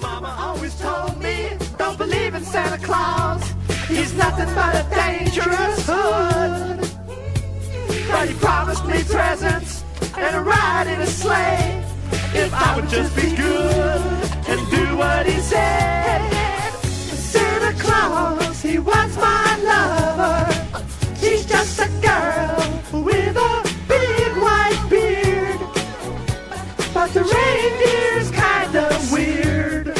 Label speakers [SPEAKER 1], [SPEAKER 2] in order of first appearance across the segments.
[SPEAKER 1] Mama always told me, don't believe in Santa Claus. He's nothing but a dangerous hood. But he promised me presents and a ride in a sleigh. If I would just be good and do what he said. Santa Claus, he was my lover. She's just a girl with a big white beard. But the reindeer's kinda weird.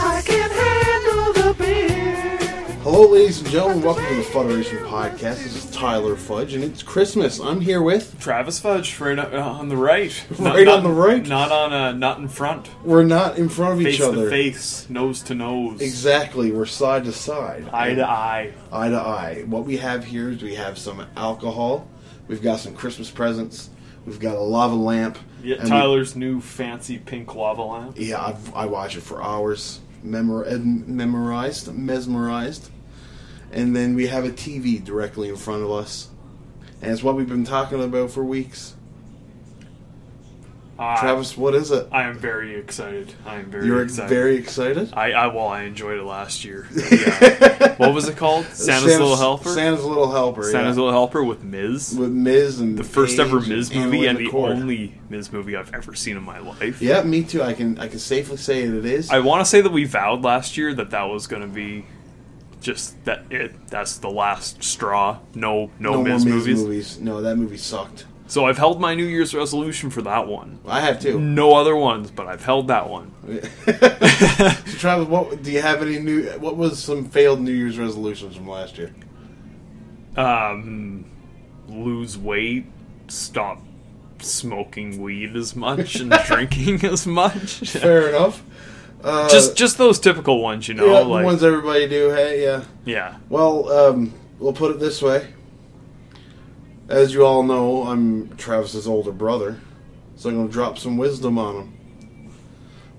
[SPEAKER 1] I can handle the beer.
[SPEAKER 2] Hello, ladies and gentlemen. Welcome to the Federation Podcast. This is Tyler Fudge, and it's Christmas. I'm here with.
[SPEAKER 3] Travis Fudge right o- uh, on the right.
[SPEAKER 2] Right on the right?
[SPEAKER 3] Not on uh, not in front.
[SPEAKER 2] We're not in front of
[SPEAKER 3] Face
[SPEAKER 2] each other.
[SPEAKER 3] to face, nose to nose.
[SPEAKER 2] Exactly. We're side to side.
[SPEAKER 3] Eye to eye.
[SPEAKER 2] Eye to eye. What we have here is we have some alcohol. We've got some Christmas presents. We've got a lava lamp.
[SPEAKER 3] Yet
[SPEAKER 2] and we-
[SPEAKER 3] Tyler's new fancy pink lava lamp.
[SPEAKER 2] yeah, I've, I watch it for hours. Memor- eh, memorized, mesmerized. And then we have a TV directly in front of us. And it's what we've been talking about for weeks.
[SPEAKER 3] I,
[SPEAKER 2] Travis, what is it?
[SPEAKER 3] I am very excited. I am very
[SPEAKER 2] You're
[SPEAKER 3] excited.
[SPEAKER 2] very excited?
[SPEAKER 3] I, I well I enjoyed it last year. Yeah. what was it called? Santa's, Little Helper.
[SPEAKER 2] Santa's Little Helper.
[SPEAKER 3] Santa's
[SPEAKER 2] yeah.
[SPEAKER 3] Little Helper with Miz.
[SPEAKER 2] With Miz and
[SPEAKER 3] the first
[SPEAKER 2] Paige
[SPEAKER 3] ever Miz
[SPEAKER 2] and
[SPEAKER 3] movie
[SPEAKER 2] Anna
[SPEAKER 3] and the
[SPEAKER 2] Wintour.
[SPEAKER 3] only Miz movie I've ever seen in my life.
[SPEAKER 2] Yeah, me too. I can I can safely say it is.
[SPEAKER 3] I want to say that we vowed last year that that was going to be just that it that's the last straw. No, no,
[SPEAKER 2] no
[SPEAKER 3] Miz
[SPEAKER 2] more Miz
[SPEAKER 3] movies.
[SPEAKER 2] movies. No, that movie sucked.
[SPEAKER 3] So I've held my New Year's resolution for that one.
[SPEAKER 2] I have too.
[SPEAKER 3] No other ones, but I've held that one. Mm.
[SPEAKER 2] So Travis, what do you have any new? What was some failed New Year's resolutions from last year?
[SPEAKER 3] Um, lose weight, stop smoking weed as much and drinking as much.
[SPEAKER 2] Fair enough. Uh,
[SPEAKER 3] just just those typical ones, you know.
[SPEAKER 2] yeah, the
[SPEAKER 3] like
[SPEAKER 2] ones everybody do. Hey, yeah.
[SPEAKER 3] yeah,
[SPEAKER 2] Well, um, we'll put it this way. As you all know, I'm Travis's older brother, so I'm gonna drop some wisdom on him.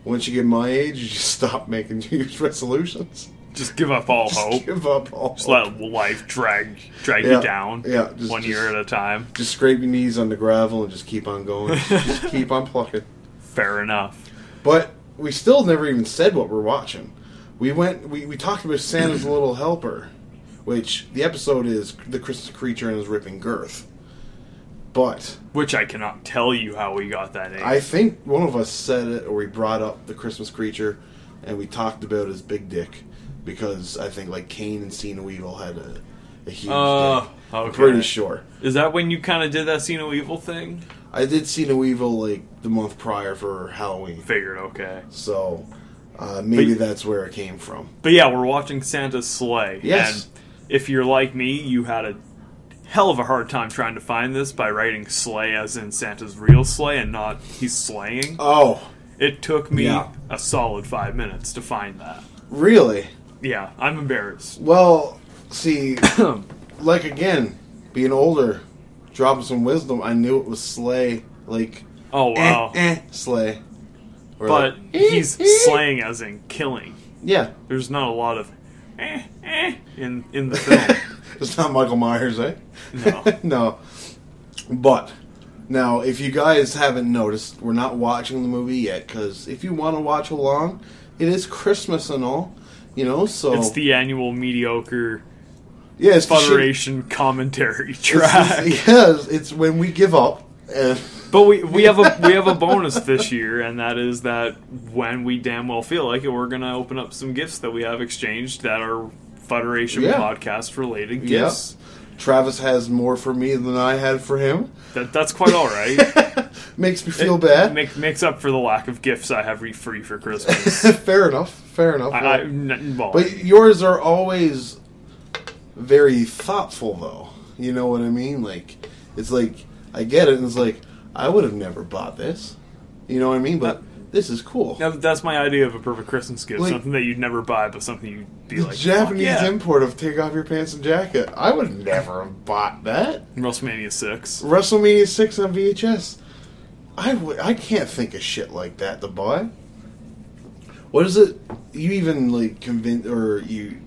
[SPEAKER 2] Once you get my age, you just stop making New Year's resolutions.
[SPEAKER 3] just give up all hope.
[SPEAKER 2] Give up all.
[SPEAKER 3] Oh. Just let life drag drag
[SPEAKER 2] Yeah,
[SPEAKER 3] you down.
[SPEAKER 2] yeah, just-
[SPEAKER 3] one
[SPEAKER 2] just-
[SPEAKER 3] year at a time.
[SPEAKER 2] Just scrape your knees on the gravel and just keep on going. just keep on plucking.
[SPEAKER 3] Fair enough.
[SPEAKER 2] But we still never even said what we're watching. We went. We, we talked about Santa's Little Helper, which the episode is the Christmas creature and his ripping girth. But
[SPEAKER 3] Which I cannot tell you how we got that name.
[SPEAKER 2] I think one of us said it, or we brought up the Christmas creature, and we talked about his big dick because I think like Kane and Cena Weevil had a, a huge
[SPEAKER 3] Uh,
[SPEAKER 2] dick. I'm
[SPEAKER 3] okay.
[SPEAKER 2] pretty sure.
[SPEAKER 3] Is that when you kind of did that Sino Evil thing?
[SPEAKER 2] I did Cena Weevil like the month prior for Halloween,
[SPEAKER 3] Figured, okay.
[SPEAKER 2] so uh, maybe
[SPEAKER 3] But-
[SPEAKER 2] that's where it came from.
[SPEAKER 3] But yeah, we're watching Santa's sleigh.
[SPEAKER 2] Yes.
[SPEAKER 3] And if you're like me, you had a hell of a hard time trying to find this by writing sleigh as in Santa's real sleigh and not he's sleighing.
[SPEAKER 2] Oh,
[SPEAKER 3] It took me
[SPEAKER 2] Yeah.
[SPEAKER 3] a solid five minutes to find that.
[SPEAKER 2] really?
[SPEAKER 3] Yeah, I'm embarrassed.
[SPEAKER 2] Well, see, like again, being older, dropping some wisdom, I knew it was Slay, like
[SPEAKER 3] Oh
[SPEAKER 2] eh,
[SPEAKER 3] wow.
[SPEAKER 2] eh, Slay. Or
[SPEAKER 3] But
[SPEAKER 2] like, eh,
[SPEAKER 3] he's
[SPEAKER 2] eh.
[SPEAKER 3] slaying as in killing.
[SPEAKER 2] Yeah,
[SPEAKER 3] There's not a lot of eh, eh in in the film.
[SPEAKER 2] It's not Michael Myers, eh?
[SPEAKER 3] No.
[SPEAKER 2] no. But now, if you guys haven't noticed, we're not watching the movie yet because if you want to watch along, it is Christmas and all, you know. So
[SPEAKER 3] It's the annual mediocre
[SPEAKER 2] yeah, it's the Oh. shit-
[SPEAKER 3] Federation commentary
[SPEAKER 2] it's-
[SPEAKER 3] track.
[SPEAKER 2] it's- Yes, it's when we give up. And
[SPEAKER 3] But we, we have a we have a bonus this year, and that is that when we damn well feel like it, we're gonna open up some gifts that we have exchanged that are Federation
[SPEAKER 2] Yeah.
[SPEAKER 3] podcast related
[SPEAKER 2] Yeah.
[SPEAKER 3] gifts.
[SPEAKER 2] Travis has more for me than I had for him.
[SPEAKER 3] That that's quite all right.
[SPEAKER 2] Makes me feel bad.
[SPEAKER 3] Make, makes up for the lack of gifts I have re- free for Christmas.
[SPEAKER 2] fair enough. Fair enough.
[SPEAKER 3] I, I, n- well,
[SPEAKER 2] But yours are always very thoughtful, though. You know what I mean? Like, it's like I get it, and it's like I would have never bought this. You know what I mean? But this is cool.
[SPEAKER 3] Now, that's my idea of a perfect Christmas gift.
[SPEAKER 2] Like-
[SPEAKER 3] something that you'd never buy, but something you'd be
[SPEAKER 2] the
[SPEAKER 3] like,
[SPEAKER 2] Japanese
[SPEAKER 3] "Fuck yeah."
[SPEAKER 2] import of take off your pants and jacket. I would never have bought that.
[SPEAKER 3] WrestleMania 6.
[SPEAKER 2] WrestleMania six on VHS. I would. I can't think of shit like that to buy. What is it? You even like convince or you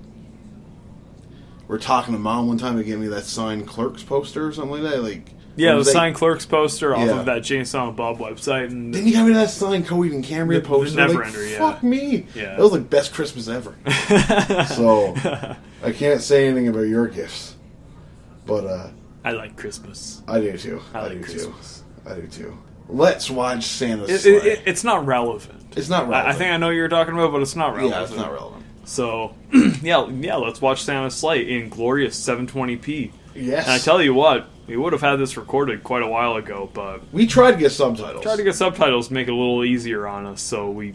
[SPEAKER 2] were talking to mom one time to get me that signed clerks poster or something like that. Like
[SPEAKER 3] Yeah,
[SPEAKER 2] It
[SPEAKER 3] the
[SPEAKER 2] was like-
[SPEAKER 3] signed clerks poster off
[SPEAKER 2] Yeah.
[SPEAKER 3] of that Chainsaw and Bob website, and
[SPEAKER 2] Then you got me that signed Coheed and Cambria
[SPEAKER 3] The- the
[SPEAKER 2] poster. I'm like,
[SPEAKER 3] Neverender, yeah.
[SPEAKER 2] Fuck me.
[SPEAKER 3] Yeah.
[SPEAKER 2] That was like best Christmas ever. so I can't say anything about your gifts, but uh,
[SPEAKER 3] I like Christmas.
[SPEAKER 2] I do too.
[SPEAKER 3] I
[SPEAKER 2] I,
[SPEAKER 3] like
[SPEAKER 2] do
[SPEAKER 3] Christmas.
[SPEAKER 2] too. I do too. Let's watch Santa's
[SPEAKER 3] It,
[SPEAKER 2] sleigh.
[SPEAKER 3] it, it- it's not relevant.
[SPEAKER 2] it's not
[SPEAKER 3] I,
[SPEAKER 2] relevant.
[SPEAKER 3] I think I know what you're talking about, but it's not relevant.
[SPEAKER 2] yeah, it's not relevant.
[SPEAKER 3] So yeah, yeah, let's watch Santa's Slate in glorious 720p.
[SPEAKER 2] Yes,
[SPEAKER 3] And I tell you what, we would have had this recorded quite a while ago, but
[SPEAKER 2] we tried to get subtitles.
[SPEAKER 3] tried to get subtitles to make it a little easier on us, so we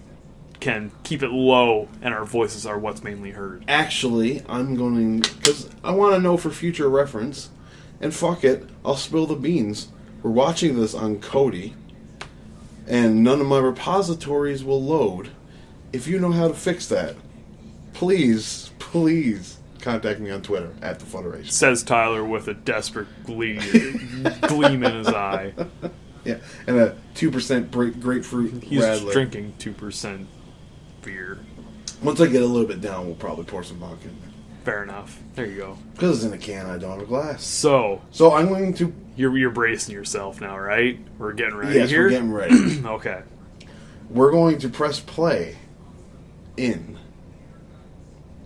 [SPEAKER 3] can keep it low and our voices are what's mainly heard.
[SPEAKER 2] Actually, I'm going because I want to know for future reference. And fuck it, I'll spill the beans. We're watching this on Cody, and none of my repositories will load. If you know how to fix that, please, please contact me on Twitter at the Federation.
[SPEAKER 3] Says Tyler with a desperate glee, gleam in his eye.
[SPEAKER 2] Yeah, and a two percent grapefruit
[SPEAKER 3] He's
[SPEAKER 2] radler.
[SPEAKER 3] drinking two percent beer.
[SPEAKER 2] Once I get a little bit down, we'll probably pour some vodka in there
[SPEAKER 3] Fair enough. There you go.
[SPEAKER 2] because it's in a can. I don't have a glass,
[SPEAKER 3] So
[SPEAKER 2] so I'm going to.
[SPEAKER 3] you're you're bracing yourself now, right? We're getting ready
[SPEAKER 2] Yes,
[SPEAKER 3] here.
[SPEAKER 2] we're getting ready.
[SPEAKER 3] okay.
[SPEAKER 2] We're going to press play in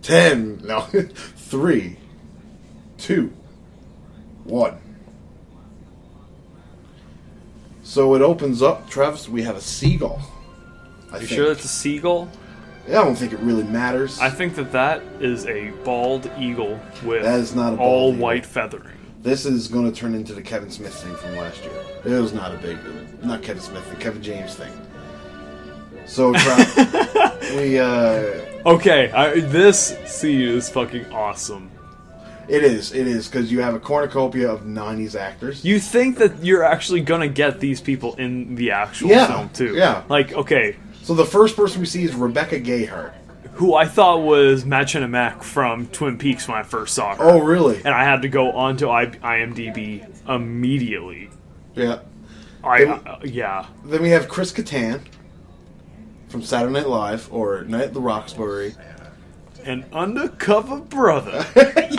[SPEAKER 2] 10, no, 3, 2, 1. So it opens up. Travis, we have a seagull. I
[SPEAKER 3] You
[SPEAKER 2] think.
[SPEAKER 3] sure that's a seagull?
[SPEAKER 2] I don't think it really matters.
[SPEAKER 3] I think that that is a bald eagle with
[SPEAKER 2] That is not a bald
[SPEAKER 3] all
[SPEAKER 2] eagle.
[SPEAKER 3] white feathering.
[SPEAKER 2] this is going to turn into the Kevin Smith thing from last year. It was not a big, not Kevin Smith, the Kevin James thing. So, Travis, we, uh,
[SPEAKER 3] Okay, I, this scene is fucking awesome.
[SPEAKER 2] It is. It is because you have a cornucopia of '90s actors.
[SPEAKER 3] You think that you're actually gonna get these people in the actual
[SPEAKER 2] Yeah,
[SPEAKER 3] film too?
[SPEAKER 2] yeah.
[SPEAKER 3] Like, okay,
[SPEAKER 2] so the first person we see is Rebecca Gayheart.
[SPEAKER 3] who I thought was Matt Chinamack from Twin Peaks when I first saw her.
[SPEAKER 2] Oh, really?
[SPEAKER 3] and I had to go onto I- IMDb immediately.
[SPEAKER 2] Yeah.
[SPEAKER 3] I
[SPEAKER 2] Then-
[SPEAKER 3] uh, yeah,
[SPEAKER 2] Then we have Chris Kattan from Saturday Night Live or Night at the Roxbury.
[SPEAKER 3] an undercover brother.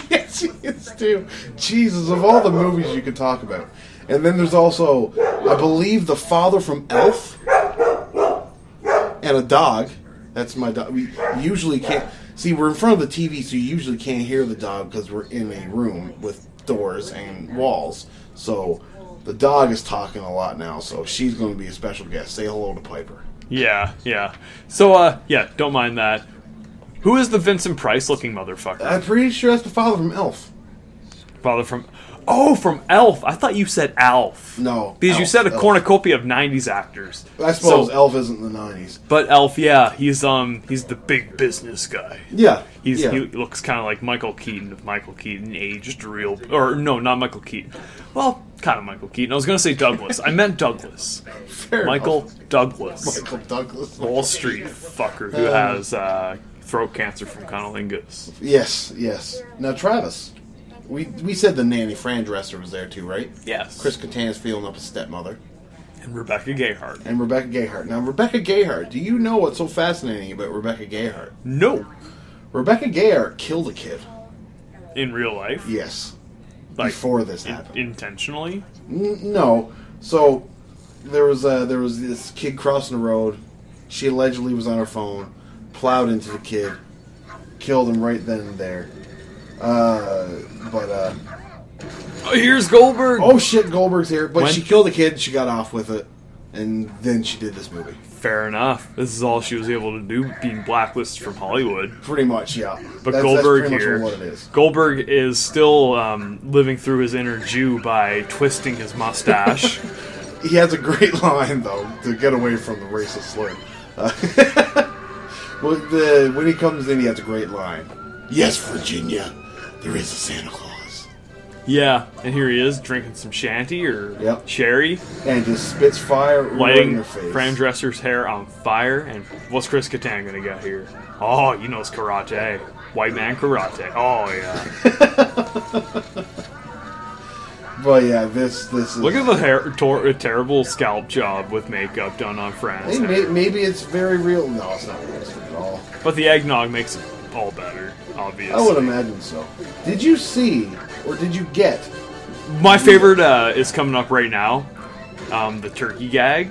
[SPEAKER 2] yes, he is too. Jesus, of all the movies you could talk about. And then there's also, I believe, the father from Elf and a dog. That's my dog. We usually can't see. We're in front of the TV, so you usually can't hear the dog because we're in a room with doors and walls. So the dog is talking a lot now. So she's going to be a special guest. Say hello to Piper.
[SPEAKER 3] yeah, yeah. So uh, yeah, don't mind that. Who is the Vincent Price looking motherfucker?
[SPEAKER 2] I'm pretty sure that's the father from Elf.
[SPEAKER 3] Father from oh from Elf. I thought you said Alf.
[SPEAKER 2] No,
[SPEAKER 3] because you
[SPEAKER 2] Elf,
[SPEAKER 3] said a
[SPEAKER 2] Elf.
[SPEAKER 3] cornucopia of '90s actors.
[SPEAKER 2] I suppose
[SPEAKER 3] So-
[SPEAKER 2] Elf isn't the '90s.
[SPEAKER 3] But Elf, yeah, he's um he's the big business guy.
[SPEAKER 2] Yeah,
[SPEAKER 3] He's,
[SPEAKER 2] yeah.
[SPEAKER 3] He looks kind of like Michael Keaton if Michael Keaton aged real, or no, not Michael Keaton. Well, kind of Michael Keaton. I was gonna say Douglas. I meant Douglas.
[SPEAKER 2] Fair
[SPEAKER 3] Michael
[SPEAKER 2] enough.
[SPEAKER 3] Douglas,
[SPEAKER 2] Michael Douglas.
[SPEAKER 3] Wall Street fucker who has uh, throat cancer from conolingus.
[SPEAKER 2] Yes, yes. Now Travis, we we said the nanny Fran Dresser was there too, right?
[SPEAKER 3] Yes,
[SPEAKER 2] Chris Kattan is feeling up his stepmother
[SPEAKER 3] and Rebecca Gayheart.
[SPEAKER 2] and Rebecca Gayheart. Now Rebecca Gayheart, do you know what's so fascinating about Rebecca Gayheart?
[SPEAKER 3] No,
[SPEAKER 2] Rebecca Gayheart killed a kid.
[SPEAKER 3] in real life,
[SPEAKER 2] Yes,
[SPEAKER 3] like
[SPEAKER 2] before this
[SPEAKER 3] in-
[SPEAKER 2] happened.
[SPEAKER 3] intentionally.
[SPEAKER 2] N- no, so there was uh there was this kid crossing the road. She allegedly was on her phone, plowed into the kid, killed him right then and there. Uh, but uh.
[SPEAKER 3] Oh, here's Goldberg.
[SPEAKER 2] oh shit, Goldberg's here. But
[SPEAKER 3] When-
[SPEAKER 2] she killed a kid, she got off with it, and then she did this movie.
[SPEAKER 3] Fair enough. This is all she was able to do, being blacklisted from Hollywood.
[SPEAKER 2] Pretty much, yeah.
[SPEAKER 3] But Goldberg
[SPEAKER 2] pretty
[SPEAKER 3] here,
[SPEAKER 2] much what it is.
[SPEAKER 3] Goldberg is still um, living through his inner Jew by twisting his mustache.
[SPEAKER 2] He has a great line though to get away from the racist slur. Uh, well, the, when he comes in, he has a great line. Yes, Virginia, there is a Santa Claus,
[SPEAKER 3] yeah, and here he is drinking some shanty or
[SPEAKER 2] Yep.
[SPEAKER 3] sherry,
[SPEAKER 2] and just spits fire right in
[SPEAKER 3] lighting
[SPEAKER 2] your face.
[SPEAKER 3] Fran Dresser's hair on fire. And what's Chris Kattan gonna get here? Oh, you know it's karate, white man karate. Oh yeah,
[SPEAKER 2] but yeah, this this is.
[SPEAKER 3] look at the hair, tor- a terrible scalp job with makeup done on Fran's
[SPEAKER 2] Hey, may,
[SPEAKER 3] hair.
[SPEAKER 2] maybe it's very real. No, it's not realistic at all.
[SPEAKER 3] But the eggnog makes it all better, obviously.
[SPEAKER 2] I would imagine so. Did you see or did you get
[SPEAKER 3] My favorite uh, is coming up right now, um, the turkey gag,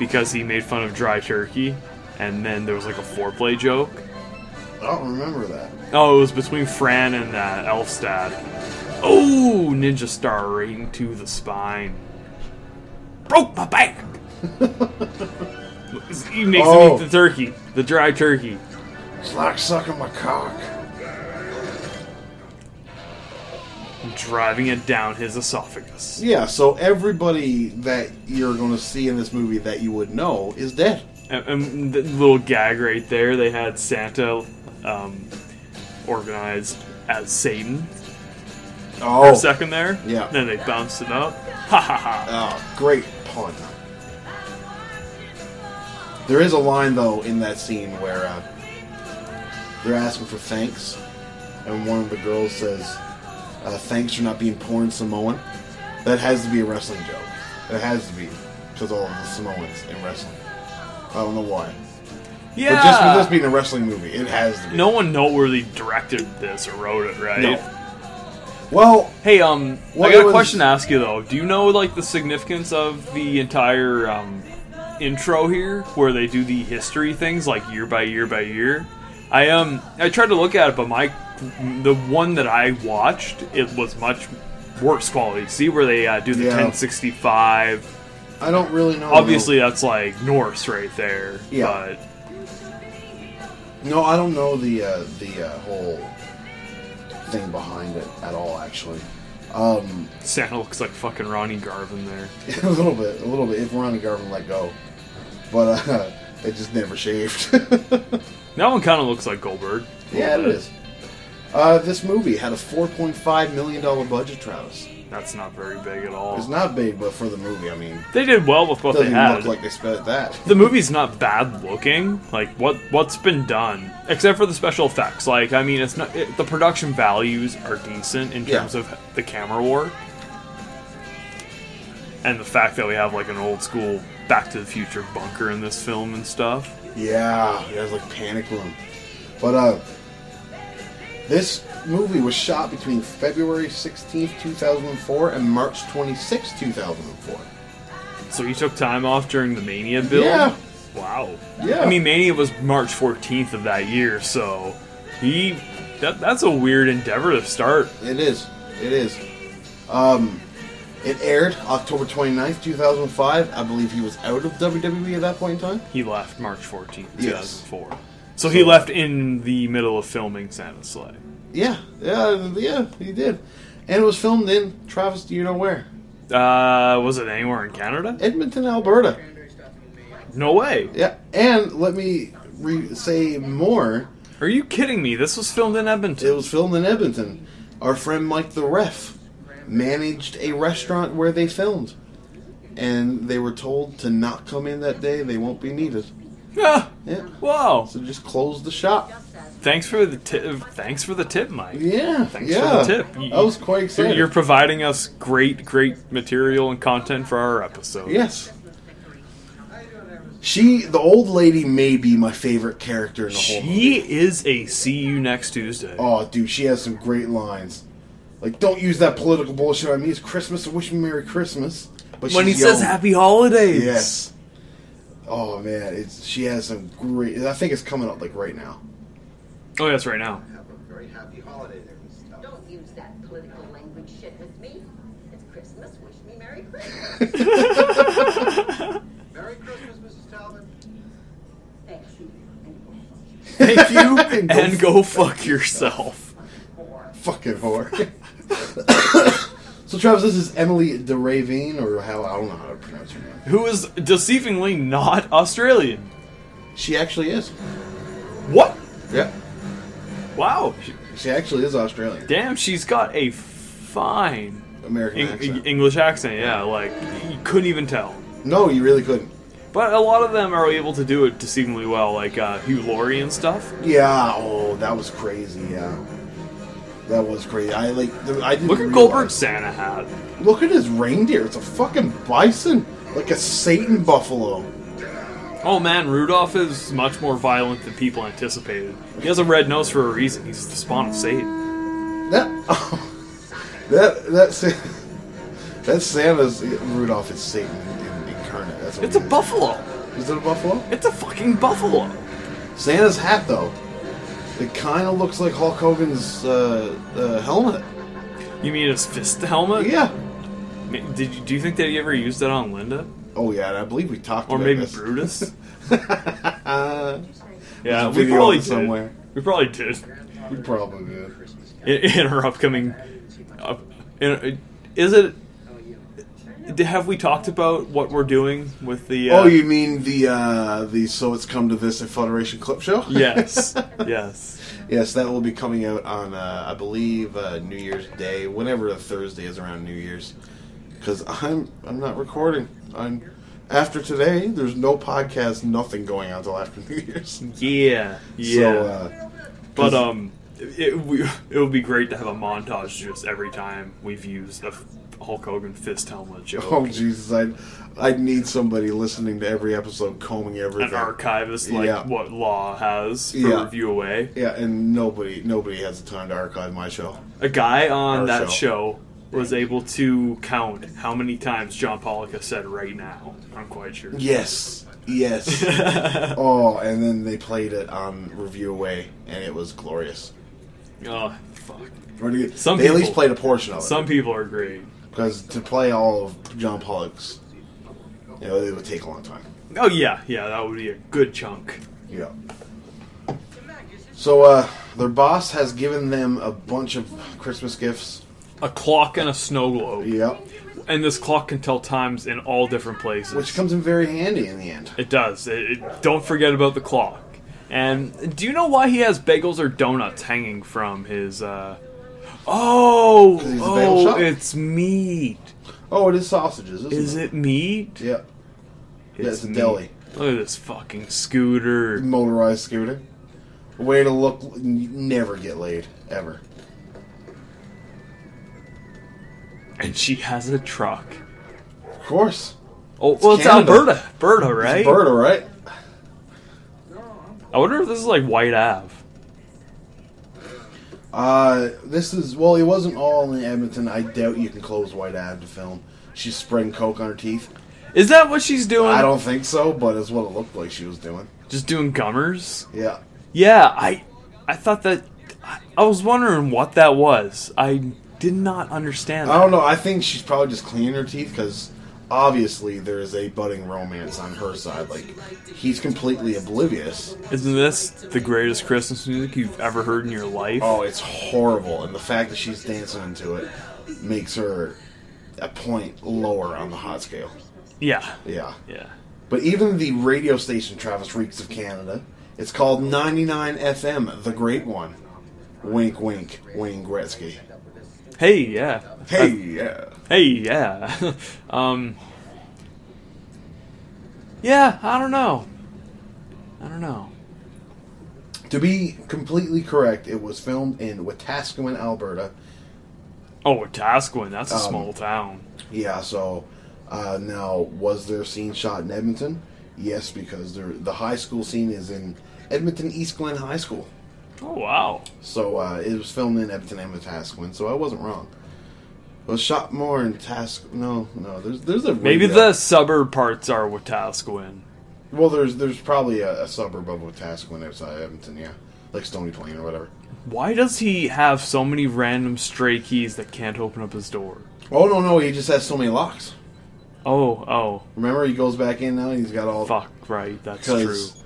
[SPEAKER 3] because he made fun of dry turkey, and then there was like a foreplay joke.
[SPEAKER 2] I don't remember that.
[SPEAKER 3] Oh, it was between Fran and uh, Elfstad. Oh, ninja star rating to the spine. Broke my back. he makes
[SPEAKER 2] Oh.
[SPEAKER 3] him eat the turkey, the dry turkey.
[SPEAKER 2] It's like sucking my cock.
[SPEAKER 3] driving it down his esophagus.
[SPEAKER 2] Yeah, so everybody that you're going to see in this movie that you would know is dead.
[SPEAKER 3] And, and the little gag right there, they had Santa um, organized as Satan for
[SPEAKER 2] Oh,
[SPEAKER 3] a second there.
[SPEAKER 2] Yeah.
[SPEAKER 3] Then they bounced it up. Ha ha ha.
[SPEAKER 2] oh great pun. There is a line though in that scene where uh, they're asking for thanks, and one of the girls says, uh, "Thanks for not being porn Samoan." That has to be a wrestling joke. It has to be because all of the Samoans in wrestling. I don't know why,
[SPEAKER 3] Yeah.
[SPEAKER 2] but just with this being a wrestling movie, it has to be.
[SPEAKER 3] no one noteworthy directed this or wrote it, right?
[SPEAKER 2] No. Well,
[SPEAKER 3] Hey, um,
[SPEAKER 2] Well,
[SPEAKER 3] I got
[SPEAKER 2] it
[SPEAKER 3] a
[SPEAKER 2] was-
[SPEAKER 3] question to ask you though. Do you know like the significance of the entire um, intro here, where they do the history things like year by year by year? I um, I tried to look at it, but my the one that I watched it was much worse quality. See where they uh, do the
[SPEAKER 2] Yeah.
[SPEAKER 3] 1065.
[SPEAKER 2] I don't really know.
[SPEAKER 3] Obviously, that's like Norse right there.
[SPEAKER 2] Yeah.
[SPEAKER 3] But
[SPEAKER 2] No, I don't know the uh, the uh, whole thing behind it at all. Actually, um,
[SPEAKER 3] Santa looks like fucking Ronnie Garvin there.
[SPEAKER 2] a little bit, a little bit. If Ronnie Garvin let go, but uh, it just never shaved.
[SPEAKER 3] That one kind of looks like Goldberg. a
[SPEAKER 2] yeah, it
[SPEAKER 3] little bit.
[SPEAKER 2] is. Uh, this movie had a four point five million dollar budget. Travis,
[SPEAKER 3] That's not very big at all.
[SPEAKER 2] it's not big, but for the movie, I mean,
[SPEAKER 3] They did well with what they
[SPEAKER 2] doesn't
[SPEAKER 3] had.
[SPEAKER 2] look like they spent that.
[SPEAKER 3] the movie's not bad looking. Like what what's been done, except for the special effects. Like I mean, it's not it, the production values are decent in
[SPEAKER 2] Yeah.
[SPEAKER 3] terms of the camera work and the fact that we have like an old school Back to the Future bunker in this film and stuff.
[SPEAKER 2] Yeah, it has like panic room. But uh, this movie was shot between February sixteenth, two thousand and four, and March twenty sixth, two thousand and four.
[SPEAKER 3] So you took time off during the Mania build.
[SPEAKER 2] Yeah.
[SPEAKER 3] Wow.
[SPEAKER 2] Yeah.
[SPEAKER 3] I mean, Mania was March 14th of that year, so he that, that's a weird endeavor to start.
[SPEAKER 2] It is. It is. Um, it aired October 29th, 2005. I believe he was out of WWE at that point in time.
[SPEAKER 3] He left March 14th,
[SPEAKER 2] Yes.
[SPEAKER 3] 2004. So he left in the middle of filming Santa Slay.
[SPEAKER 2] Yeah, yeah, yeah, he did. And it was filmed in Travis, do you know where?
[SPEAKER 3] Uh, was it anywhere in Canada?
[SPEAKER 2] Edmonton, Alberta.
[SPEAKER 3] No way.
[SPEAKER 2] Yeah, and let me re- say more.
[SPEAKER 3] Are you kidding me? This was filmed in Edmonton.
[SPEAKER 2] It was filmed in Edmonton. Our friend Mike the Ref managed a restaurant where they filmed. And they were told to not come in that day, they won't be needed.
[SPEAKER 3] Ah,
[SPEAKER 2] Yeah.
[SPEAKER 3] wow.
[SPEAKER 2] So just close the shop.
[SPEAKER 3] Thanks for the tip. Thanks for the tip, Mike.
[SPEAKER 2] Yeah.
[SPEAKER 3] Thanks
[SPEAKER 2] yeah.
[SPEAKER 3] for the tip. You-
[SPEAKER 2] I was quite
[SPEAKER 3] You're,
[SPEAKER 2] excited.
[SPEAKER 3] you're providing us great, great material and content for our episode.
[SPEAKER 2] yes. She, the old lady, may be my favorite character in the whole movie.
[SPEAKER 3] She is a see you next Tuesday.
[SPEAKER 2] Oh, dude, she has some great lines. Like, don't use that political bullshit on me. It's Christmas. I wish me Merry Christmas. But
[SPEAKER 3] when he
[SPEAKER 2] she's
[SPEAKER 3] says
[SPEAKER 2] yelling.
[SPEAKER 3] happy holidays.
[SPEAKER 2] Yes. Oh man, it's she has some great. I think it's coming up like right now.
[SPEAKER 3] Oh, yes, right now.
[SPEAKER 4] Have a very happy holiday there, Mrs. Dow.
[SPEAKER 5] Don't use that political language shit with me. It's Christmas. Wish me Merry Christmas.
[SPEAKER 4] Merry Christmas, Mrs. Talbot.
[SPEAKER 5] Thank you. And
[SPEAKER 2] Thank you and go,
[SPEAKER 3] And go fuck yourself.
[SPEAKER 5] four.
[SPEAKER 2] fucking whore. so Travis, this is Emily DeRavine, or how I don't know how to pronounce her name.
[SPEAKER 3] Who is deceivingly not Australian.
[SPEAKER 2] She actually is.
[SPEAKER 3] What?
[SPEAKER 2] Yeah.
[SPEAKER 3] Wow.
[SPEAKER 2] She actually is Australian.
[SPEAKER 3] Damn, she's got a fine
[SPEAKER 2] American
[SPEAKER 3] Eng-
[SPEAKER 2] accent.
[SPEAKER 3] English accent. Yeah, like you couldn't even tell.
[SPEAKER 2] no, you really couldn't.
[SPEAKER 3] But a lot of them are able to do it deceivingly well, like uh, Hugh Laurie and stuff.
[SPEAKER 2] Yeah. Oh, that was crazy. Yeah. That was crazy. I like. I didn't
[SPEAKER 3] Look at
[SPEAKER 2] realize-
[SPEAKER 3] Goldberg's Santa hat.
[SPEAKER 2] Look at his reindeer. It's a fucking bison, like a Satan buffalo.
[SPEAKER 3] Oh man, Rudolph is much more violent than people anticipated. He has a red nose for a reason. He's the spawn of Satan.
[SPEAKER 2] That. that. That's. That's Santa's Rudolph is Satan in- incarnate. That's what
[SPEAKER 3] It's a
[SPEAKER 2] he is.
[SPEAKER 3] buffalo.
[SPEAKER 2] Is it a buffalo?
[SPEAKER 3] It's a fucking buffalo.
[SPEAKER 2] Santa's hat though. It kind of looks like Hulk Hogan's uh, uh, helmet.
[SPEAKER 3] You mean his fist helmet?
[SPEAKER 2] Yeah.
[SPEAKER 3] Ma- Did you, do you think that he ever used that on Linda
[SPEAKER 2] Oh yeah, and I believe we talked
[SPEAKER 3] or
[SPEAKER 2] about
[SPEAKER 3] maybe
[SPEAKER 2] this.
[SPEAKER 3] Brutus?
[SPEAKER 2] There's
[SPEAKER 3] yeah,
[SPEAKER 2] a
[SPEAKER 3] we
[SPEAKER 2] video
[SPEAKER 3] probably
[SPEAKER 2] of it
[SPEAKER 3] did.
[SPEAKER 2] somewhere.
[SPEAKER 3] We probably did
[SPEAKER 2] we probably did.
[SPEAKER 3] in, in her upcoming. Up, in, is it? d- Have we talked about what we're doing with the? Uh,
[SPEAKER 2] Oh, you mean the uh, the so it's come to this a Federation clip show?
[SPEAKER 3] Yes, yes.
[SPEAKER 2] yes, that will be coming out on uh, I believe uh, New Year's Day, whenever the Thursday is around New Year's. Because I'm I'm not recording. I'm after today. There's no podcast, nothing going on until after New Year's.
[SPEAKER 3] Yeah, yeah.
[SPEAKER 2] So, uh,
[SPEAKER 3] but um, it we, it would be great to have a montage just every time we've used a Hulk Hogan fist helmet joke.
[SPEAKER 2] oh Jesus, I'd I'd need somebody listening to every episode, combing everything.
[SPEAKER 3] an archivist like
[SPEAKER 2] Yeah.
[SPEAKER 3] what Law has for
[SPEAKER 2] Yeah.
[SPEAKER 3] Review Away.
[SPEAKER 2] Yeah, and nobody nobody has the time to archive my show.
[SPEAKER 3] A guy on
[SPEAKER 2] Our
[SPEAKER 3] that
[SPEAKER 2] show.
[SPEAKER 3] show. was able to count how many times John Pollock has said right now. I'm quite sure.
[SPEAKER 2] Yes. Yes. oh, and then they played it on Review Away, and it was glorious.
[SPEAKER 3] Oh, fuck.
[SPEAKER 2] Or do you-
[SPEAKER 3] Some
[SPEAKER 2] they at least
[SPEAKER 3] people-
[SPEAKER 2] played a portion of it.
[SPEAKER 3] Some people are great.
[SPEAKER 2] Because to play all of John Pollock's, you know, it would take a long time.
[SPEAKER 3] Oh, yeah, yeah, that would be a good chunk.
[SPEAKER 2] Yeah. So, uh, their boss has given them a bunch of Christmas gifts.
[SPEAKER 3] A clock and a snow globe.
[SPEAKER 2] Yep.
[SPEAKER 3] And this clock can tell times in all different places.
[SPEAKER 2] Which comes in very handy in the end.
[SPEAKER 3] It does. It, it- don't forget about the clock. And do you know why he has bagels or donuts hanging from his? uh Oh,
[SPEAKER 2] he's a bagel
[SPEAKER 3] oh,
[SPEAKER 2] shop.
[SPEAKER 3] it's meat.
[SPEAKER 2] Oh, it is sausages, isn't
[SPEAKER 3] Is it meat?
[SPEAKER 2] Yeah. Yeah, it's a
[SPEAKER 3] meat.
[SPEAKER 2] deli.
[SPEAKER 3] Look at this fucking scooter.
[SPEAKER 2] Motorized scooter. Way to look, n- never get laid, ever.
[SPEAKER 3] And she has a truck.
[SPEAKER 2] Of course.
[SPEAKER 3] Oh, well, it's
[SPEAKER 2] Canada.
[SPEAKER 3] Alberta. Alberta, right?
[SPEAKER 2] It's Alberta, right?
[SPEAKER 3] I wonder if this is like White Ave.
[SPEAKER 2] Uh, this is well. It wasn't all in Edmonton. I doubt you can close White Ave to film. She's spraying coke on her teeth.
[SPEAKER 3] Is that what she's doing?
[SPEAKER 2] I don't think so, but it's what it looked like she was doing.
[SPEAKER 3] Just doing gummers?
[SPEAKER 2] Yeah,
[SPEAKER 3] Yeah, I, I thought that. I, I was wondering what that was. I did not understand.
[SPEAKER 2] I
[SPEAKER 3] That.
[SPEAKER 2] don't know. I think she's probably just cleaning her teeth because obviously there is a budding romance on her side. Like he's completely oblivious.
[SPEAKER 3] Isn't this the greatest Christmas music you've ever heard in your life?
[SPEAKER 2] Oh, it's horrible, and the fact that she's dancing into it makes her a point lower on the hot scale.
[SPEAKER 3] Yeah.
[SPEAKER 2] Yeah.
[SPEAKER 3] Yeah.
[SPEAKER 2] But even the radio station Travis Reeks of Canada, it's called 99 FM, the great one. Wink, wink, Wayne Gretzky.
[SPEAKER 3] Hey, yeah.
[SPEAKER 2] Hey, uh, yeah.
[SPEAKER 3] Hey, yeah. um. Yeah, I don't know. I don't know.
[SPEAKER 2] To be completely correct, it was filmed in Wetaskiwin, Alberta.
[SPEAKER 3] Oh, Wetaskiwin, that's a
[SPEAKER 2] Um,
[SPEAKER 3] small town.
[SPEAKER 2] Yeah, so uh, now was there a scene shot in Edmonton? Yes, because there, the high school scene is in Edmonton East Glen High School.
[SPEAKER 3] Oh, wow.
[SPEAKER 2] So uh, it was filmed in Edmonton and Wetaskiwin, so I wasn't wrong. It was shot more in Task. No, no. There's there's a
[SPEAKER 3] Maybe
[SPEAKER 2] radio-
[SPEAKER 3] the suburb parts are Wetaskiwin.
[SPEAKER 2] Well, there's there's probably a, a suburb of Wetaskiwin outside Edmonton, yeah, like Stony Plain or whatever.
[SPEAKER 3] Why does he have so many random stray keys that can't open up his door?
[SPEAKER 2] Oh no, no, he just has so many locks.
[SPEAKER 3] Oh, oh,
[SPEAKER 2] Remember, he goes back in now. and He's got all
[SPEAKER 3] fuck, right, that's true.
[SPEAKER 2] 'cause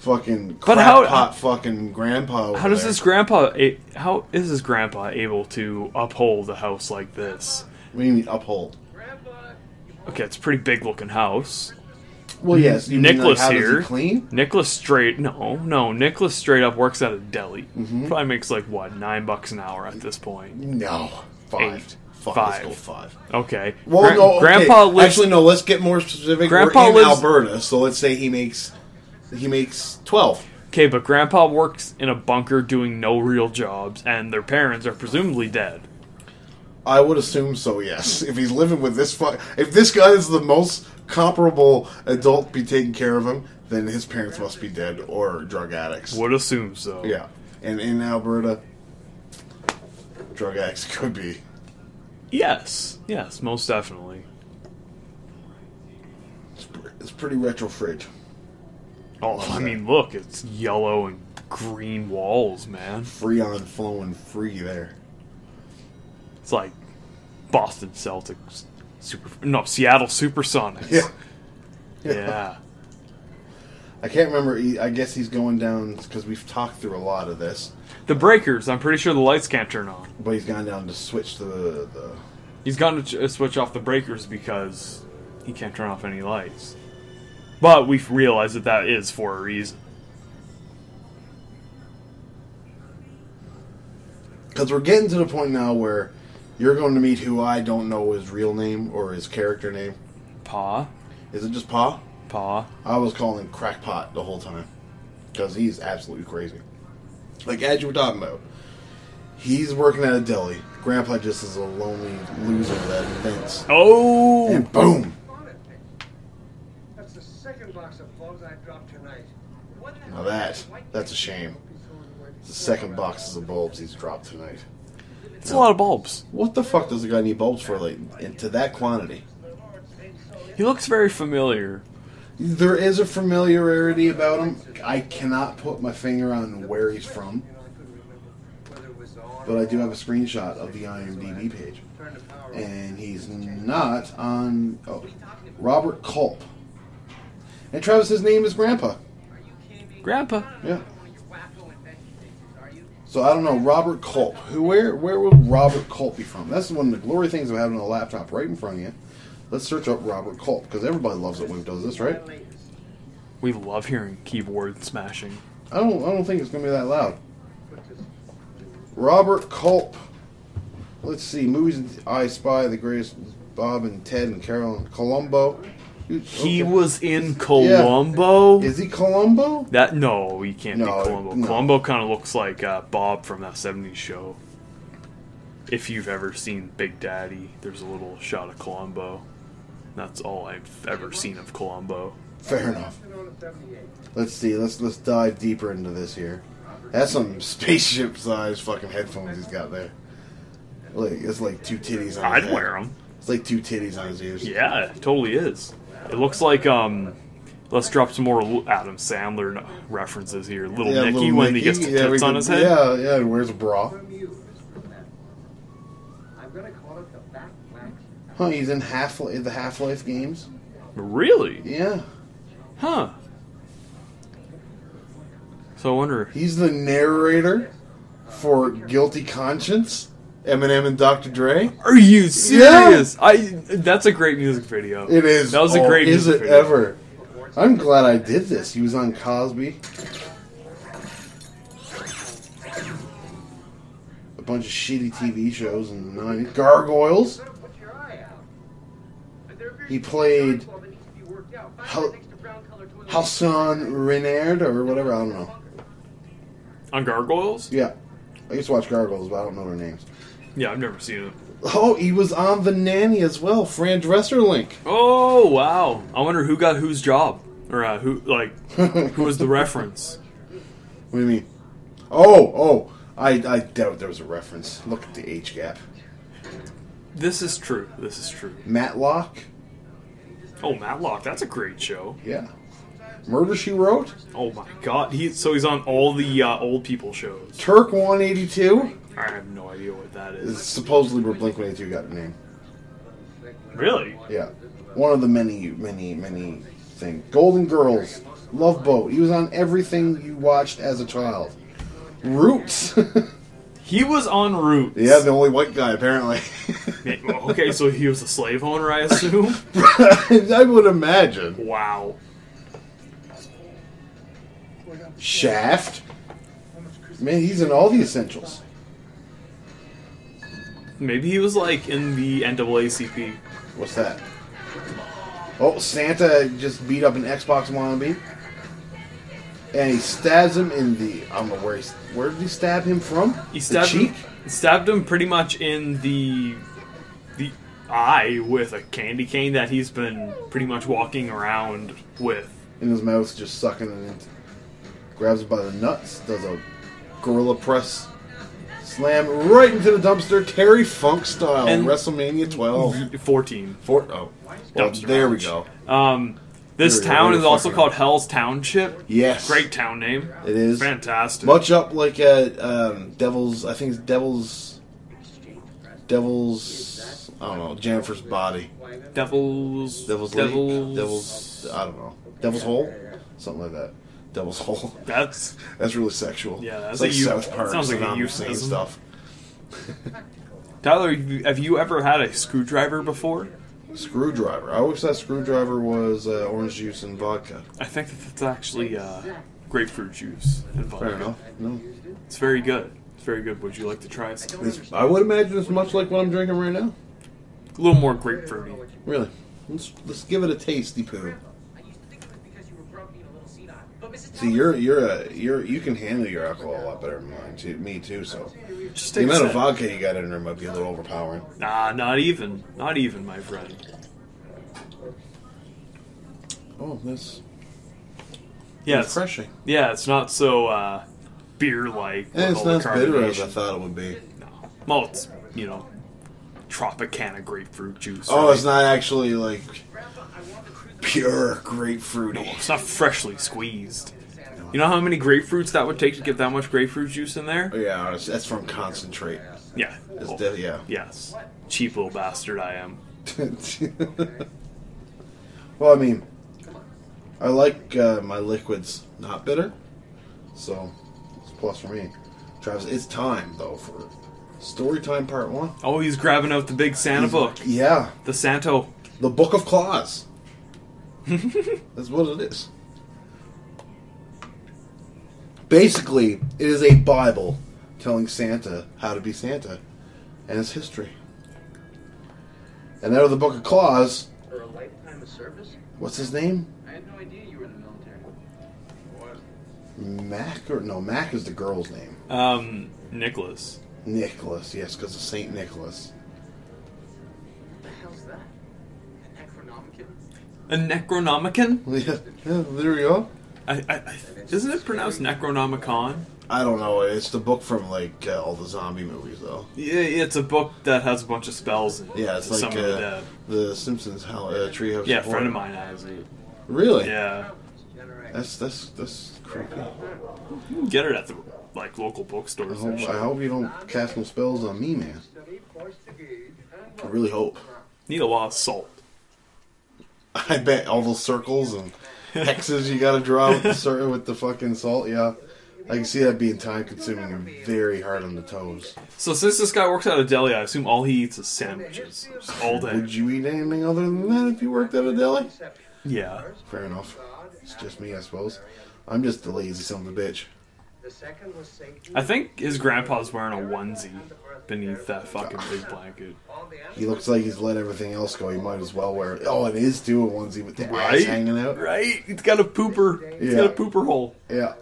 [SPEAKER 2] Fucking
[SPEAKER 3] But how-
[SPEAKER 2] crackpot fucking grandpa. Over
[SPEAKER 3] How does
[SPEAKER 2] there.
[SPEAKER 3] his grandpa? A- how is his grandpa able to uphold a house like this?
[SPEAKER 2] What do you mean uphold?
[SPEAKER 3] Okay, it's a pretty big looking house.
[SPEAKER 2] Well, yes. You
[SPEAKER 3] Nicholas
[SPEAKER 2] mean, like, how
[SPEAKER 3] here.
[SPEAKER 2] Does he clean?
[SPEAKER 3] Nicholas straight no no Nicholas straight up works at a deli.
[SPEAKER 2] Mm-hmm.
[SPEAKER 3] Probably makes like what nine bucks an hour at this point.
[SPEAKER 2] No, five.
[SPEAKER 3] Eight.
[SPEAKER 2] Fuck, Let's
[SPEAKER 3] Five.
[SPEAKER 2] go five.
[SPEAKER 3] Okay.
[SPEAKER 2] Well,
[SPEAKER 3] Gra-
[SPEAKER 2] no. okay,
[SPEAKER 3] Grandpa lives.
[SPEAKER 2] Actually, no. Let's get more specific.
[SPEAKER 3] Grandpa
[SPEAKER 2] We're in
[SPEAKER 3] lives-
[SPEAKER 2] Alberta, so let's say he makes he makes twelve.
[SPEAKER 3] Okay, but Grandpa works in a bunker doing no real jobs, and their parents are presumably dead.
[SPEAKER 2] I would assume so. Yes, if he's living with this fuck, if this guy is the most comparable adult to be taking care of him, then his parents must be dead or drug addicts.
[SPEAKER 3] Would assume so.
[SPEAKER 2] Yeah, and in Alberta, drug addicts could be
[SPEAKER 3] Yes, yes, most definitely.
[SPEAKER 2] It's, pre- it's pretty retro fridge.
[SPEAKER 3] Oh, I mean, look, it's yellow and green walls, man.
[SPEAKER 2] Freon flowing free there.
[SPEAKER 3] It's like Boston Celtics, super no Seattle SuperSonics.
[SPEAKER 2] Yeah.
[SPEAKER 3] yeah.
[SPEAKER 2] I can't remember. he- I guess he's going down because we've talked through a lot of this,
[SPEAKER 3] The breakers. I'm pretty sure the lights can't turn on.
[SPEAKER 2] but he's gone down to switch the the.
[SPEAKER 3] He's gonna ch- uh, switch off the breakers because he can't turn off any lights. But we realize that that is for a reason.
[SPEAKER 2] Because we're getting to the point now where you're going to meet who I don't know his real name or his character name.
[SPEAKER 3] Pa,
[SPEAKER 2] Is it just Pa?
[SPEAKER 3] pa.
[SPEAKER 2] I was calling him Crackpot the whole time because he's absolutely crazy. Like as you were talking about, he's working at a deli. Grandpa just is a lonely loser that invents,
[SPEAKER 3] Oh,
[SPEAKER 2] and boom,
[SPEAKER 4] That's the second box of clothes I dropped tonight.
[SPEAKER 2] Now that, that's a shame. The second boxes of bulbs he's dropped tonight.
[SPEAKER 3] it's a lot of bulbs.
[SPEAKER 2] What the fuck does a guy need bulbs for, like, and to that quantity?
[SPEAKER 3] He looks very familiar.
[SPEAKER 2] There is a familiarity about him. I cannot put my finger on where he's from, but I do have a screenshot of the IMDb page. And he's not on. Oh, Robert Culp. And Travis, his name is Grandpa.
[SPEAKER 3] Grandpa.
[SPEAKER 2] Yeah. So I don't know, Robert Culp. Who where where would Robert Culp be from? That's one of the glory things of having a laptop right in front of you. Let's search up Robert Culp because everybody loves it when it does this, right?
[SPEAKER 3] We love hearing keyboard smashing.
[SPEAKER 2] I don't I don't think it's gonna be that loud. Robert Culp. Let's see, movies and- I Spy, The Greatest Bob and Ted and Carol and Columbo. You-
[SPEAKER 3] He
[SPEAKER 2] okay.
[SPEAKER 3] was in Colombo.
[SPEAKER 2] Is he Columbo?
[SPEAKER 3] That no, he can't
[SPEAKER 2] No,
[SPEAKER 3] be Columbo.
[SPEAKER 2] no.
[SPEAKER 3] Columbo kind of looks like uh, Bob from that '70s show. If you've ever seen Big Daddy, there's a little shot of Columbo. That's all I've ever seen of Columbo.
[SPEAKER 2] Fair enough. Let's see. Let's let's dive deeper into this here. That's some spaceship size fucking headphones he's got there. Like it's like two titties on.
[SPEAKER 3] I'd
[SPEAKER 2] his head.
[SPEAKER 3] wear them.
[SPEAKER 2] It's like two titties on his ears.
[SPEAKER 3] Yeah, it totally is. It looks like um. Let's drop some more L- Adam Sandler n- references here. Little
[SPEAKER 2] Yeah,
[SPEAKER 3] Nicky
[SPEAKER 2] little
[SPEAKER 3] when he gets
[SPEAKER 2] Nicky.
[SPEAKER 3] the
[SPEAKER 2] Yeah, we
[SPEAKER 3] tits on
[SPEAKER 2] can-
[SPEAKER 3] his head.
[SPEAKER 2] Yeah, yeah. He wears a bra.
[SPEAKER 4] I'm gonna call it the back wax.
[SPEAKER 2] Huh? He's in half in the Half Life games.
[SPEAKER 3] Really?
[SPEAKER 2] Yeah.
[SPEAKER 3] Huh. So I wonder.
[SPEAKER 2] He's the narrator for Guilty Conscience, Eminem and Dr. Dre.
[SPEAKER 3] Are you serious? I. That's a great music video.
[SPEAKER 2] It is.
[SPEAKER 3] That was a
[SPEAKER 2] oh,
[SPEAKER 3] great
[SPEAKER 2] Is
[SPEAKER 3] music
[SPEAKER 2] it
[SPEAKER 3] video.
[SPEAKER 2] ever? I'm glad I did this. He was on Cosby. A bunch of shitty TV shows in the 90s. Gargoyles.
[SPEAKER 4] Put your eye out.
[SPEAKER 2] He played Hal- Hassan Renard or whatever. I don't know.
[SPEAKER 3] On Gargoyles?
[SPEAKER 2] Yeah. I used to watch Gargoyles, but I don't know their names.
[SPEAKER 3] Yeah, I've never seen it.
[SPEAKER 2] Oh, he was on The Nanny as well. Fran Dresserlink.
[SPEAKER 3] Oh wow! I wonder who got whose job, or uh, who like who was the reference?
[SPEAKER 2] What do you mean? Oh, oh. I, I doubt there was a reference. Look at the age gap.
[SPEAKER 3] This is true. This is true.
[SPEAKER 2] Matlock.
[SPEAKER 3] Oh Matlock, that's a great show.
[SPEAKER 2] Yeah. Murder She Wrote,
[SPEAKER 3] Oh my god, he so he's on all the uh, old people shows.
[SPEAKER 2] Turk 182.
[SPEAKER 3] I have no idea what that
[SPEAKER 2] It's
[SPEAKER 3] is.
[SPEAKER 2] supposedly where Blink 182 got the name.
[SPEAKER 3] Really?
[SPEAKER 2] Yeah. One of the many, many, many things. Golden Girls, Love Boat. He was on everything you watched as a child. Roots.
[SPEAKER 3] He was on Roots.
[SPEAKER 2] yeah, the only white guy, apparently.
[SPEAKER 3] Yeah, well, Okay, so he was a slave owner, I assume.
[SPEAKER 2] I would imagine.
[SPEAKER 3] wow.
[SPEAKER 2] Shaft. Man, he's in all the essentials.
[SPEAKER 3] Maybe he was like in the NAACP.
[SPEAKER 2] What's that? Oh, Santa just beat up an Xbox wannabe, and he stabs him in the. I don't know where he. Where did he stab him from?
[SPEAKER 3] He stabbed
[SPEAKER 2] the cheek.
[SPEAKER 3] him, stabbed him pretty much in the the eye with a candy cane that he's been pretty much walking around with.
[SPEAKER 2] in his mouth, just sucking it. In. Grabs him by the nuts. Does a gorilla press. Slam right into the dumpster, Terry Funk style,
[SPEAKER 3] And-
[SPEAKER 2] WrestleMania 12.
[SPEAKER 3] 14.
[SPEAKER 2] Four, oh, well,
[SPEAKER 3] Dumpster
[SPEAKER 2] there we
[SPEAKER 3] match.
[SPEAKER 2] go.
[SPEAKER 3] Um, this
[SPEAKER 2] Here we go.
[SPEAKER 3] town
[SPEAKER 2] We're
[SPEAKER 3] is also
[SPEAKER 2] fucking
[SPEAKER 3] called
[SPEAKER 2] up.
[SPEAKER 3] Hell's Township.
[SPEAKER 2] Yes.
[SPEAKER 3] Great town name.
[SPEAKER 2] It is.
[SPEAKER 3] Fantastic.
[SPEAKER 2] Much up like uh, um, Devil's, I think it's Devil's, Devil's, I don't know, Jennifer's body.
[SPEAKER 3] Devil's.
[SPEAKER 2] Devil's Leap, Devil's, I don't know, Devil's Hole, something like that. Devil's Hole.
[SPEAKER 3] That's
[SPEAKER 2] That's really sexual.
[SPEAKER 3] Yeah,
[SPEAKER 2] it's
[SPEAKER 3] that's
[SPEAKER 2] like
[SPEAKER 3] a eu-
[SPEAKER 2] South Park.
[SPEAKER 3] sounds like a
[SPEAKER 2] Saddam Hussein
[SPEAKER 3] euphemism.
[SPEAKER 2] stuff.
[SPEAKER 3] Tyler. have you- Have you ever had a screwdriver before?
[SPEAKER 2] Screwdriver. I always thought screwdriver was uh, orange juice and vodka.
[SPEAKER 3] I think that that's actually uh, grapefruit juice involved.
[SPEAKER 2] Fair enough. No,
[SPEAKER 3] It's very good. It's very good. Would you like to try it?
[SPEAKER 2] it's, I would imagine it's much like what I'm drinking right now.
[SPEAKER 3] A little more grapefruity.
[SPEAKER 2] Really. Let's let's give it a tasty poo.
[SPEAKER 6] I used to think it was because you were broke and a little senile. But Mrs.
[SPEAKER 2] See, you're you're a you're you can handle your alcohol a lot better than mine too. Me too. So
[SPEAKER 3] Just
[SPEAKER 2] the
[SPEAKER 3] take a
[SPEAKER 2] amount
[SPEAKER 3] sip.
[SPEAKER 2] of vodka you got in there might be a little overpowering.
[SPEAKER 3] Nah, not even. Not even, my friend.
[SPEAKER 2] Oh, that's
[SPEAKER 3] Yeah, it's,
[SPEAKER 2] refreshing.
[SPEAKER 3] yeah, it's not so uh, beer-like. with
[SPEAKER 2] And Eh, it's
[SPEAKER 3] all the
[SPEAKER 2] not as bitter as I
[SPEAKER 3] carbonation.
[SPEAKER 2] thought it would be.
[SPEAKER 3] No. Well, it's, you know, Tropicana grapefruit juice.
[SPEAKER 2] Oh,
[SPEAKER 3] right?
[SPEAKER 2] it's not actually like
[SPEAKER 6] Grandpa, I want the truth.
[SPEAKER 2] pure grapefruit.
[SPEAKER 3] No, it's not freshly squeezed. You know how many grapefruits that would take to get that much grapefruit juice in there?
[SPEAKER 2] Oh, Yeah, honest- that's from concentrate.
[SPEAKER 3] Yeah.
[SPEAKER 2] It's
[SPEAKER 3] Well,
[SPEAKER 2] de- yeah.
[SPEAKER 3] Yes. Cheap little bastard I am.
[SPEAKER 2] well, I mean, I like uh, my liquids not bitter, so it's a plus for me. Travis, it's time though for story time part one.
[SPEAKER 3] Oh, he's grabbing out the big Santa book.
[SPEAKER 2] Yeah,
[SPEAKER 3] The Santo.
[SPEAKER 2] the Book of Claws. That's what it is. Basically, it is a Bible telling Santa how to be Santa and his history. And out of the Book of Claws,
[SPEAKER 6] For a lifetime of service?
[SPEAKER 2] what's his name?
[SPEAKER 6] I had no idea you were in the military.
[SPEAKER 2] Mac or no Mac is the girl's name.
[SPEAKER 3] Um, Nicholas.
[SPEAKER 2] Nicholas, yes, because of Saint Nicholas.
[SPEAKER 6] What the hell's that? An
[SPEAKER 3] A
[SPEAKER 6] Necronomicon?
[SPEAKER 3] Necronomicon?
[SPEAKER 2] Yeah, yeah, there we go.
[SPEAKER 3] I, I, I, isn't it pronounced Necronomicon?
[SPEAKER 2] I don't know. It's the book from like uh, all the zombie movies, though.
[SPEAKER 3] Yeah, It's a book that has a bunch of spells. In it.
[SPEAKER 2] Yeah, it's
[SPEAKER 3] Some
[SPEAKER 2] like
[SPEAKER 3] of the
[SPEAKER 2] uh,
[SPEAKER 3] dead.
[SPEAKER 2] the Simpsons how, uh, Treehouse.
[SPEAKER 3] Yeah, a
[SPEAKER 2] of
[SPEAKER 3] friend of
[SPEAKER 2] Horror.
[SPEAKER 3] mine has it.
[SPEAKER 2] Really?
[SPEAKER 3] Yeah,
[SPEAKER 4] Oh,
[SPEAKER 2] That's that's that's creepy.
[SPEAKER 3] you can get it at the like local
[SPEAKER 2] I
[SPEAKER 3] bookstores.
[SPEAKER 2] hope,
[SPEAKER 3] and shit.
[SPEAKER 2] I hope you don't cast no spells on me, man. I really hope.
[SPEAKER 3] Need a lot of salt.
[SPEAKER 2] I bet all those circles and hexes you gotta draw with the, cer- with the fucking salt. Yeah, I can see that being time consuming and very hard on the toes.
[SPEAKER 3] So since this guy works at a deli, I assume all he eats is sandwiches just all day.
[SPEAKER 2] Would you eat anything other than that if you worked at a deli?
[SPEAKER 3] Yeah,
[SPEAKER 2] Fair enough. It's just me, I suppose. I'm just the lazy son of a bitch.
[SPEAKER 4] The second was Satan.
[SPEAKER 3] I think his grandpa's wearing a onesie beneath that fucking big blanket.
[SPEAKER 4] All the animals
[SPEAKER 2] He looks like he's let everything else go. He might as well wear it. Oh, it is too a onesie with the ass
[SPEAKER 3] Right,
[SPEAKER 2] hanging out.
[SPEAKER 3] Right, it's got a pooper. It's
[SPEAKER 2] Yeah.
[SPEAKER 3] got a pooper hole.
[SPEAKER 2] Yeah.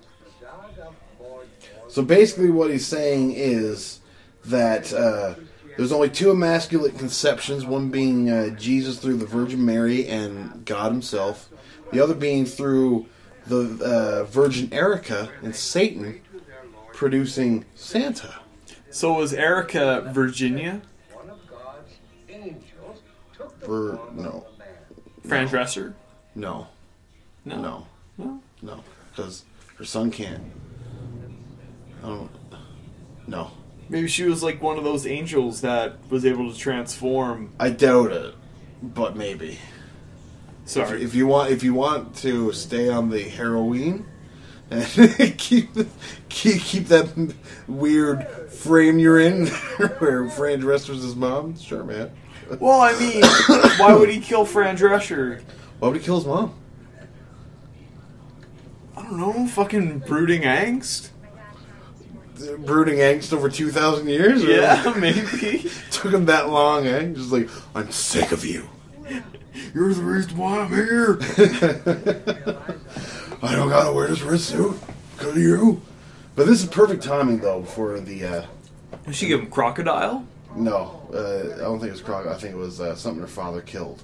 [SPEAKER 4] died of more
[SPEAKER 2] So basically, what he's saying is that uh, there's only two immaculate conceptions one being uh, Jesus through the Virgin Mary and God Himself, the other being through the uh, Virgin Erica and Satan producing Santa.
[SPEAKER 3] So is Erica Virginia?
[SPEAKER 4] one of God's angels took the
[SPEAKER 2] Vir-
[SPEAKER 4] form
[SPEAKER 2] no.
[SPEAKER 4] of a man.
[SPEAKER 3] Fran Dresser?
[SPEAKER 2] No,
[SPEAKER 3] No.
[SPEAKER 2] no,
[SPEAKER 3] No?
[SPEAKER 2] no, because her son can't. I don't. No,
[SPEAKER 3] Maybe she was like one of those angels that was able to transform.
[SPEAKER 2] I doubt it, but maybe.
[SPEAKER 3] Sorry.
[SPEAKER 2] If you want, if you want to stay on the heroin and keep keep keep that weird frame you're in, where Fran Dresser's his mom, sure, man.
[SPEAKER 3] well, I mean, why would he kill Fran Drescher?
[SPEAKER 2] Why would he kill his mom?
[SPEAKER 3] I don't know. Fucking brooding angst.
[SPEAKER 2] Brooding angst over two thousand years. Really?
[SPEAKER 3] Yeah, maybe.
[SPEAKER 2] took him that long, eh? Just like I'm sick of you.
[SPEAKER 3] You're the reason why I'm here.
[SPEAKER 2] I don't gotta wear this red suit because of you. But this is perfect timing though for the. Uh,
[SPEAKER 3] Did she give him crocodile?
[SPEAKER 2] no, uh, I don't think it was Croc. I think it was uh, something her father killed.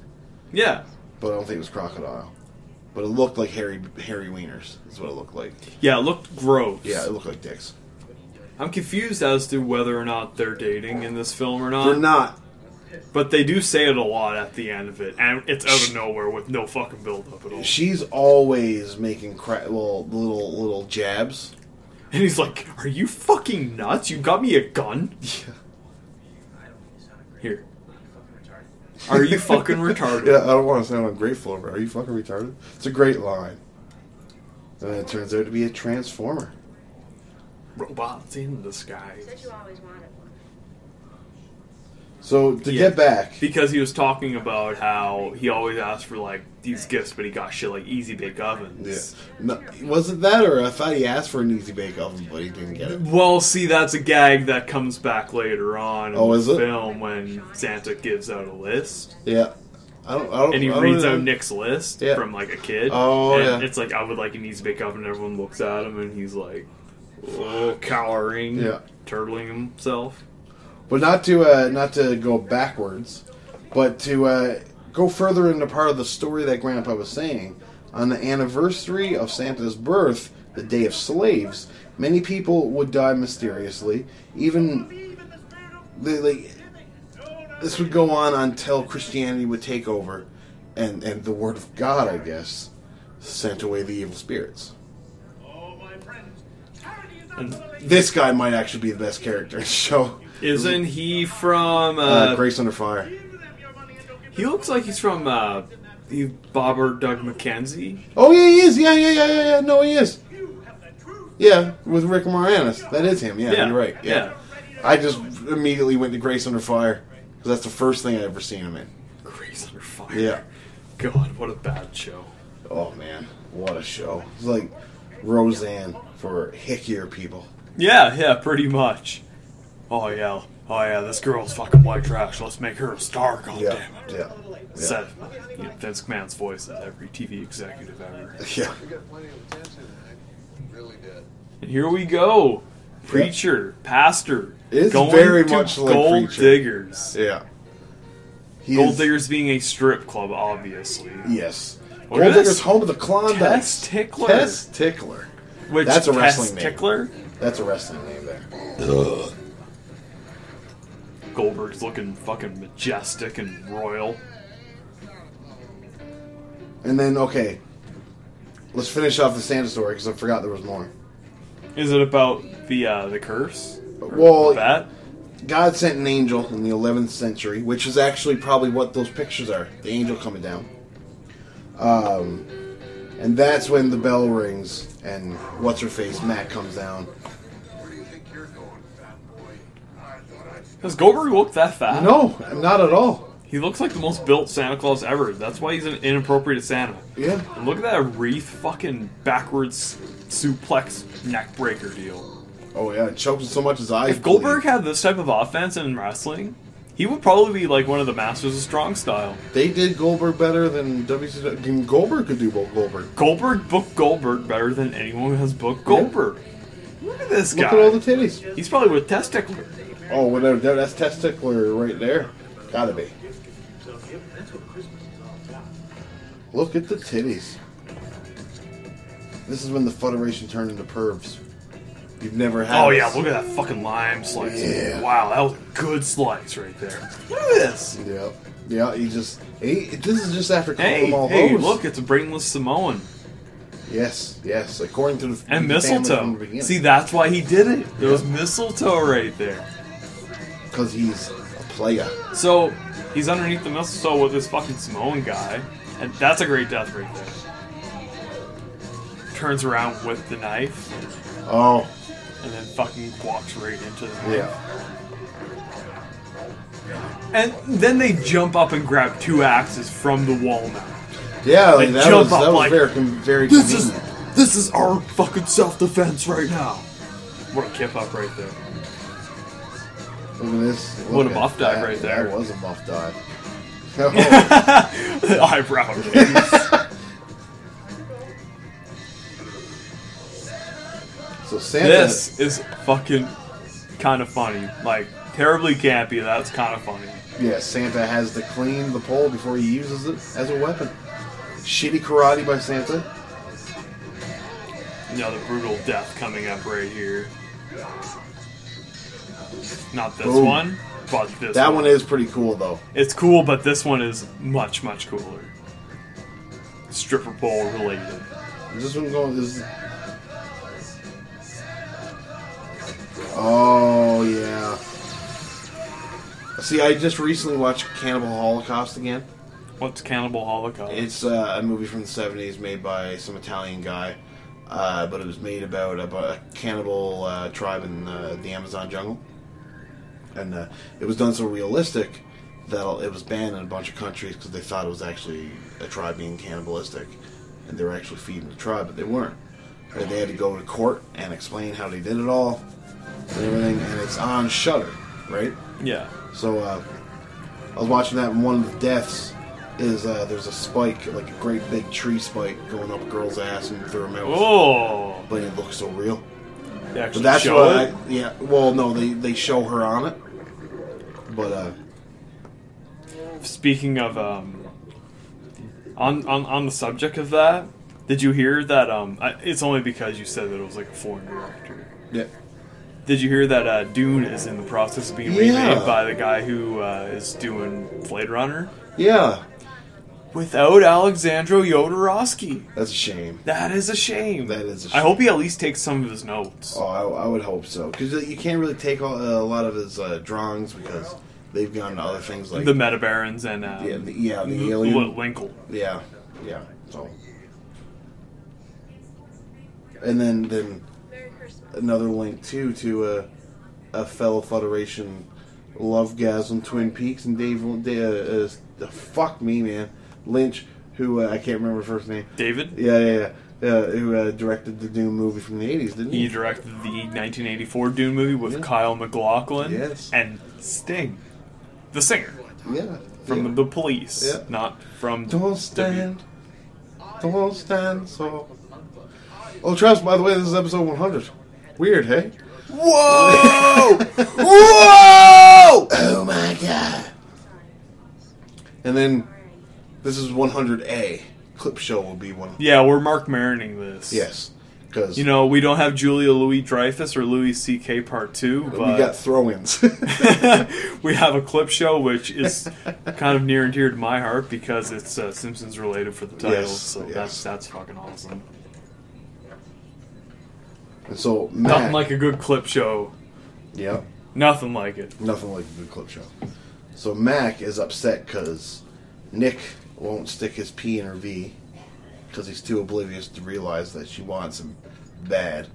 [SPEAKER 3] Yeah.
[SPEAKER 2] but I don't think it was crocodile. But it looked like hairy hairy wieners. Is what it looked like.
[SPEAKER 3] Yeah, it looked gross.
[SPEAKER 2] Yeah, it looked like dicks.
[SPEAKER 3] I'm confused as to whether or not they're dating in this film or
[SPEAKER 2] They're
[SPEAKER 3] not.
[SPEAKER 2] not.
[SPEAKER 3] But they do say it a lot at the end of it, and it's out of nowhere with no fucking build up at all.
[SPEAKER 2] She's always making cra- little little little jabs.
[SPEAKER 3] And he's like, "Are you fucking nuts? You got me a gun?
[SPEAKER 2] Yeah.
[SPEAKER 6] I don't think you sound great.
[SPEAKER 3] Here,
[SPEAKER 6] Fucking retarded.
[SPEAKER 3] are you fucking retarded?"
[SPEAKER 2] Yeah, I don't want to sound ungrateful, but are you fucking retarded? It's a great line. And it turns out to be a transformer.
[SPEAKER 3] Robots in disguise.
[SPEAKER 5] Said you always wanted one.
[SPEAKER 2] So to
[SPEAKER 3] Yeah.
[SPEAKER 2] get back,
[SPEAKER 3] Because he was talking about how he always asked for like these gifts, but he got shit like easy bake
[SPEAKER 2] yeah,
[SPEAKER 3] ovens.
[SPEAKER 2] no, was it that or I thought he asked for an easy bake oven, but he didn't get it.
[SPEAKER 3] Well, see, that's a gag that comes back later on in
[SPEAKER 2] Oh, is
[SPEAKER 3] the
[SPEAKER 2] it?
[SPEAKER 3] film when Santa gives out a list
[SPEAKER 2] Yeah, I don't. I don't
[SPEAKER 3] and he
[SPEAKER 2] I don't
[SPEAKER 3] reads
[SPEAKER 2] know.
[SPEAKER 3] out Nick's list
[SPEAKER 2] Oh, Yeah.
[SPEAKER 3] from like a kid.
[SPEAKER 2] Oh,
[SPEAKER 3] and
[SPEAKER 2] yeah.
[SPEAKER 3] It's like I would like an easy bake oven. and Everyone looks at him and he's like, oh, cowering,
[SPEAKER 2] Yeah.
[SPEAKER 3] turtling himself.
[SPEAKER 2] but not to uh, not to go backwards, but to uh, go further into part of the story that Grandpa was saying. On the anniversary of Santa's birth, the Day of Slaves, many people would die mysteriously. Even they, like this would go on until Christianity would take over, and and the Word of God, I guess, sent away the evil spirits. This guy might actually be the best character in the show.
[SPEAKER 3] Isn't he from? Uh,
[SPEAKER 2] Uh, Grace Under Fire.
[SPEAKER 3] He looks like he's from uh, he- Bob or Doug McKenzie.
[SPEAKER 2] Oh yeah, he is. Yeah, yeah, yeah, yeah, yeah. No, he is. Yeah, with Rick Moranis. That is him. Yeah,
[SPEAKER 3] Yeah,
[SPEAKER 2] you're right. Yeah. I just immediately went to Grace Under Fire because that's the first thing I ever seen him in.
[SPEAKER 3] Grace Under Fire.
[SPEAKER 2] Yeah.
[SPEAKER 3] God, what a bad show.
[SPEAKER 2] Oh man, what a show! It's like Roseanne for hickier people.
[SPEAKER 3] Yeah, yeah, pretty much. Oh yeah, oh yeah, this girl's fucking white trash. Let's make her a star. God
[SPEAKER 2] Yeah,
[SPEAKER 3] Oh, damn it.
[SPEAKER 2] yeah,
[SPEAKER 3] Said you know, Vince McMahon's voice at every TV executive ever.
[SPEAKER 2] yeah.
[SPEAKER 4] You got plenty of attention, I really did.
[SPEAKER 3] And here we go, preacher, pastor.
[SPEAKER 2] It's
[SPEAKER 3] going
[SPEAKER 2] very
[SPEAKER 3] to
[SPEAKER 2] much like
[SPEAKER 3] gold
[SPEAKER 2] Preacher.
[SPEAKER 3] diggers.
[SPEAKER 2] Yeah. He
[SPEAKER 3] Gold
[SPEAKER 2] is-
[SPEAKER 3] diggers being a strip club, obviously.
[SPEAKER 2] Yes.
[SPEAKER 3] Look
[SPEAKER 2] Gold
[SPEAKER 3] at this.
[SPEAKER 2] Digger's home of the Klondike.
[SPEAKER 3] Tess Tickler.
[SPEAKER 2] Tess Tickler.
[SPEAKER 3] Which
[SPEAKER 2] That's a
[SPEAKER 3] Tess
[SPEAKER 2] wrestling name.
[SPEAKER 3] Tickler.
[SPEAKER 2] That's a wrestling name there.
[SPEAKER 3] Goldberg's looking fucking majestic and royal.
[SPEAKER 2] And then okay, let's finish off the Santa story because I forgot there was more.
[SPEAKER 3] Is it about the uh, the curse? Or
[SPEAKER 2] Well-
[SPEAKER 3] that
[SPEAKER 2] God sent an angel in the 11th century, which is actually probably what those pictures are the angel coming down. Um, and that's when the bell rings and what's her face, Matt, comes down.
[SPEAKER 4] Where do you think you're going, fat boy? I thought I'd
[SPEAKER 3] does Goldberg look that fat?
[SPEAKER 2] No, not at all.
[SPEAKER 3] he looks like the most built Santa Claus ever. That's why he's an inappropriate Santa.
[SPEAKER 2] Yeah.
[SPEAKER 3] And look at that wreath, fucking backwards suplex neck breaker deal.
[SPEAKER 2] Oh, yeah, it chokes so much as eyes.
[SPEAKER 3] If Goldberg
[SPEAKER 2] bleed.
[SPEAKER 3] had this type of offense in wrestling, he would probably be like one of the masters of strong style.
[SPEAKER 2] They did Goldberg better than WCW. and Goldberg could do both Goldberg.
[SPEAKER 3] Goldberg booked Goldberg better than anyone who has booked Goldberg. Look at this
[SPEAKER 2] Look
[SPEAKER 3] guy.
[SPEAKER 2] at all the titties.
[SPEAKER 3] he's probably with testicular.
[SPEAKER 2] Oh, whatever. that- That's testicular right there. Gotta be. Look at the titties. This is when the Federation turned into pervs. You've never had.
[SPEAKER 3] Oh
[SPEAKER 2] this.
[SPEAKER 3] yeah, look at that fucking lime slice.
[SPEAKER 2] Yeah.
[SPEAKER 3] Wow, that was a good slice right there. Look at this.
[SPEAKER 2] Yeah, yeah. He just. He, this is just after calling
[SPEAKER 3] Hey,
[SPEAKER 2] them all
[SPEAKER 3] hey,
[SPEAKER 2] hoes.
[SPEAKER 3] look, it's a brainless Samoan.
[SPEAKER 2] Yes, yes. According to the
[SPEAKER 3] And mistletoe. See,
[SPEAKER 2] that
[SPEAKER 3] that's why he did it. There was mistletoe right there.
[SPEAKER 2] because he's a player.
[SPEAKER 3] So, he's underneath the mistletoe with this fucking Samoan guy. And that's a great death right there. Turns around with the knife,
[SPEAKER 2] Oh,
[SPEAKER 3] and then fucking walks right into the knife.
[SPEAKER 2] yeah.
[SPEAKER 3] And then they jump up and grab two axes from the wall now.
[SPEAKER 2] Yeah, like,
[SPEAKER 3] They
[SPEAKER 2] that
[SPEAKER 3] jump
[SPEAKER 2] was,
[SPEAKER 3] up
[SPEAKER 2] that was
[SPEAKER 3] like,
[SPEAKER 2] very, con- very
[SPEAKER 3] This is
[SPEAKER 2] convenient.
[SPEAKER 3] this is our fucking self defense right now. What a kip up right there.
[SPEAKER 2] Look at this. Look
[SPEAKER 3] What a
[SPEAKER 2] at
[SPEAKER 3] buff dive
[SPEAKER 2] that.
[SPEAKER 3] right there.
[SPEAKER 2] That was a buff dive. Oh,
[SPEAKER 3] The eyebrow. raise.
[SPEAKER 2] so Santa.
[SPEAKER 3] this is fucking kind of funny. Like terribly campy. That's kind of funny.
[SPEAKER 2] Yeah, Santa has to clean the pole before he uses it as a weapon. Shitty karate by Santa.
[SPEAKER 3] Another brutal death coming up right here. Not this
[SPEAKER 2] Boom.
[SPEAKER 3] one, but this
[SPEAKER 2] That
[SPEAKER 3] one.
[SPEAKER 2] one is pretty cool though.
[SPEAKER 3] It's cool, but this one is much, much cooler. Stripper pole related.
[SPEAKER 2] Is this one going? Is oh yeah. See, I just recently watched Cannibal Holocaust again.
[SPEAKER 3] What's Cannibal Holocaust?
[SPEAKER 2] It's uh, a movie from the '70s made by some Italian guy, uh, but it was made about a, bu- a cannibal uh, tribe in uh, the Amazon jungle, and uh, it was done so realistic that it was banned in a bunch of countries because they thought it was actually a tribe being cannibalistic, and they were actually feeding the tribe, but they weren't. And they had to go to court and explain how they did it all and everything, and it's on Shutter, right?
[SPEAKER 3] yeah.
[SPEAKER 2] So uh, I was watching that, and one of the deaths is uh, there's a spike, like a great big tree spike, going up a girl's ass and through her mouth.
[SPEAKER 3] Oh,
[SPEAKER 2] But it looks so real.
[SPEAKER 3] they
[SPEAKER 2] But
[SPEAKER 3] actually
[SPEAKER 2] that's
[SPEAKER 3] show
[SPEAKER 2] what
[SPEAKER 3] it?
[SPEAKER 2] I, yeah. Well, no, they they show her on it, but uh,
[SPEAKER 3] Speaking of um, on, on on the subject of that, did you hear that? Um, I, it's only because you said that it was like a foreign director.
[SPEAKER 2] yeah.
[SPEAKER 3] Did you hear that uh, Dune is in the process of being
[SPEAKER 2] Yeah.
[SPEAKER 3] remade by the guy who uh, is doing Blade Runner
[SPEAKER 2] Yeah,
[SPEAKER 3] without Alexandro Jodorowsky?
[SPEAKER 2] that's a shame.
[SPEAKER 3] That is a shame.
[SPEAKER 2] That is a
[SPEAKER 3] I
[SPEAKER 2] shame.
[SPEAKER 3] hope he at least takes some of his notes.
[SPEAKER 2] Oh, I, I would hope so, because you can't really take all, a lot of his uh, drawings because they've gone to other things like
[SPEAKER 3] the Meta Barons and uh,
[SPEAKER 2] yeah, the, yeah, the
[SPEAKER 3] L-
[SPEAKER 2] alien,
[SPEAKER 3] L- Linkle.
[SPEAKER 2] Yeah, yeah. So, and then then another link too to a a fellow Federation lovegasm Twin Peaks and Dave uh, uh, fuck me man Lynch who uh, I can't remember his first name.
[SPEAKER 3] David.
[SPEAKER 2] Yeah, yeah, yeah. Uh, who uh, directed the Doom movie from the eighties? Didn't
[SPEAKER 3] He
[SPEAKER 2] he?
[SPEAKER 3] directed the 1984 Dune movie with
[SPEAKER 2] Yeah.
[SPEAKER 3] Kyle MacLachlan
[SPEAKER 2] Yes.
[SPEAKER 3] and Sting, the singer
[SPEAKER 2] Yeah.
[SPEAKER 3] from
[SPEAKER 2] yeah.
[SPEAKER 3] the Police,
[SPEAKER 2] Yeah.
[SPEAKER 3] not from.
[SPEAKER 2] Don't stand. Don't stand so. Oh, Travis, by the way, this is episode 100. Weird, hey?
[SPEAKER 3] Whoa!
[SPEAKER 2] Whoa! Oh my god. And then this is 100A. Clip show will be one.
[SPEAKER 3] yeah, we're Mark Marining this.
[SPEAKER 2] Yes. Because
[SPEAKER 3] You know, we don't have Julia Louis Dreyfus or Louis C.K. Part 2,
[SPEAKER 2] we got
[SPEAKER 3] but
[SPEAKER 2] throw ins.
[SPEAKER 3] we have a clip show which is kind of near and dear to my heart because it's uh, Simpsons related for the title,
[SPEAKER 2] Yes,
[SPEAKER 3] so
[SPEAKER 2] yes.
[SPEAKER 3] that's that's fucking awesome.
[SPEAKER 2] and so,
[SPEAKER 3] Nothing
[SPEAKER 2] Matt.
[SPEAKER 3] like a good clip show.
[SPEAKER 2] Yep.
[SPEAKER 3] Nothing like it.
[SPEAKER 2] Nothing like a good clip show. So Mac is upset because Nick won't stick his P in her V because he's too oblivious to realize that she wants him bad.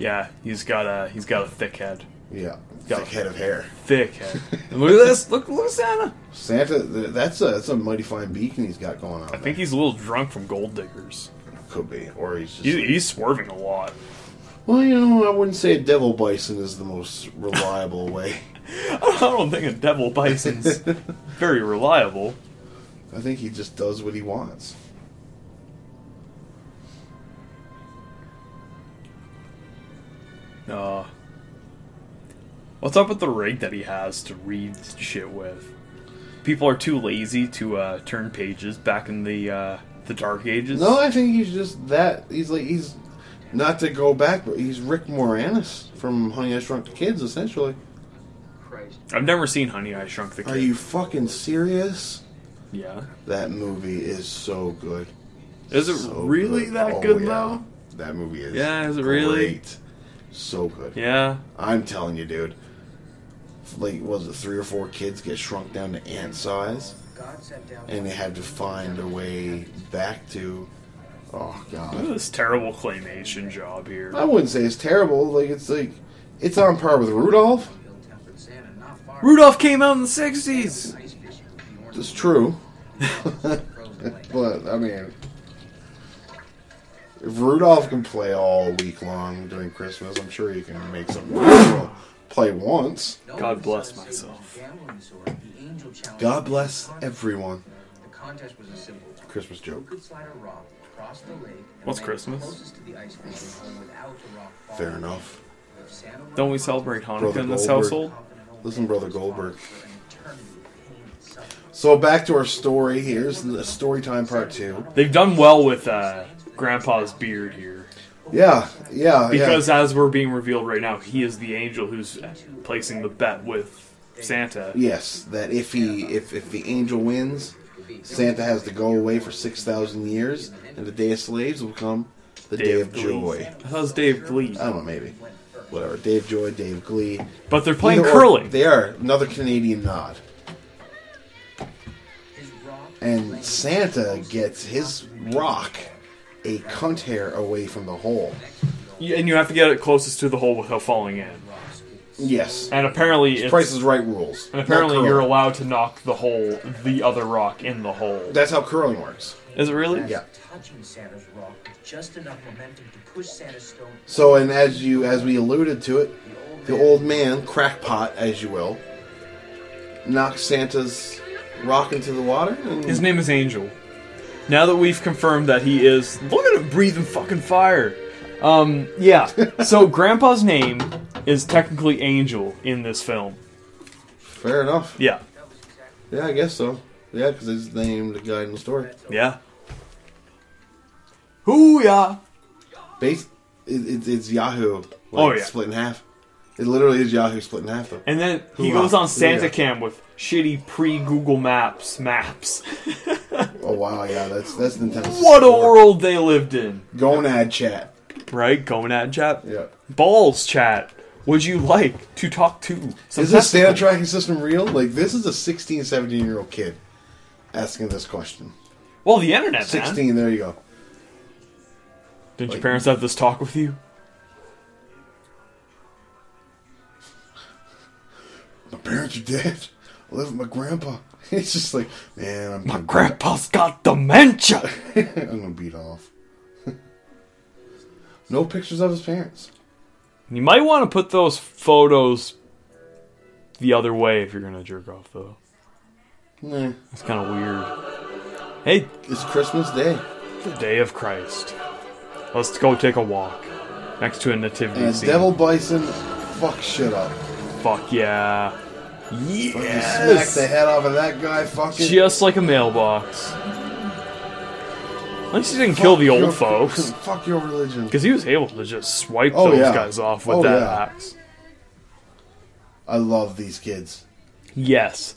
[SPEAKER 3] Yeah, he's got a he's got a thick head.
[SPEAKER 2] Yeah,
[SPEAKER 3] Got
[SPEAKER 2] thick
[SPEAKER 3] it.
[SPEAKER 2] head of hair.
[SPEAKER 3] Thick head. And look at this. Look, look at Santa.
[SPEAKER 2] Santa, th- that's a that's a mighty fine beacon he's got going on.
[SPEAKER 3] I think
[SPEAKER 2] there.
[SPEAKER 3] he's a little drunk from Gold Diggers.
[SPEAKER 2] could be, or he's just.
[SPEAKER 3] He's, he's swerving a lot.
[SPEAKER 2] well, you know, I wouldn't say a devil bison is the most reliable way.
[SPEAKER 3] I don't think a devil bison's very reliable.
[SPEAKER 2] I think he just does what he wants.
[SPEAKER 3] Uh, what's up with the rig that he has to read shit with? People are too lazy to uh, turn pages back in the uh, the Dark Ages.
[SPEAKER 2] No, I think he's just that. He's like he's not to go back, but he's Rick Moranis from Honey I Shrunk the Kids, essentially.
[SPEAKER 6] Christ.
[SPEAKER 3] I've never seen Honey I Shrunk the Kid.
[SPEAKER 2] Are you fucking serious?
[SPEAKER 3] Yeah.
[SPEAKER 2] That movie is so good.
[SPEAKER 3] Is it
[SPEAKER 2] So
[SPEAKER 3] really that
[SPEAKER 2] Oh,
[SPEAKER 3] good
[SPEAKER 2] yeah.
[SPEAKER 3] though?
[SPEAKER 2] That movie is.
[SPEAKER 3] Yeah, is it really?
[SPEAKER 2] great. So good.
[SPEAKER 3] Yeah.
[SPEAKER 2] I'm telling you, dude. Like, was it three or four kids get shrunk down to ant size,
[SPEAKER 6] God sat down.
[SPEAKER 2] and they had to find a way back to. Oh
[SPEAKER 3] Look at
[SPEAKER 2] god.
[SPEAKER 3] this terrible claymation job here.
[SPEAKER 2] I wouldn't say it's terrible. Like, it's like it's on par with Rudolph.
[SPEAKER 3] Rudolph came out in the 60s!
[SPEAKER 2] It's true, but I mean, if Rudolph can play all week long during Christmas, I'm sure he can make something play once.
[SPEAKER 3] God bless myself.
[SPEAKER 2] God bless everyone.
[SPEAKER 6] The contest was a simple one.
[SPEAKER 2] Christmas
[SPEAKER 6] Who
[SPEAKER 2] joke.
[SPEAKER 6] could slide a rock across the lake and
[SPEAKER 3] What's
[SPEAKER 6] land
[SPEAKER 3] Christmas?
[SPEAKER 6] closest to the ice cream cone without the rock falling?
[SPEAKER 2] Fair enough.
[SPEAKER 6] If Santa
[SPEAKER 3] Don't we
[SPEAKER 6] wins,
[SPEAKER 3] celebrate Hanukkah
[SPEAKER 2] Brother
[SPEAKER 3] in this
[SPEAKER 2] Goldberg.
[SPEAKER 3] household?
[SPEAKER 6] confident old
[SPEAKER 2] Listen,
[SPEAKER 6] man
[SPEAKER 2] Brother
[SPEAKER 6] was falling
[SPEAKER 2] Goldberg.
[SPEAKER 6] for an eternity of pain and suffering.
[SPEAKER 2] So back to our story. Here's the story time part two.
[SPEAKER 3] They've done well with uh, Grandpa's beard here.
[SPEAKER 2] Yeah, Oh, yeah,
[SPEAKER 3] Because
[SPEAKER 2] yeah.
[SPEAKER 3] as we're being revealed right now, he is the angel who's placing the bet with Santa.
[SPEAKER 2] yes, that if he if if the angel wins, Santa has to go away for six thousand years, and the day of slaves will come, the day, of
[SPEAKER 3] Glee.
[SPEAKER 2] joy. Um,
[SPEAKER 3] I thought it was Dave Glee.
[SPEAKER 2] I don't know, maybe, whatever. Day of joy, day of glee.
[SPEAKER 3] But they're playing
[SPEAKER 2] Either or-
[SPEAKER 3] curling.
[SPEAKER 2] They are another Canadian nod. And Santa gets his rock a cunt hair away from the hole.
[SPEAKER 3] Yeah, and you have to get it closest to the hole without falling in.
[SPEAKER 2] Yes.
[SPEAKER 3] And apparently, it's,
[SPEAKER 2] Price is right rules.
[SPEAKER 3] and apparently
[SPEAKER 2] Not
[SPEAKER 3] you're
[SPEAKER 2] curling.
[SPEAKER 3] allowed to knock the hole, the other rock in the hole.
[SPEAKER 2] That's how curling works.
[SPEAKER 3] Is it really?
[SPEAKER 2] Yeah.
[SPEAKER 7] touching Santa's rock with just enough momentum to push Santa's stone
[SPEAKER 2] So, and as you as we alluded to it, the old man, crackpot as you will, knocks Santa's rock into the water. And
[SPEAKER 3] His name is Angel. Now that we've confirmed that he is, look at him breathing fucking fire. Um, yeah. so Grandpa's name is technically Angel in this film.
[SPEAKER 2] fair enough.
[SPEAKER 3] Yeah.
[SPEAKER 2] Yeah, I guess so. Yeah, because it's named the guy in the story.
[SPEAKER 3] Yeah. Hoo yeah.
[SPEAKER 2] Base, it, it, it's Yahoo. Like,
[SPEAKER 3] Oh, yeah.
[SPEAKER 2] split in half. It literally is Yahoo split in half though.
[SPEAKER 3] And then he
[SPEAKER 2] Hoo-ah.
[SPEAKER 3] goes on Santa
[SPEAKER 2] Hoo-ah.
[SPEAKER 3] Cam with shitty pre Google Maps maps.
[SPEAKER 2] oh wow, yeah, that's that's Nintendo.
[SPEAKER 3] what a
[SPEAKER 2] 64.
[SPEAKER 3] world they lived in.
[SPEAKER 2] Gonad chat.
[SPEAKER 3] Right? Gonad chat?
[SPEAKER 2] Yeah.
[SPEAKER 3] Balls chat. Would you like to talk to some
[SPEAKER 2] Is this Santa
[SPEAKER 3] testicles?
[SPEAKER 2] tracking system real? Like this is a 16, 17 year old kid asking this question.
[SPEAKER 3] Well, the internet, man.
[SPEAKER 2] Sixteen, there you go.
[SPEAKER 3] Did your parents have this talk with you?
[SPEAKER 2] My parents are dead. I live with my grandpa. It's just like, man, I'm
[SPEAKER 3] My
[SPEAKER 2] gonna,
[SPEAKER 3] grandpa's got dementia.
[SPEAKER 2] I'm gonna beat off. no pictures of his parents.
[SPEAKER 3] You might want to put those photos the other way if you're gonna jerk off, though.
[SPEAKER 2] Nah.
[SPEAKER 3] It's kind of weird. Hey,
[SPEAKER 2] It's Christmas Day.
[SPEAKER 3] the day of Christ. Let's go take a walk next to a nativity
[SPEAKER 2] And
[SPEAKER 3] scene.
[SPEAKER 2] Devil Bison fuck shit up.
[SPEAKER 3] Fuck yeah,
[SPEAKER 2] Smack the
[SPEAKER 3] yes.
[SPEAKER 2] head off of that guy, fucking.
[SPEAKER 3] Just like a mailbox. At least he didn't kill the
[SPEAKER 2] Fuck
[SPEAKER 3] old
[SPEAKER 2] your-
[SPEAKER 3] folks
[SPEAKER 2] Fuck your religion.
[SPEAKER 3] because he was able to just swipe
[SPEAKER 2] Oh,
[SPEAKER 3] those
[SPEAKER 2] yeah.
[SPEAKER 3] guys off with
[SPEAKER 2] Oh,
[SPEAKER 3] that
[SPEAKER 2] yeah.
[SPEAKER 3] axe.
[SPEAKER 2] I love these kids.
[SPEAKER 3] Yes.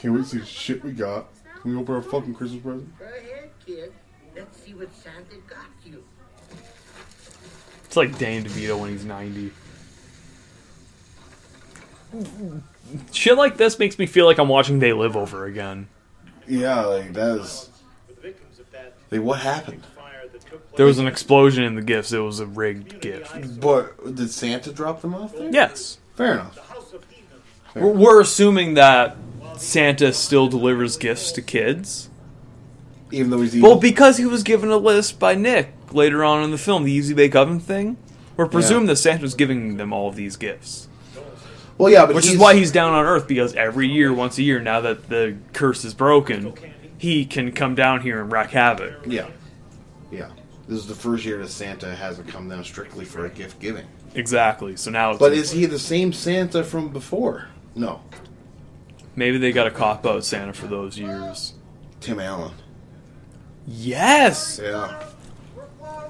[SPEAKER 2] Can't wait to see the shit we got. Can we open our fucking Christmas present?
[SPEAKER 5] Go ahead, kid. Let's see what Santa got you.
[SPEAKER 3] It's like Dan DeVito when he's 90. Shit like this makes me feel like I'm watching They Live over again.
[SPEAKER 2] Yeah, like that is.
[SPEAKER 8] victims of that
[SPEAKER 2] Like what happened?
[SPEAKER 8] fire that took place.
[SPEAKER 3] There was an explosion in the gifts. It was a rigged gift.
[SPEAKER 2] But did Santa drop them off there?
[SPEAKER 3] Yes.
[SPEAKER 2] Fair enough.
[SPEAKER 8] House of Heathen.
[SPEAKER 3] We're, we're assuming that Santa still delivers gifts to kids.
[SPEAKER 2] Even though he's evil.
[SPEAKER 3] Well, because he was given a list by Nick later on in the film, the Easy Bake Oven thing. We're presuming that Santa's giving them all of these gifts.
[SPEAKER 2] well, yeah, but
[SPEAKER 3] Which is why he's down on Earth because every year, once a year, now that the curse is broken, he can come down here and wreak havoc.
[SPEAKER 2] Yeah, yeah. This is the first year that Santa hasn't come down strictly for a gift giving.
[SPEAKER 3] Exactly. So now, it's,
[SPEAKER 2] But is he the same Santa from before? No,
[SPEAKER 3] maybe they got a cop out Santa for those years.
[SPEAKER 2] Tim Allen.
[SPEAKER 3] Yes.
[SPEAKER 2] Yeah.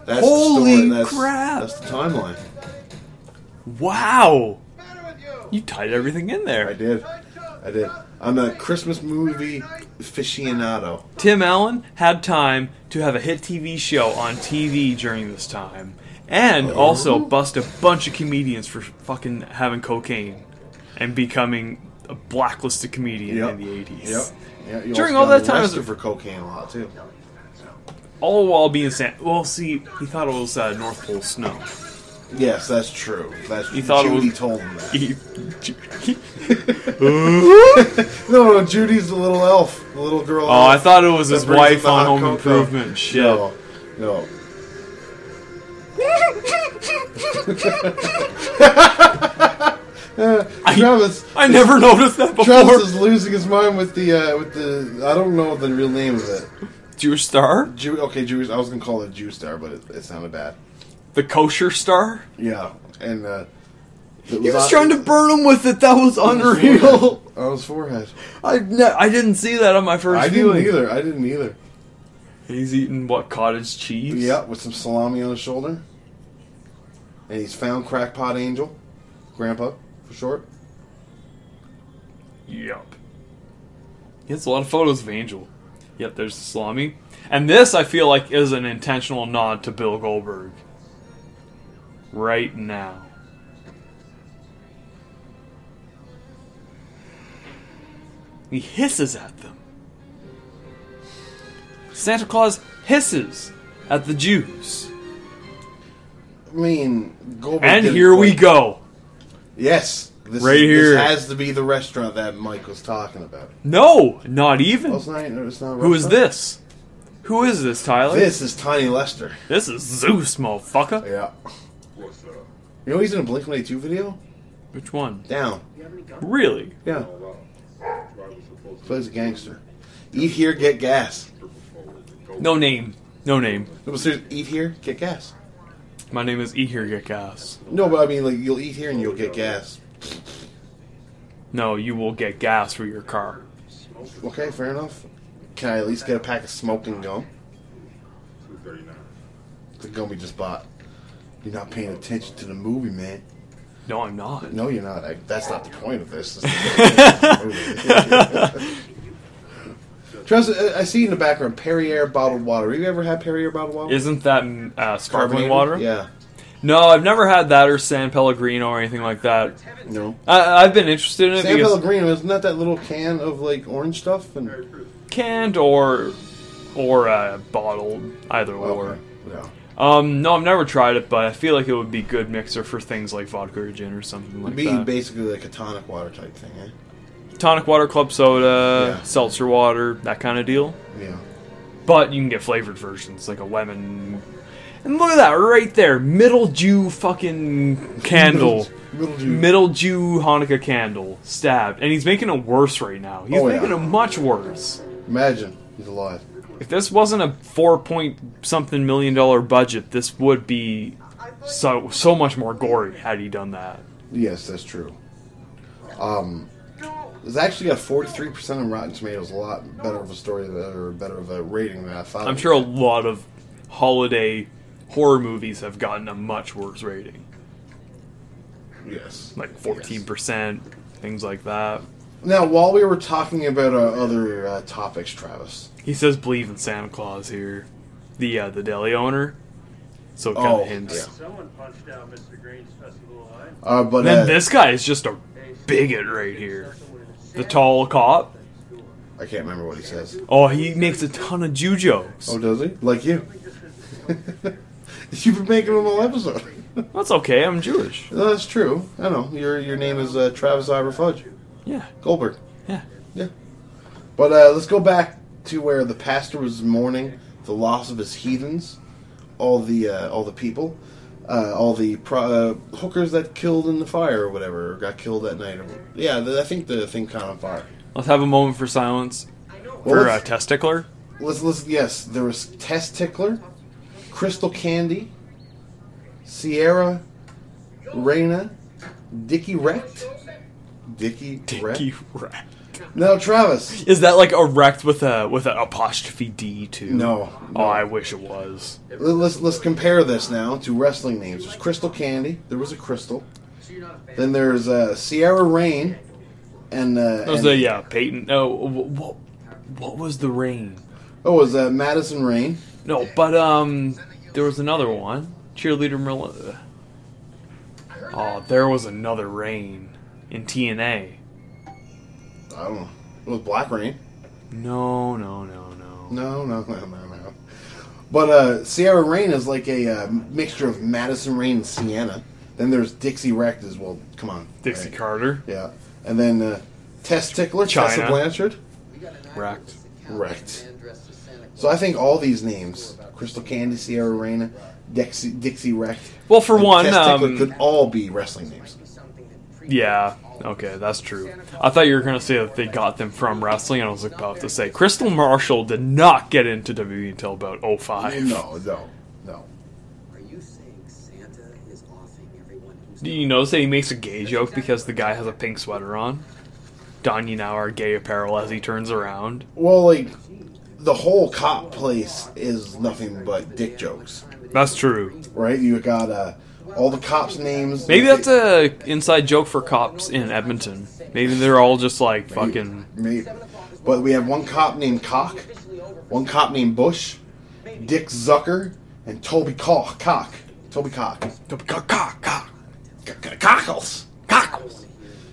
[SPEAKER 2] That's
[SPEAKER 3] Holy
[SPEAKER 2] the story. That's,
[SPEAKER 3] crap.
[SPEAKER 2] That's the timeline.
[SPEAKER 3] Wow.
[SPEAKER 4] matter with you?
[SPEAKER 3] You tied everything in
[SPEAKER 2] I
[SPEAKER 3] there.
[SPEAKER 2] did. I did. I'm a Christmas movie aficionado.
[SPEAKER 3] Tim Allen had time to have a hit TV show on TV during this time,
[SPEAKER 2] Oh.
[SPEAKER 3] and also bust a bunch of comedians for fucking having cocaine and becoming a blacklisted comedian in the eighties.
[SPEAKER 2] Yep. Yeah, you
[SPEAKER 3] During
[SPEAKER 2] also
[SPEAKER 3] all
[SPEAKER 2] got
[SPEAKER 3] that time-
[SPEAKER 2] arrested for cocaine a lot too.
[SPEAKER 3] All while being Santa. Well, see, he thought it was uh, North Pole snow.
[SPEAKER 2] Yes, that's true. That's
[SPEAKER 3] You thought it
[SPEAKER 2] Judy
[SPEAKER 3] was-
[SPEAKER 2] told him that.
[SPEAKER 3] He-
[SPEAKER 2] No, no, Judy's the little elf, the little girl.
[SPEAKER 3] oh, I thought it was
[SPEAKER 2] brings
[SPEAKER 3] his
[SPEAKER 2] him
[SPEAKER 3] wife
[SPEAKER 2] the
[SPEAKER 3] on
[SPEAKER 2] hot
[SPEAKER 3] Home
[SPEAKER 2] cocoa.
[SPEAKER 3] Improvement. Shit.
[SPEAKER 2] No, no. Travis,
[SPEAKER 3] I never noticed that before.
[SPEAKER 2] Travis is losing his mind with the uh, with the. I don't know the real name of it.
[SPEAKER 3] Jewish star?
[SPEAKER 2] Jew, okay, Jewish. I was gonna call it Jew Star, but it, it sounded bad.
[SPEAKER 3] The kosher star?
[SPEAKER 2] Yeah, and uh,
[SPEAKER 3] He was trying to burn him with it. That was unreal.
[SPEAKER 2] real on his forehead.
[SPEAKER 3] I, ne- I didn't see that on my first
[SPEAKER 2] I didn't
[SPEAKER 3] viewing.
[SPEAKER 2] either. I didn't either.
[SPEAKER 3] He's eating what cottage cheese?
[SPEAKER 2] Yep, with some salami on his shoulder. And he's found Crackpot Angel, Grandpa for short.
[SPEAKER 3] Yep. He has a lot of photos of Angel. Yep, there's the salami. And this, I feel like, is an intentional nod to Bill Goldberg. Right now. He hisses at them. Santa Claus hisses at the Jews.
[SPEAKER 2] I mean, Goldberg.
[SPEAKER 3] And
[SPEAKER 2] did it
[SPEAKER 3] here we
[SPEAKER 2] quick.
[SPEAKER 3] go.
[SPEAKER 2] Yes, this
[SPEAKER 3] Right
[SPEAKER 2] is-
[SPEAKER 3] here.
[SPEAKER 2] This has to be the restaurant that Mike was talking about.
[SPEAKER 3] No, not even.
[SPEAKER 2] Well, it's not. It's not a
[SPEAKER 3] Who is
[SPEAKER 2] restaurant.
[SPEAKER 3] this? Who is this, Tyler?
[SPEAKER 2] This is Tiny Lester.
[SPEAKER 3] This is Zeus, motherfucker.
[SPEAKER 2] Yeah. You know he's in a Blink 182 video?
[SPEAKER 3] Which one?
[SPEAKER 2] Down.
[SPEAKER 3] Really?
[SPEAKER 2] Yeah. Plays a gangster. Eat here, get gas.
[SPEAKER 3] No name. No name.
[SPEAKER 2] No, but seriously, eat here, get gas.
[SPEAKER 3] My name is Eat Here Get Gas.
[SPEAKER 2] No, but I mean, like, you'll eat here and you'll get gas.
[SPEAKER 3] No, you will get gas for your car.
[SPEAKER 2] Okay, fair enough. Can I at least get a pack of smoking gum? The gum we just bought. You're not paying attention to the movie, man.
[SPEAKER 3] No, I'm not.
[SPEAKER 2] No, you're not. I, that's not the point of this. Trust I I see in the background Perrier bottled water. Have you ever had Perrier bottled water?
[SPEAKER 3] Isn't that mm, uh, sparkling water?
[SPEAKER 2] Yeah.
[SPEAKER 3] No, I've never had that or San Pellegrino or anything like that.
[SPEAKER 2] No.
[SPEAKER 3] I, I've been interested in it
[SPEAKER 2] San
[SPEAKER 3] because
[SPEAKER 2] Pellegrino isn't that that little can of like orange stuff? And
[SPEAKER 3] canned or or uh, bottled, either or.
[SPEAKER 2] Okay. no.
[SPEAKER 3] Um, no, I've never tried it, but I feel like it would be good mixer for things like vodka or gin or something like
[SPEAKER 2] It'd be
[SPEAKER 3] that.
[SPEAKER 2] basically like a tonic water type thing, eh?
[SPEAKER 3] Tonic water, club soda,
[SPEAKER 2] Yeah.
[SPEAKER 3] seltzer water, that kind of deal.
[SPEAKER 2] Yeah.
[SPEAKER 3] But you can get flavored versions, like a lemon. And look at that right there, middle Jew fucking candle,
[SPEAKER 2] Middle Jew.
[SPEAKER 3] middle Jew Hanukkah candle stabbed, and he's making it worse right now. He's
[SPEAKER 2] Oh, yeah.
[SPEAKER 3] making it much worse.
[SPEAKER 2] Imagine he's alive.
[SPEAKER 3] If this wasn't a four point something million dollar budget, this would be so so much more gory had he done that.
[SPEAKER 2] Yes, that's true. Um, it's actually got forty three percent on Rotten Tomatoes. A lot better of a story than- or better of a rating than I thought.
[SPEAKER 3] I'm sure a lot of holiday horror movies have gotten a much worse rating,
[SPEAKER 2] Yes.
[SPEAKER 3] like fourteen percent, things like that.
[SPEAKER 2] Now, while we were talking about uh, other uh, topics, Travis.
[SPEAKER 3] He says believe in Santa Claus here. The uh, the deli owner. So it kind of
[SPEAKER 2] Oh,
[SPEAKER 3] hints.
[SPEAKER 2] yeah.
[SPEAKER 9] Someone punched out Mr. Green's festival line.
[SPEAKER 2] Uh, but
[SPEAKER 3] And then
[SPEAKER 2] uh,
[SPEAKER 3] this guy is just a bigot right here. The tall cop.
[SPEAKER 2] I can't remember what he says.
[SPEAKER 3] Oh, he makes a ton of Jew jokes.
[SPEAKER 2] Oh, does he? Like you? You've been making them all episode.
[SPEAKER 3] That's okay. I'm Jewish.
[SPEAKER 2] No, that's true. I know your your name is uh, Travis Ivor Fudge
[SPEAKER 3] Yeah,
[SPEAKER 2] Goldberg.
[SPEAKER 3] yeah.
[SPEAKER 2] Yeah. But uh, let's go back to where the pastor was mourning the loss of his heathens, all the uh, all the people, uh, all the pro- uh, hookers that killed in the fire or whatever, or got killed that night. Or, yeah, th I think the thing caught on fire.
[SPEAKER 3] Let's have a moment for silence
[SPEAKER 2] Well,
[SPEAKER 3] for uh,
[SPEAKER 2] let's,
[SPEAKER 3] Testicler.
[SPEAKER 2] let's, let's- yes, there was Test Tickler, Crystal Candy, Sierra, Raina, Dicky Wrecked. Dicky Wrecked.
[SPEAKER 3] Dicky Rat.
[SPEAKER 2] No, Travis.
[SPEAKER 3] Is that like a wrecked with a with an apostrophe D too?
[SPEAKER 2] No,
[SPEAKER 3] Oh, I wish it was.
[SPEAKER 2] Let- Let's let's compare this now to wrestling names. There's Crystal Candy. There was a Crystal. Then there's uh, Sierra Rain, and uh,
[SPEAKER 3] That was
[SPEAKER 2] and-
[SPEAKER 3] a yeah Peyton. No, what what was the rain?
[SPEAKER 2] oh, it was uh, Madison Rain?
[SPEAKER 3] No, but um, there was another one. Cheerleader Merlin. Oh, there was another rain in TNA.
[SPEAKER 2] I don't know. It was Black Rain.
[SPEAKER 3] No, no, no, no.
[SPEAKER 2] No, no, no, no, no. But uh, Sierra Rain is like a uh, mixture of Madison Rain and Sienna. Then there's Dixie Wrecked as well. Come on,
[SPEAKER 3] Dixie
[SPEAKER 2] right?
[SPEAKER 3] Carter
[SPEAKER 2] Yeah, and then uh, Tess Tickler, Tessa
[SPEAKER 3] China.
[SPEAKER 2] Blanchard.
[SPEAKER 3] wrecked.
[SPEAKER 2] Wrecked. So I think all these names, Crystal Candy, Sierra Reina, Dixie, Dixie Wrecked.
[SPEAKER 3] Well, for
[SPEAKER 2] and
[SPEAKER 3] one,
[SPEAKER 2] Tess Tickler
[SPEAKER 3] um,
[SPEAKER 2] could all be wrestling names.
[SPEAKER 3] Yeah. Okay, that's true. I thought you were gonna say that they got them from wrestling, and I was about to say Crystal Marshall did not get into WWE until about 05.
[SPEAKER 2] No, no, no.
[SPEAKER 6] Are you saying Santa is offing everyone who's
[SPEAKER 3] Do you notice that he makes a gay joke because the guy has a pink sweater on? Donnie now our gay apparel as he turns around.
[SPEAKER 2] Well, like the whole cop place is nothing but dick jokes,
[SPEAKER 3] That's true.
[SPEAKER 2] right? You got uh, all the cops' names.
[SPEAKER 3] Maybe that's a inside joke for cops in Edmonton. Maybe they're all just like fucking.
[SPEAKER 2] Maybe. But we have one cop named Cock, one cop named Bush, Dick Zucker, and Toby Cock. Cock. Toby Cock. Toby Cock. Cock. Cock. C- c- Cockles. Cockles.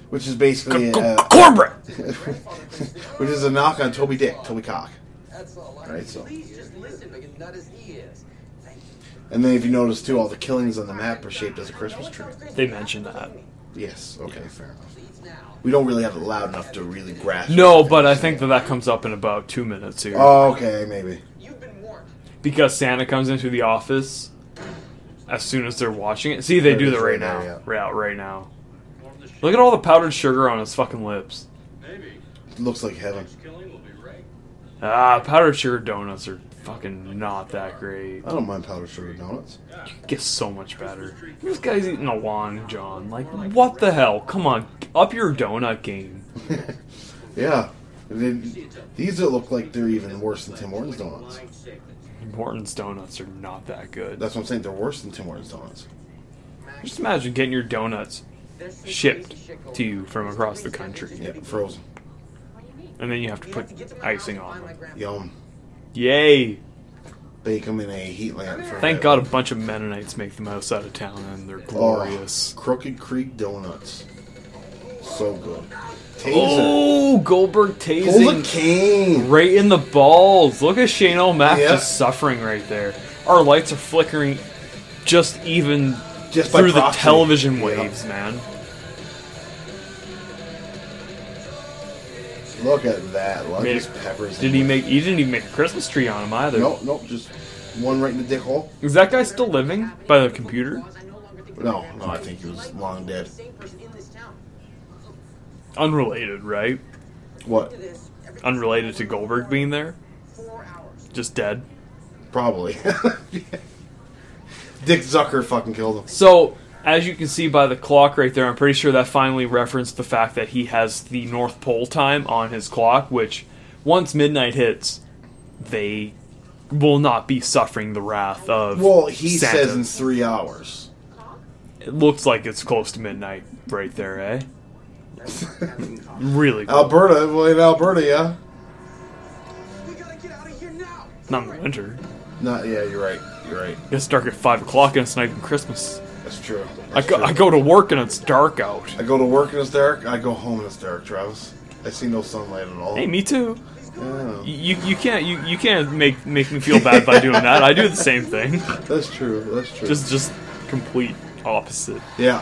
[SPEAKER 2] Which is basically a, uh,
[SPEAKER 3] Cornbread.
[SPEAKER 2] which is a knock on Toby Dick, Toby Cock.
[SPEAKER 6] That's all I
[SPEAKER 2] Right. So,
[SPEAKER 6] Please just listen to get nut as he is. Thank you.
[SPEAKER 2] and then if you notice too, all the killings on the map are shaped as a Christmas tree.
[SPEAKER 3] They mentioned that.
[SPEAKER 2] Yes. Okay. Fair enough.
[SPEAKER 6] Please now.
[SPEAKER 2] We don't really have it loud enough to really grasp.
[SPEAKER 3] No, but I think that that comes up in about two minutes here
[SPEAKER 2] Oh, okay, maybe.
[SPEAKER 6] You've been warned.
[SPEAKER 3] because Santa comes into the office as soon as they're watching it. See, they
[SPEAKER 2] That
[SPEAKER 3] do
[SPEAKER 2] is
[SPEAKER 3] that right
[SPEAKER 2] right now,
[SPEAKER 3] now.
[SPEAKER 2] yeah.
[SPEAKER 3] Right out right now.
[SPEAKER 9] Warm the shit.
[SPEAKER 3] Look at all the powdered sugar on his fucking lips.
[SPEAKER 9] Maybe
[SPEAKER 2] looks like heaven.
[SPEAKER 9] each killing will be right.
[SPEAKER 3] Ah, powdered sugar donuts are fucking not that great.
[SPEAKER 2] I don't mind powdered sugar donuts.
[SPEAKER 3] Gets so much better. This guy's eating a long john. Like, what the hell? Come on, up your donut game.
[SPEAKER 2] Yeah. And then these that look like they're even worse than Tim Hortons donuts.
[SPEAKER 3] Morton's donuts are not that good.
[SPEAKER 2] That's what I'm saying. They're worse than Tim Hortons donuts.
[SPEAKER 3] Just imagine getting your donuts shipped to you from across the country,
[SPEAKER 2] Yeah, frozen.
[SPEAKER 3] and then you have to put icing on them.
[SPEAKER 2] Yum.
[SPEAKER 3] Yay!
[SPEAKER 2] Bake them in a heat lamp. For
[SPEAKER 3] Thank God a bunch of Mennonites make them outside of town, and they're glorious.
[SPEAKER 2] Oh, Crooked Creek donuts. So good. Taser.
[SPEAKER 3] Oh, Goldberg
[SPEAKER 2] Pulls a
[SPEAKER 3] tasing
[SPEAKER 2] cane.
[SPEAKER 3] right in the balls. Look at Shane O'Mac
[SPEAKER 2] Yeah.
[SPEAKER 3] just suffering right there. Our lights are flickering just even
[SPEAKER 2] Just by
[SPEAKER 3] through the
[SPEAKER 2] proxy.
[SPEAKER 3] television
[SPEAKER 2] Yeah.
[SPEAKER 3] waves, man.
[SPEAKER 2] Look at that. Look at
[SPEAKER 3] Made
[SPEAKER 2] his
[SPEAKER 3] a-
[SPEAKER 2] peppers.
[SPEAKER 3] Did he make? He didn't even make a Christmas tree on him either.
[SPEAKER 2] Nope, nope. Just one right in the dick hole.
[SPEAKER 3] Is that guy still living by the computer?
[SPEAKER 2] No, no. I think he was long dead.
[SPEAKER 3] Unrelated, right?
[SPEAKER 2] What?
[SPEAKER 3] Unrelated to Goldberg being there. Just dead.
[SPEAKER 2] Probably. Dick Zucker fucking killed him.
[SPEAKER 3] So, as you can see by the clock right there, I'm pretty sure that finally referenced the fact that he has the North Pole time on his clock, which once midnight hits, they will not be suffering the wrath of.
[SPEAKER 2] Well, he
[SPEAKER 3] Santa.
[SPEAKER 2] says in three hours.
[SPEAKER 3] It looks like it's close to midnight right there, eh? really?
[SPEAKER 2] Alberta, well, in Alberta, yeah.
[SPEAKER 3] Not in the winter.
[SPEAKER 2] Not, yeah, you're right. You're right.
[SPEAKER 3] It's dark at 5 o'clock and it's not even Christmas.
[SPEAKER 2] That's true.
[SPEAKER 3] I
[SPEAKER 2] That's
[SPEAKER 3] go,
[SPEAKER 2] true.
[SPEAKER 3] I go to work and it's dark out.
[SPEAKER 2] I go to work and it's dark. I go home and it's dark, Travis. I see no sunlight at all.
[SPEAKER 3] Hey, me too.
[SPEAKER 2] Yeah,
[SPEAKER 3] You you can't you, you can't make make me feel bad by doing that. I do the same thing.
[SPEAKER 2] that's true. That's true.
[SPEAKER 3] Just just complete opposite.
[SPEAKER 2] yeah.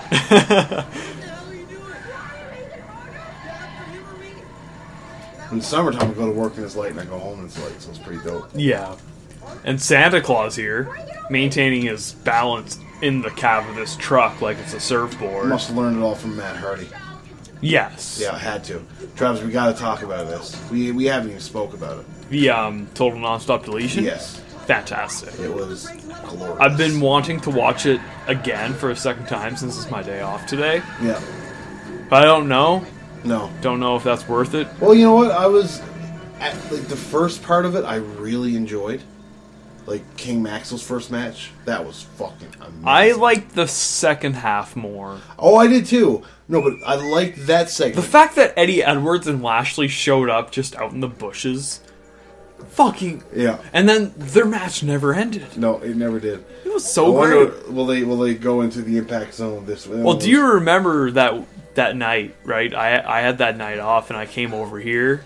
[SPEAKER 2] In the summertime, I go to work and it's light, and I go home and it's light, so it's pretty dope.
[SPEAKER 3] yeah. And Santa Claus here, maintaining his balance in the cab of this truck like it's a surfboard.
[SPEAKER 2] Must have learned it all from Matt Hardy.
[SPEAKER 3] Yes.
[SPEAKER 2] Yeah, I had to. Travis, we got to talk about this. We we haven't even spoke about it.
[SPEAKER 3] The um total nonstop deletion.
[SPEAKER 2] Yes,
[SPEAKER 3] Fantastic.
[SPEAKER 2] it was glorious.
[SPEAKER 3] I've been wanting to watch it again for a second time since it's my day off today.
[SPEAKER 2] Yeah.
[SPEAKER 3] But I don't know.
[SPEAKER 2] No.
[SPEAKER 3] Don't know if that's worth it.
[SPEAKER 2] Well, you know what? I was at like the first part of it. I really enjoyed, like King Maxwell's first match. That was fucking amazing.
[SPEAKER 3] I liked the second half more.
[SPEAKER 2] oh, I did too. No, but I liked that
[SPEAKER 3] The
[SPEAKER 2] segment.
[SPEAKER 3] fact that Eddie Edwards and Lashley showed up just out in the bushes, fucking
[SPEAKER 2] yeah.
[SPEAKER 3] And then their match never ended.
[SPEAKER 2] No, it never did.
[SPEAKER 3] It was
[SPEAKER 2] I
[SPEAKER 3] so
[SPEAKER 2] wonder,
[SPEAKER 3] great.
[SPEAKER 2] will they will they go into the impact zone this way?
[SPEAKER 3] Well, do you remember that that night? Right, I I had that night off, and I came over here.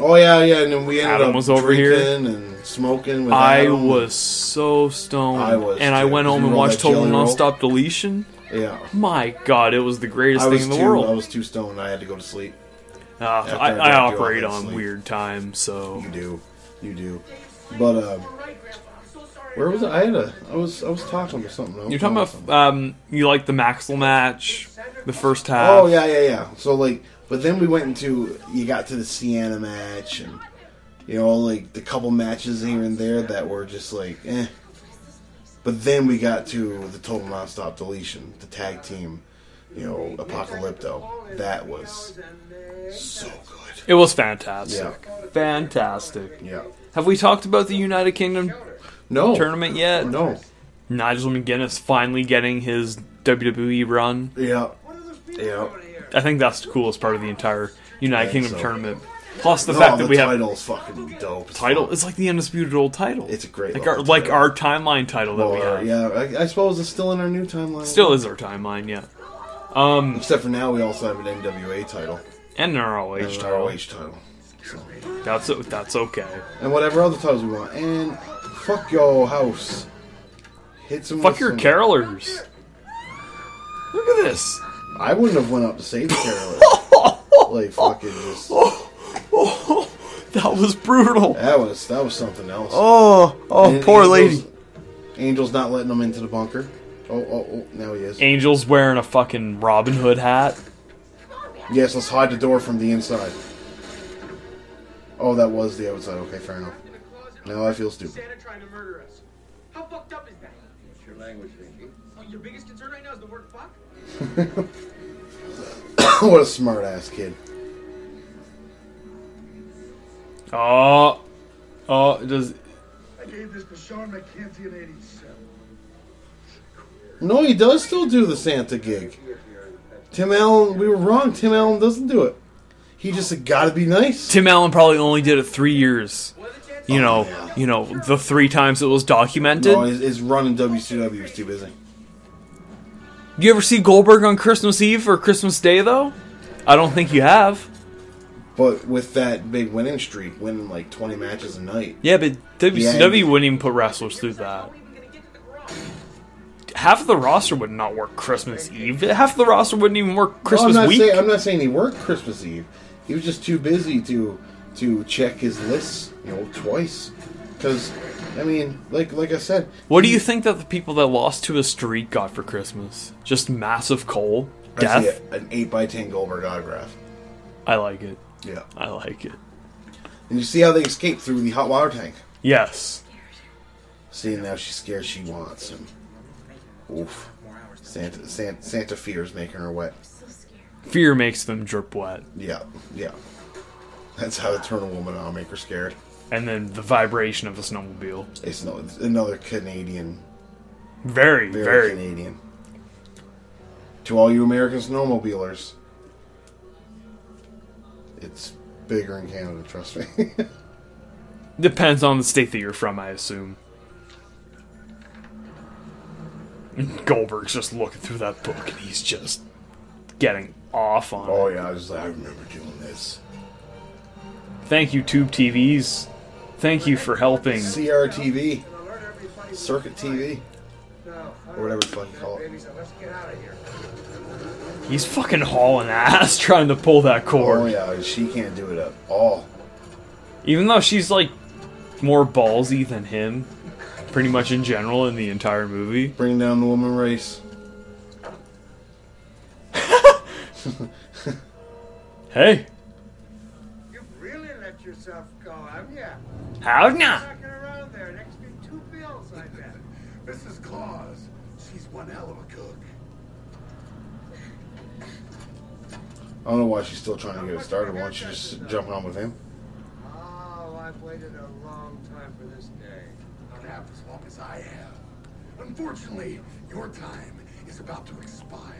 [SPEAKER 2] Oh yeah, yeah. And then we ended
[SPEAKER 3] Adam
[SPEAKER 2] up
[SPEAKER 3] was over here.
[SPEAKER 2] drinking and smoking. With
[SPEAKER 3] I
[SPEAKER 2] Adam.
[SPEAKER 3] was so stoned,
[SPEAKER 2] um, I was
[SPEAKER 3] and I
[SPEAKER 2] too.
[SPEAKER 3] went
[SPEAKER 2] Did
[SPEAKER 3] home
[SPEAKER 2] you
[SPEAKER 3] and
[SPEAKER 2] roll
[SPEAKER 3] watched
[SPEAKER 2] that
[SPEAKER 3] Total
[SPEAKER 2] jelly roll?
[SPEAKER 3] Nonstop Deletion.
[SPEAKER 2] yeah.
[SPEAKER 3] My God, it was the greatest
[SPEAKER 2] I
[SPEAKER 3] thing
[SPEAKER 2] was
[SPEAKER 3] in the
[SPEAKER 2] too. I
[SPEAKER 3] world.
[SPEAKER 2] was too stoned. I had to go to sleep.
[SPEAKER 3] Uh,
[SPEAKER 2] after I
[SPEAKER 3] I, I
[SPEAKER 2] dropped you off
[SPEAKER 3] operate
[SPEAKER 2] at
[SPEAKER 3] on
[SPEAKER 2] sleep.
[SPEAKER 3] weird times, so
[SPEAKER 2] You do, you do. But um, where was I? I had a. I was I was talking about something. I was
[SPEAKER 3] you're talking
[SPEAKER 2] something.
[SPEAKER 3] about um, you like the Maxwell match, the first half.
[SPEAKER 2] Oh yeah, yeah, yeah. So like, but then we went into you got to the Sienna match, and you know, like the couple matches here and there that were just like, eh. But then we got to the total nonstop deletion, the tag team, you know, Apocalypto. That was so good.
[SPEAKER 3] It was fantastic.
[SPEAKER 2] Yeah,
[SPEAKER 3] Fantastic.
[SPEAKER 2] yeah.
[SPEAKER 3] Have we talked about the United Kingdom
[SPEAKER 2] No.
[SPEAKER 3] tournament yet?
[SPEAKER 2] No.
[SPEAKER 3] Nigel McGuinness finally getting his WWE run.
[SPEAKER 2] Yeah.
[SPEAKER 4] What are those people
[SPEAKER 2] Yeah.
[SPEAKER 4] doing here?
[SPEAKER 3] I think that's the coolest part of the entire United
[SPEAKER 2] I think
[SPEAKER 3] Kingdom
[SPEAKER 2] so.
[SPEAKER 3] tournament. Plus the
[SPEAKER 2] no,
[SPEAKER 3] fact
[SPEAKER 2] the
[SPEAKER 3] that we have
[SPEAKER 2] title's fucking dope. as
[SPEAKER 3] title.
[SPEAKER 2] fuck.
[SPEAKER 3] It's like the undisputed old title.
[SPEAKER 2] It's a great
[SPEAKER 3] like our
[SPEAKER 2] looking
[SPEAKER 3] like
[SPEAKER 2] title.
[SPEAKER 3] our timeline title that we
[SPEAKER 2] Well, uh,
[SPEAKER 3] have.
[SPEAKER 2] yeah, I, I suppose it's still in our new timeline.
[SPEAKER 3] Still is our timeline, yeah. Um,
[SPEAKER 2] Except for now, we also have an NWA title.
[SPEAKER 3] and an ROH
[SPEAKER 2] And an
[SPEAKER 3] title.
[SPEAKER 2] ROH title.
[SPEAKER 3] That's that's okay.
[SPEAKER 2] And whatever other titles we want. And fuck your house. Hit some.
[SPEAKER 3] Fuck
[SPEAKER 2] with
[SPEAKER 3] your
[SPEAKER 2] some-
[SPEAKER 3] carolers. Look at this.
[SPEAKER 2] I wouldn't have went up to save Carol. like fucking just.
[SPEAKER 3] Oh, that was brutal.
[SPEAKER 2] That was that was something else.
[SPEAKER 3] Oh, oh,
[SPEAKER 2] And
[SPEAKER 3] poor
[SPEAKER 2] Angel's-
[SPEAKER 3] lady.
[SPEAKER 2] Angel's not letting him into the bunker. Oh, oh, oh now he is.
[SPEAKER 3] Angel's wearing a fucking Robin Hood hat.
[SPEAKER 2] Yes, let's hide the door from the inside. Oh, that was the outside. Okay, fair enough.
[SPEAKER 4] In the closet.
[SPEAKER 2] Now I feel stupid.
[SPEAKER 4] Santa trying to murder us. How fucked up is that?
[SPEAKER 7] What's your language, Vinky?
[SPEAKER 4] Oh, your biggest concern right now is the word fuck?
[SPEAKER 2] what a smart ass kid.
[SPEAKER 3] Oh, oh, does
[SPEAKER 4] I gave this to Sean McKenzie in 87.
[SPEAKER 2] No, he does still do the Santa gig. Tim Allen, we were wrong. Tim Allen doesn't do it. He just gotta be nice.
[SPEAKER 3] Tim Allen probably only did it three years?
[SPEAKER 4] What are the chances?
[SPEAKER 3] You know, you know, the three times it was documented.
[SPEAKER 2] No, his, his run in WCW is too busy.
[SPEAKER 3] You ever see Goldberg on Christmas Eve or Christmas Day though? I don't think you have.
[SPEAKER 2] But with that big winning streak, winning like 20 matches a night,
[SPEAKER 3] Yeah, but WCW
[SPEAKER 2] Yeah.
[SPEAKER 3] wouldn't even put wrestlers through that.
[SPEAKER 4] How are we even gonna get to the garage?
[SPEAKER 3] Half of the roster would not work Christmas Eve. Half of the roster wouldn't even work
[SPEAKER 2] Well,
[SPEAKER 3] Christmas
[SPEAKER 2] I'm not
[SPEAKER 3] week.
[SPEAKER 2] Saying, I'm not saying he worked Christmas Eve. He was just too busy to to check his lists, you know, twice. Because, I mean, like like I said,
[SPEAKER 3] What do you think that the people that lost to a streak got for Christmas? Just massive coal,
[SPEAKER 2] I see
[SPEAKER 3] death.
[SPEAKER 2] a- an eight by ten Goldberg autograph.
[SPEAKER 3] I like it.
[SPEAKER 2] Yeah,
[SPEAKER 3] I like it.
[SPEAKER 2] and you see how they escape through the hot water tank.
[SPEAKER 3] Yes.
[SPEAKER 2] See now she's scared. She wants him. Oof. Santa, Santa, Santa fears making her wet.
[SPEAKER 3] Fear makes them drip wet.
[SPEAKER 2] Yeah, yeah. That's how to turn a woman on, make her scared.
[SPEAKER 3] And then the vibration of a snowmobile.
[SPEAKER 2] It's, no, it's another Canadian
[SPEAKER 3] Very,
[SPEAKER 2] Very,
[SPEAKER 3] very.
[SPEAKER 2] Canadian. To all you American snowmobilers, it's bigger in Canada, trust me.
[SPEAKER 3] Depends on the state that you're from, I assume. Goldberg's just looking through that book and he's just getting off on
[SPEAKER 2] oh,
[SPEAKER 3] it.
[SPEAKER 2] yeah, I was like, I remember doing this.
[SPEAKER 3] Thank you, Tube TVs. Thank you for helping.
[SPEAKER 2] CRTV,
[SPEAKER 4] And alert everybody.
[SPEAKER 2] Circuit TV,
[SPEAKER 4] No,
[SPEAKER 2] or whatever the fuck you call it.
[SPEAKER 4] baby, so let's get out of here.
[SPEAKER 3] He's fucking hauling ass trying to pull that cord.
[SPEAKER 2] Oh, yeah, she can't do it at all.
[SPEAKER 3] Even though she's like more ballsy than him, pretty much in general in the entire movie.
[SPEAKER 2] Bring down the woman race.
[SPEAKER 3] Hey,
[SPEAKER 4] You really let yourself go, haven't you?
[SPEAKER 3] how now?
[SPEAKER 4] Knocking around there an extra two bills, I bet.
[SPEAKER 7] Mrs. Claus, she's one hell of a cook.
[SPEAKER 2] I don't know why she's still trying to get it started. Why don't you just jump on with him?
[SPEAKER 4] Oh, I've waited a long time for this day.
[SPEAKER 7] Not half as long as I have. Unfortunately, your time is about to expire.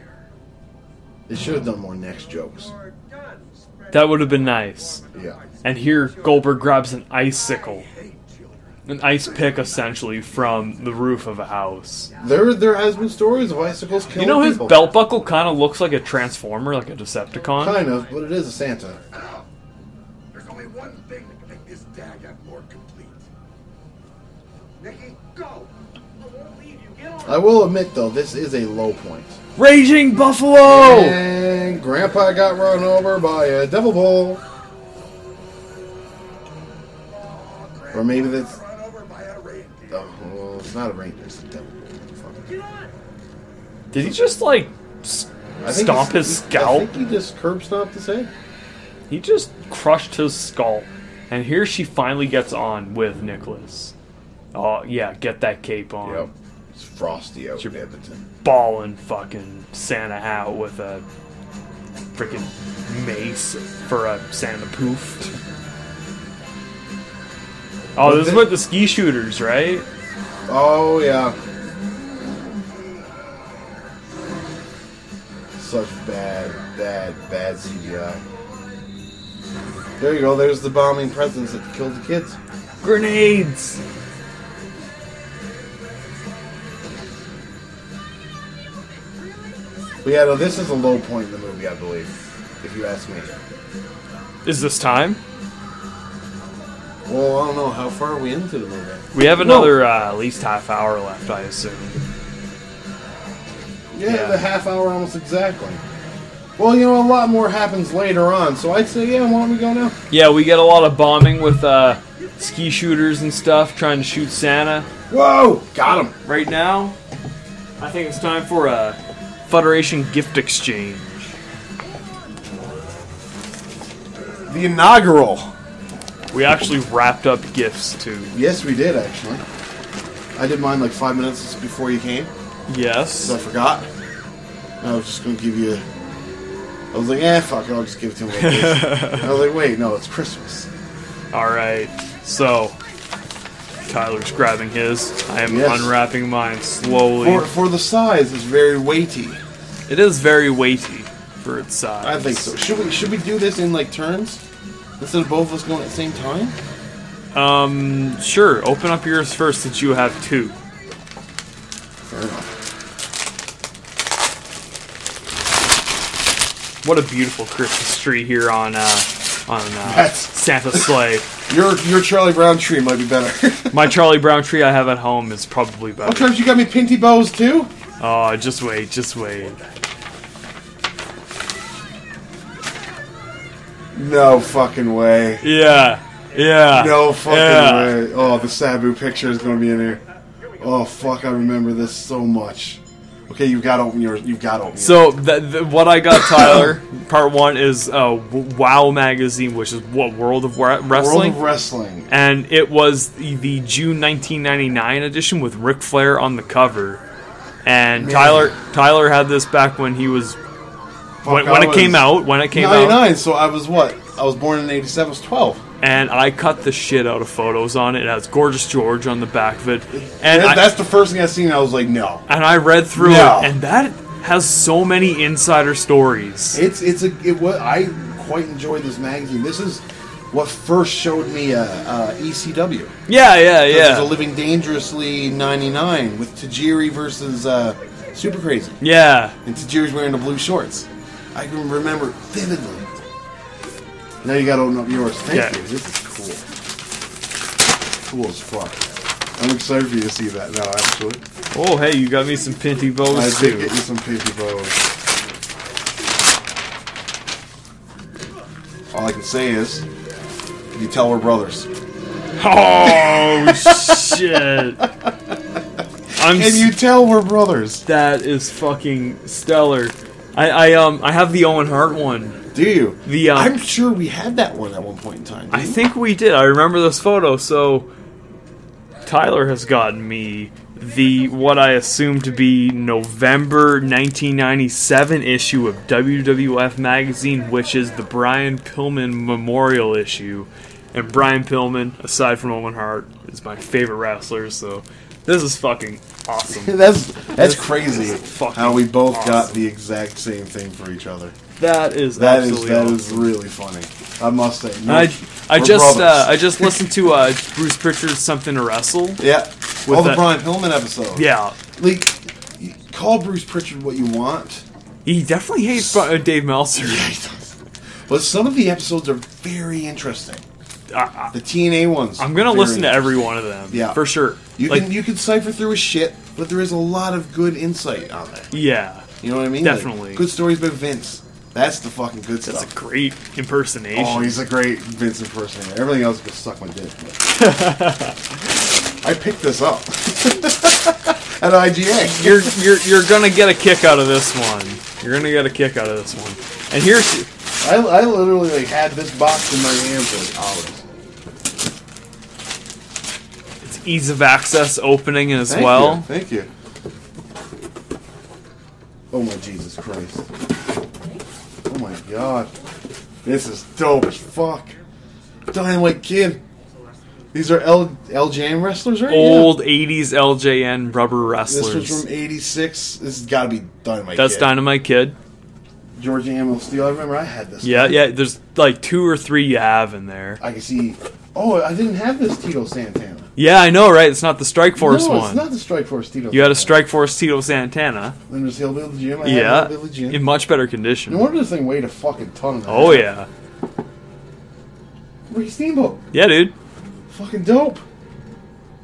[SPEAKER 2] They should have done more next jokes.
[SPEAKER 4] You're done. spreading
[SPEAKER 3] That would have been nice.
[SPEAKER 2] Yeah.
[SPEAKER 3] And here Goldberg grabs an icicle,
[SPEAKER 7] Hey, children.
[SPEAKER 3] an ice pick essentially from the roof of a house.
[SPEAKER 2] There, there has been stories of icicles killing
[SPEAKER 3] You know his
[SPEAKER 2] people.
[SPEAKER 3] belt buckle kind of looks like a transformer, like a Decepticon.
[SPEAKER 2] Kind of, but it is a Santa.
[SPEAKER 7] Now, there's only one thing that can make this dag act more complete.
[SPEAKER 4] Nikki, go! I won't leave you. Get on.
[SPEAKER 2] I will admit though, this is a low point.
[SPEAKER 3] Raging Buffalo.
[SPEAKER 2] And Grandpa got run over by a devil bull. Or maybe that's.
[SPEAKER 7] Run over by a reindeer.
[SPEAKER 2] Oh, well, it's not a reindeer, it's a devil bull. Fuck.
[SPEAKER 4] Get on!
[SPEAKER 3] Did he just like s-
[SPEAKER 2] I think
[SPEAKER 3] stomp
[SPEAKER 2] he's-
[SPEAKER 3] his
[SPEAKER 2] I
[SPEAKER 3] scalp?
[SPEAKER 2] think he just curb stomped his head.
[SPEAKER 3] He just crushed his skull. And here she finally gets on with Nicholas. Oh, yeah, get that cape on.
[SPEAKER 2] Yep. It's frosty out
[SPEAKER 3] Sure.
[SPEAKER 2] in Edmonton.
[SPEAKER 3] Ballin' fucking Santa out with a freaking mace for a Santa poof. Oh, this is with the ski shooters, right?
[SPEAKER 2] Oh yeah. Such bad, bad, bad CGI. There you go. There's the bombing presence that killed the kids.
[SPEAKER 3] Grenades!
[SPEAKER 2] But yeah, no, this is a low point in the movie, I believe, if you ask me.
[SPEAKER 3] Is this time?
[SPEAKER 2] Well, I don't know how far are we into the movie.
[SPEAKER 3] We have another uh, at least half hour left, I assume.
[SPEAKER 2] Yeah,
[SPEAKER 3] Yeah.
[SPEAKER 2] the half hour almost exactly. Well, you know, a lot more happens later on, so I'd say, yeah, why don't we go now?
[SPEAKER 3] Yeah, we get a lot of bombing with uh, ski shooters and stuff trying to shoot Santa.
[SPEAKER 2] Whoa! Got him!
[SPEAKER 3] Right now, I think it's time for a Federation gift exchange.
[SPEAKER 2] The inaugural.
[SPEAKER 3] We actually wrapped up gifts too.
[SPEAKER 2] Yes, we did, actually. I did mine like five minutes before you came.
[SPEAKER 3] Yes.
[SPEAKER 2] because I forgot. I was just gonna give you. I was like, eh, fuck it, I'll just give it to him. Like this. I was like, wait, no, it's Christmas.
[SPEAKER 3] All right. So Tyler's grabbing his. I am
[SPEAKER 2] Yes.
[SPEAKER 3] unwrapping mine slowly.
[SPEAKER 2] For, for the size, it's very weighty.
[SPEAKER 3] It is very weighty for its size.
[SPEAKER 2] I think so. Should we should we do this in like turns instead of both of us going at the same time?
[SPEAKER 3] Um, sure. Open up yours first since you have two.
[SPEAKER 2] Fair enough.
[SPEAKER 3] What a beautiful Christmas tree here on uh, on uh,
[SPEAKER 2] That's-
[SPEAKER 3] Santa's sleigh.
[SPEAKER 2] Your your Charlie Brown tree might be better.
[SPEAKER 3] My Charlie Brown tree I have at home is probably
[SPEAKER 2] oh,
[SPEAKER 3] better.
[SPEAKER 2] Travis, you got me pinty bows too.
[SPEAKER 3] Oh, just wait, just wait.
[SPEAKER 2] No fucking way.
[SPEAKER 3] Yeah, yeah.
[SPEAKER 2] No fucking
[SPEAKER 3] yeah.
[SPEAKER 2] way. Oh, the Sabu picture is gonna be in here. Oh fuck, I remember this so much. Okay, you've got to open yours. You've got to open. yours.
[SPEAKER 3] So th- th- what I got, Tyler, part one is uh, W- WoW magazine, which is what World of Wa- Wrestling,
[SPEAKER 2] World of Wrestling.
[SPEAKER 3] and it was the, the June 1999 edition with Ric Flair on the cover. And Tyler Tyler had this back when he was when,
[SPEAKER 2] Fuck,
[SPEAKER 3] when
[SPEAKER 2] I
[SPEAKER 3] it came
[SPEAKER 2] was
[SPEAKER 3] out when it came out,
[SPEAKER 2] 99, so I was what? I was born in 87, I was 12.
[SPEAKER 3] and I cut the shit out of photos on it. It has gorgeous George on the back of it, and
[SPEAKER 2] That-
[SPEAKER 3] I,
[SPEAKER 2] that's the first thing I seen, I was like, no.
[SPEAKER 3] and I read through
[SPEAKER 2] No.
[SPEAKER 3] it, and that has so many insider stories.
[SPEAKER 2] It's, it's a, it was, I quite enjoyed this magazine. This is what first showed me uh, uh, ECW.
[SPEAKER 3] yeah, yeah, yeah.
[SPEAKER 2] There's a Living Dangerously 99 with Tajiri versus uh, Super Crazy.
[SPEAKER 3] Yeah,
[SPEAKER 2] And Tajiri's wearing the blue shorts. I can remember vividly. Now you gotta open up yours. Thank
[SPEAKER 3] Yeah.
[SPEAKER 2] you. This is cool. Cool as fuck. I'm excited for you to see that now, actually.
[SPEAKER 3] Oh, hey, you got me some pinty
[SPEAKER 2] I
[SPEAKER 3] bows
[SPEAKER 2] did
[SPEAKER 3] too.
[SPEAKER 2] get you some pinky bows. All I can say is, can you tell we're brothers?
[SPEAKER 3] Oh shit! I'm.
[SPEAKER 2] Can you tell we're brothers?
[SPEAKER 3] that is fucking stellar. I, I um I have the Owen Hart one.
[SPEAKER 2] Do you?
[SPEAKER 3] The, uh,
[SPEAKER 2] I'm sure we had that one at one point in time.
[SPEAKER 3] I think we did. I remember this photo. So Tyler has gotten me the what I assume to be November 1997 issue of WWF magazine, which is the Brian Pillman memorial issue. And Brian Pillman, aside from Owen Hart, is my favorite wrestler. So this is fucking awesome.
[SPEAKER 2] that's that's crazy.
[SPEAKER 3] fucking
[SPEAKER 2] How we both got
[SPEAKER 3] awesome.
[SPEAKER 2] the exact same thing for each other.
[SPEAKER 3] That is
[SPEAKER 2] That is
[SPEAKER 3] absolutely
[SPEAKER 2] that
[SPEAKER 3] awesome.
[SPEAKER 2] is really funny. I must say.
[SPEAKER 3] And I, I
[SPEAKER 2] We're
[SPEAKER 3] just uh,
[SPEAKER 2] brothers.
[SPEAKER 3] I just listened to uh, Bruce Pritchard's Something to Wrestle.
[SPEAKER 2] yeah. All the
[SPEAKER 3] that-
[SPEAKER 2] Brian Pillman episode.
[SPEAKER 3] Yeah,
[SPEAKER 2] Like, y- call Bruce Pritchard what you want.
[SPEAKER 3] he definitely hates uh, Dave Meltzer.
[SPEAKER 2] But some of the episodes are very interesting.
[SPEAKER 3] I-
[SPEAKER 2] The TNA ones.
[SPEAKER 3] I'm gonna
[SPEAKER 2] very
[SPEAKER 3] listen to every one of them.
[SPEAKER 2] Yeah.
[SPEAKER 3] for sure.
[SPEAKER 2] You
[SPEAKER 3] like,
[SPEAKER 2] can you can cipher through his shit, but there is a lot of good insight on there.
[SPEAKER 3] yeah,
[SPEAKER 2] You know what I mean? Like,
[SPEAKER 3] Definitely.
[SPEAKER 2] good stories about Vince. That's the fucking good
[SPEAKER 3] that's
[SPEAKER 2] stuff.
[SPEAKER 3] a great impersonation.
[SPEAKER 2] oh, he's a great Vince impersonator. Everything else could suck my dick. But. I picked this up at IGA.
[SPEAKER 3] you're you're you're gonna get a kick out of this one. You're gonna get a kick out of this one. And here's
[SPEAKER 2] I, I literally like had this box in my hand for hours.
[SPEAKER 3] its ease of access opening as
[SPEAKER 2] Thank
[SPEAKER 3] well.
[SPEAKER 2] you, thank you. Oh my Jesus Christ! Oh my God! This is dope as fuck. Dynamite Kid. These are L, LJN wrestlers, right?
[SPEAKER 3] Old 80s LJN rubber
[SPEAKER 2] Yeah. This
[SPEAKER 3] wrestlers.
[SPEAKER 2] was from '86. This has got to be Dynamite.
[SPEAKER 3] That's
[SPEAKER 2] Kid.
[SPEAKER 3] Dynamite Kid.
[SPEAKER 2] Georgia Ammo Steel. I remember I had this.
[SPEAKER 3] Yeah, yeah. There's like two or three you have in there.
[SPEAKER 2] I can see. Oh, I didn't have this Tito Santana.
[SPEAKER 3] Yeah, I know, right? It's not the Strike Force
[SPEAKER 2] no,
[SPEAKER 3] one.
[SPEAKER 2] it's not the Strike Force Tito.
[SPEAKER 3] you had a
[SPEAKER 2] Santana.
[SPEAKER 3] Strike Force Tito Santana.
[SPEAKER 2] Then there's Hillbilly Jim. I had
[SPEAKER 3] Yeah,
[SPEAKER 2] Hillbilly Jim.
[SPEAKER 3] in much better condition.
[SPEAKER 2] No wonder this thing weighed a fucking ton. and a
[SPEAKER 3] Oh
[SPEAKER 2] half.
[SPEAKER 3] yeah,
[SPEAKER 2] Ricky Steamboat.
[SPEAKER 3] yeah, dude.
[SPEAKER 2] Fucking dope.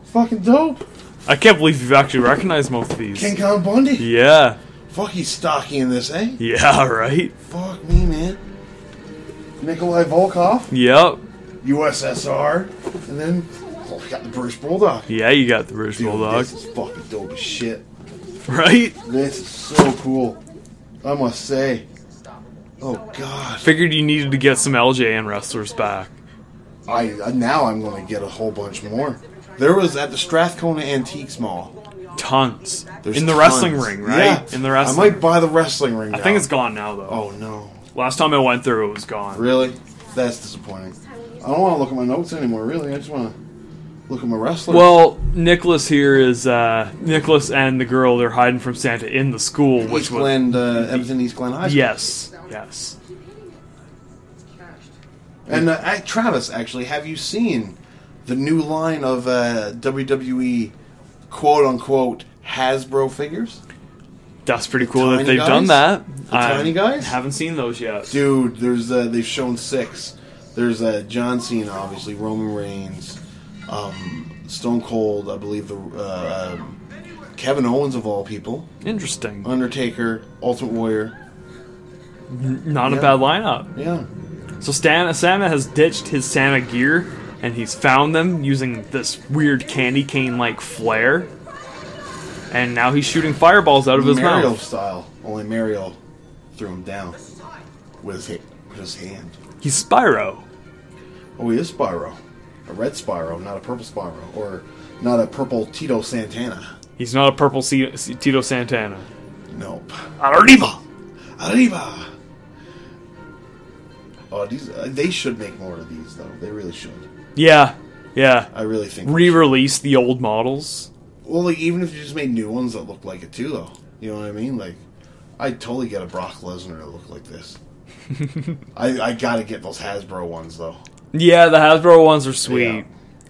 [SPEAKER 2] Fucking dope.
[SPEAKER 3] I can't believe you've actually recognized most of these.
[SPEAKER 2] King Kong Bundy.
[SPEAKER 3] Yeah,
[SPEAKER 2] Fuck, he's stocky in this, eh?
[SPEAKER 3] yeah, right.
[SPEAKER 2] Fuck me, man. Nikolai Volkov,
[SPEAKER 3] Yep.
[SPEAKER 2] USSR, and then oh, we got the British Bulldog.
[SPEAKER 3] Yeah, you got the British
[SPEAKER 2] Dude,
[SPEAKER 3] Bulldog,
[SPEAKER 2] This is fucking dope as shit.
[SPEAKER 3] right?
[SPEAKER 2] This is so cool. I must say. Oh god.
[SPEAKER 3] Figured you needed to get some LJN wrestlers back.
[SPEAKER 2] I uh, now I'm gonna get a whole bunch more. There was at the Strathcona Antiques Mall.
[SPEAKER 3] Tons
[SPEAKER 2] There's
[SPEAKER 3] in the
[SPEAKER 2] tons.
[SPEAKER 3] wrestling ring, right?
[SPEAKER 2] Yeah.
[SPEAKER 3] In the wrestling.
[SPEAKER 2] I might buy the wrestling ring.
[SPEAKER 3] I
[SPEAKER 2] now.
[SPEAKER 3] think it's gone now though.
[SPEAKER 2] Oh no.
[SPEAKER 3] Last time I went through, it was gone.
[SPEAKER 2] Really? That's disappointing. I don't want to look at my notes anymore. Really, I just want to look at my wrestler.
[SPEAKER 3] Well, Nicholas here is uh, Nicholas and the girl. They're hiding from Santa in the school,
[SPEAKER 2] East
[SPEAKER 3] which was
[SPEAKER 2] Glen, uh, Edmonton East Glen High School.
[SPEAKER 3] yes, yes.
[SPEAKER 2] And uh, I- Travis, actually, have you seen the new line of uh, WWE quote unquote Hasbro figures?
[SPEAKER 3] That's pretty cool
[SPEAKER 2] Tiny
[SPEAKER 3] that they've
[SPEAKER 2] guys?
[SPEAKER 3] done that.
[SPEAKER 2] The tiny guys?
[SPEAKER 3] haven't seen those yet.
[SPEAKER 2] Dude, there's uh, they've shown six. There's uh, John Cena, obviously Roman Reigns, um, Stone Cold, I believe the uh, um, Kevin Owens of all people,
[SPEAKER 3] Interesting.
[SPEAKER 2] Uh, Undertaker, Ultimate Warrior.
[SPEAKER 3] Not
[SPEAKER 2] Yeah.
[SPEAKER 3] a bad lineup.
[SPEAKER 2] Yeah,
[SPEAKER 3] So Stan, Santa has ditched his Santa gear and he's found them using this weird candy cane like flare. And now he's shooting fireballs out of his
[SPEAKER 2] Mario
[SPEAKER 3] mouth.
[SPEAKER 2] style. Only Mario threw him down with his, with his hand.
[SPEAKER 3] He's Spyro.
[SPEAKER 2] Oh, he is Spyro. A red Spyro, not a purple Spyro. Or not a purple Tito Santana.
[SPEAKER 3] He's not a purple C- C- Tito Santana.
[SPEAKER 2] Nope.
[SPEAKER 3] Arriba!
[SPEAKER 2] Arriba! Oh, these, uh, they should make more of these, though. They really should.
[SPEAKER 3] Yeah, yeah.
[SPEAKER 2] I really think.
[SPEAKER 3] Re release the old models.
[SPEAKER 2] well, like, even if you just made new ones that look like it, too, though. You know what I mean? Like, I'd totally get a Brock Lesnar to look like this. I, I gotta get those Hasbro ones, though.
[SPEAKER 3] Yeah, the Hasbro ones are sweet.
[SPEAKER 2] Yeah.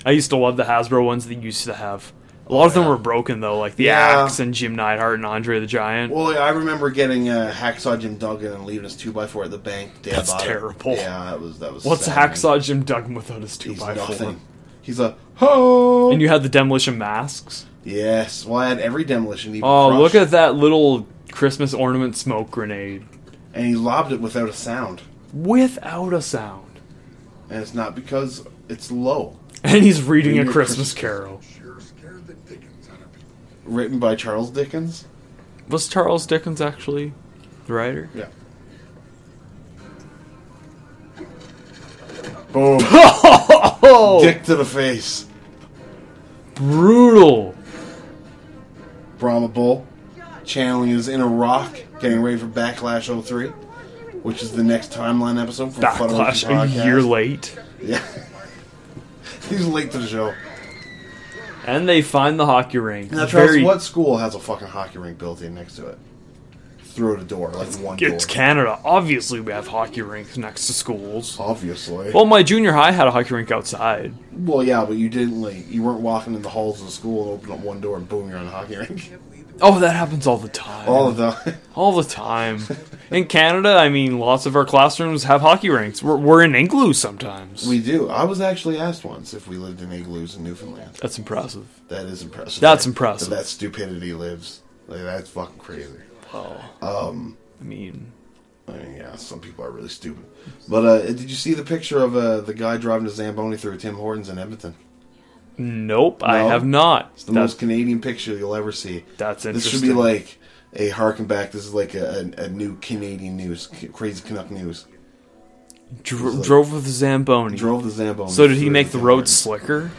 [SPEAKER 3] I used to love the Hasbro ones that you used to have. A lot of them were broken though, like the
[SPEAKER 2] Oh, Yeah.
[SPEAKER 3] Axe and Jim Neidhart and Andre the Giant.
[SPEAKER 2] Well, I remember getting uh, Hacksaw Jim Duggan and leaving his 2x4 at the bank. the day I
[SPEAKER 3] That's
[SPEAKER 2] bought it.
[SPEAKER 3] terrible.
[SPEAKER 2] Yeah, that was, that was
[SPEAKER 3] What's
[SPEAKER 2] sad, man.
[SPEAKER 3] Hacksaw Jim Duggan without his two
[SPEAKER 2] He's
[SPEAKER 3] by four?
[SPEAKER 2] nothing. He's a ho.
[SPEAKER 3] And you had the demolition masks.
[SPEAKER 2] yes. Well, I had every demolition. He
[SPEAKER 3] Oh,
[SPEAKER 2] crushed.
[SPEAKER 3] look at that little Christmas ornament smoke grenade
[SPEAKER 2] And he lobbed it without a sound,
[SPEAKER 3] without a sound.
[SPEAKER 2] and it's not because it's low.
[SPEAKER 3] And he's reading
[SPEAKER 2] Reading
[SPEAKER 3] a
[SPEAKER 2] a
[SPEAKER 3] Christmas
[SPEAKER 2] Christmas
[SPEAKER 3] Carol.
[SPEAKER 7] Sure scared the dickens out of people.
[SPEAKER 2] Written by Charles Dickens.
[SPEAKER 3] Was Charles Dickens actually the writer?
[SPEAKER 2] Yeah. Boom.
[SPEAKER 3] Oh,
[SPEAKER 2] Dick to the face.
[SPEAKER 3] brutal.
[SPEAKER 2] Brahma Bull. Channeling his inner rock, getting ready for Backlash 03, which is the next timeline episode from
[SPEAKER 3] Backlash
[SPEAKER 2] Fudge
[SPEAKER 3] a year late.
[SPEAKER 2] Yeah. He's late to the show.
[SPEAKER 3] And they find the hockey rink.
[SPEAKER 2] Now, Travis,
[SPEAKER 3] Very,
[SPEAKER 2] what school has a fucking hockey rink built in next to it? Through the door, like one door.
[SPEAKER 3] It's Canada. Obviously, we have hockey rinks next to schools.
[SPEAKER 2] Obviously.
[SPEAKER 3] Well,
[SPEAKER 2] Well,
[SPEAKER 3] my junior high had a hockey rink outside.
[SPEAKER 2] yeah, but you didn't like you weren't walking in the halls of the school and open up one door and boom, you're on the hockey rink.
[SPEAKER 3] Oh, that happens all the time.
[SPEAKER 2] All of the
[SPEAKER 3] All the time. in Canada, I mean, lots of our classrooms have hockey rinks. We're, we're in igloos sometimes.
[SPEAKER 2] we do. I was actually asked once if we lived in igloos in Newfoundland.
[SPEAKER 3] That's impressive.
[SPEAKER 2] That is impressive.
[SPEAKER 3] That's impressive.
[SPEAKER 2] That, that stupidity lives. Like that's fucking crazy. Oh. Um.
[SPEAKER 3] I mean,
[SPEAKER 2] I mean, yeah, some people are really stupid. But uh, did you see the picture of uh, the guy driving a Zamboni through Tim Hortons in Edmonton?
[SPEAKER 3] nope, I
[SPEAKER 2] No.
[SPEAKER 3] have not.
[SPEAKER 2] It's the
[SPEAKER 3] That-
[SPEAKER 2] most Canadian picture you'll ever see.
[SPEAKER 3] That's
[SPEAKER 2] This should be
[SPEAKER 3] interesting.
[SPEAKER 2] like a harken back. This is like a, a, a new Canadian news, c- crazy Canuck news.
[SPEAKER 3] dro- drove with a Zamboni.
[SPEAKER 2] Drove the Zamboni.
[SPEAKER 3] so did he
[SPEAKER 2] through
[SPEAKER 3] make the
[SPEAKER 2] town.
[SPEAKER 3] road slicker?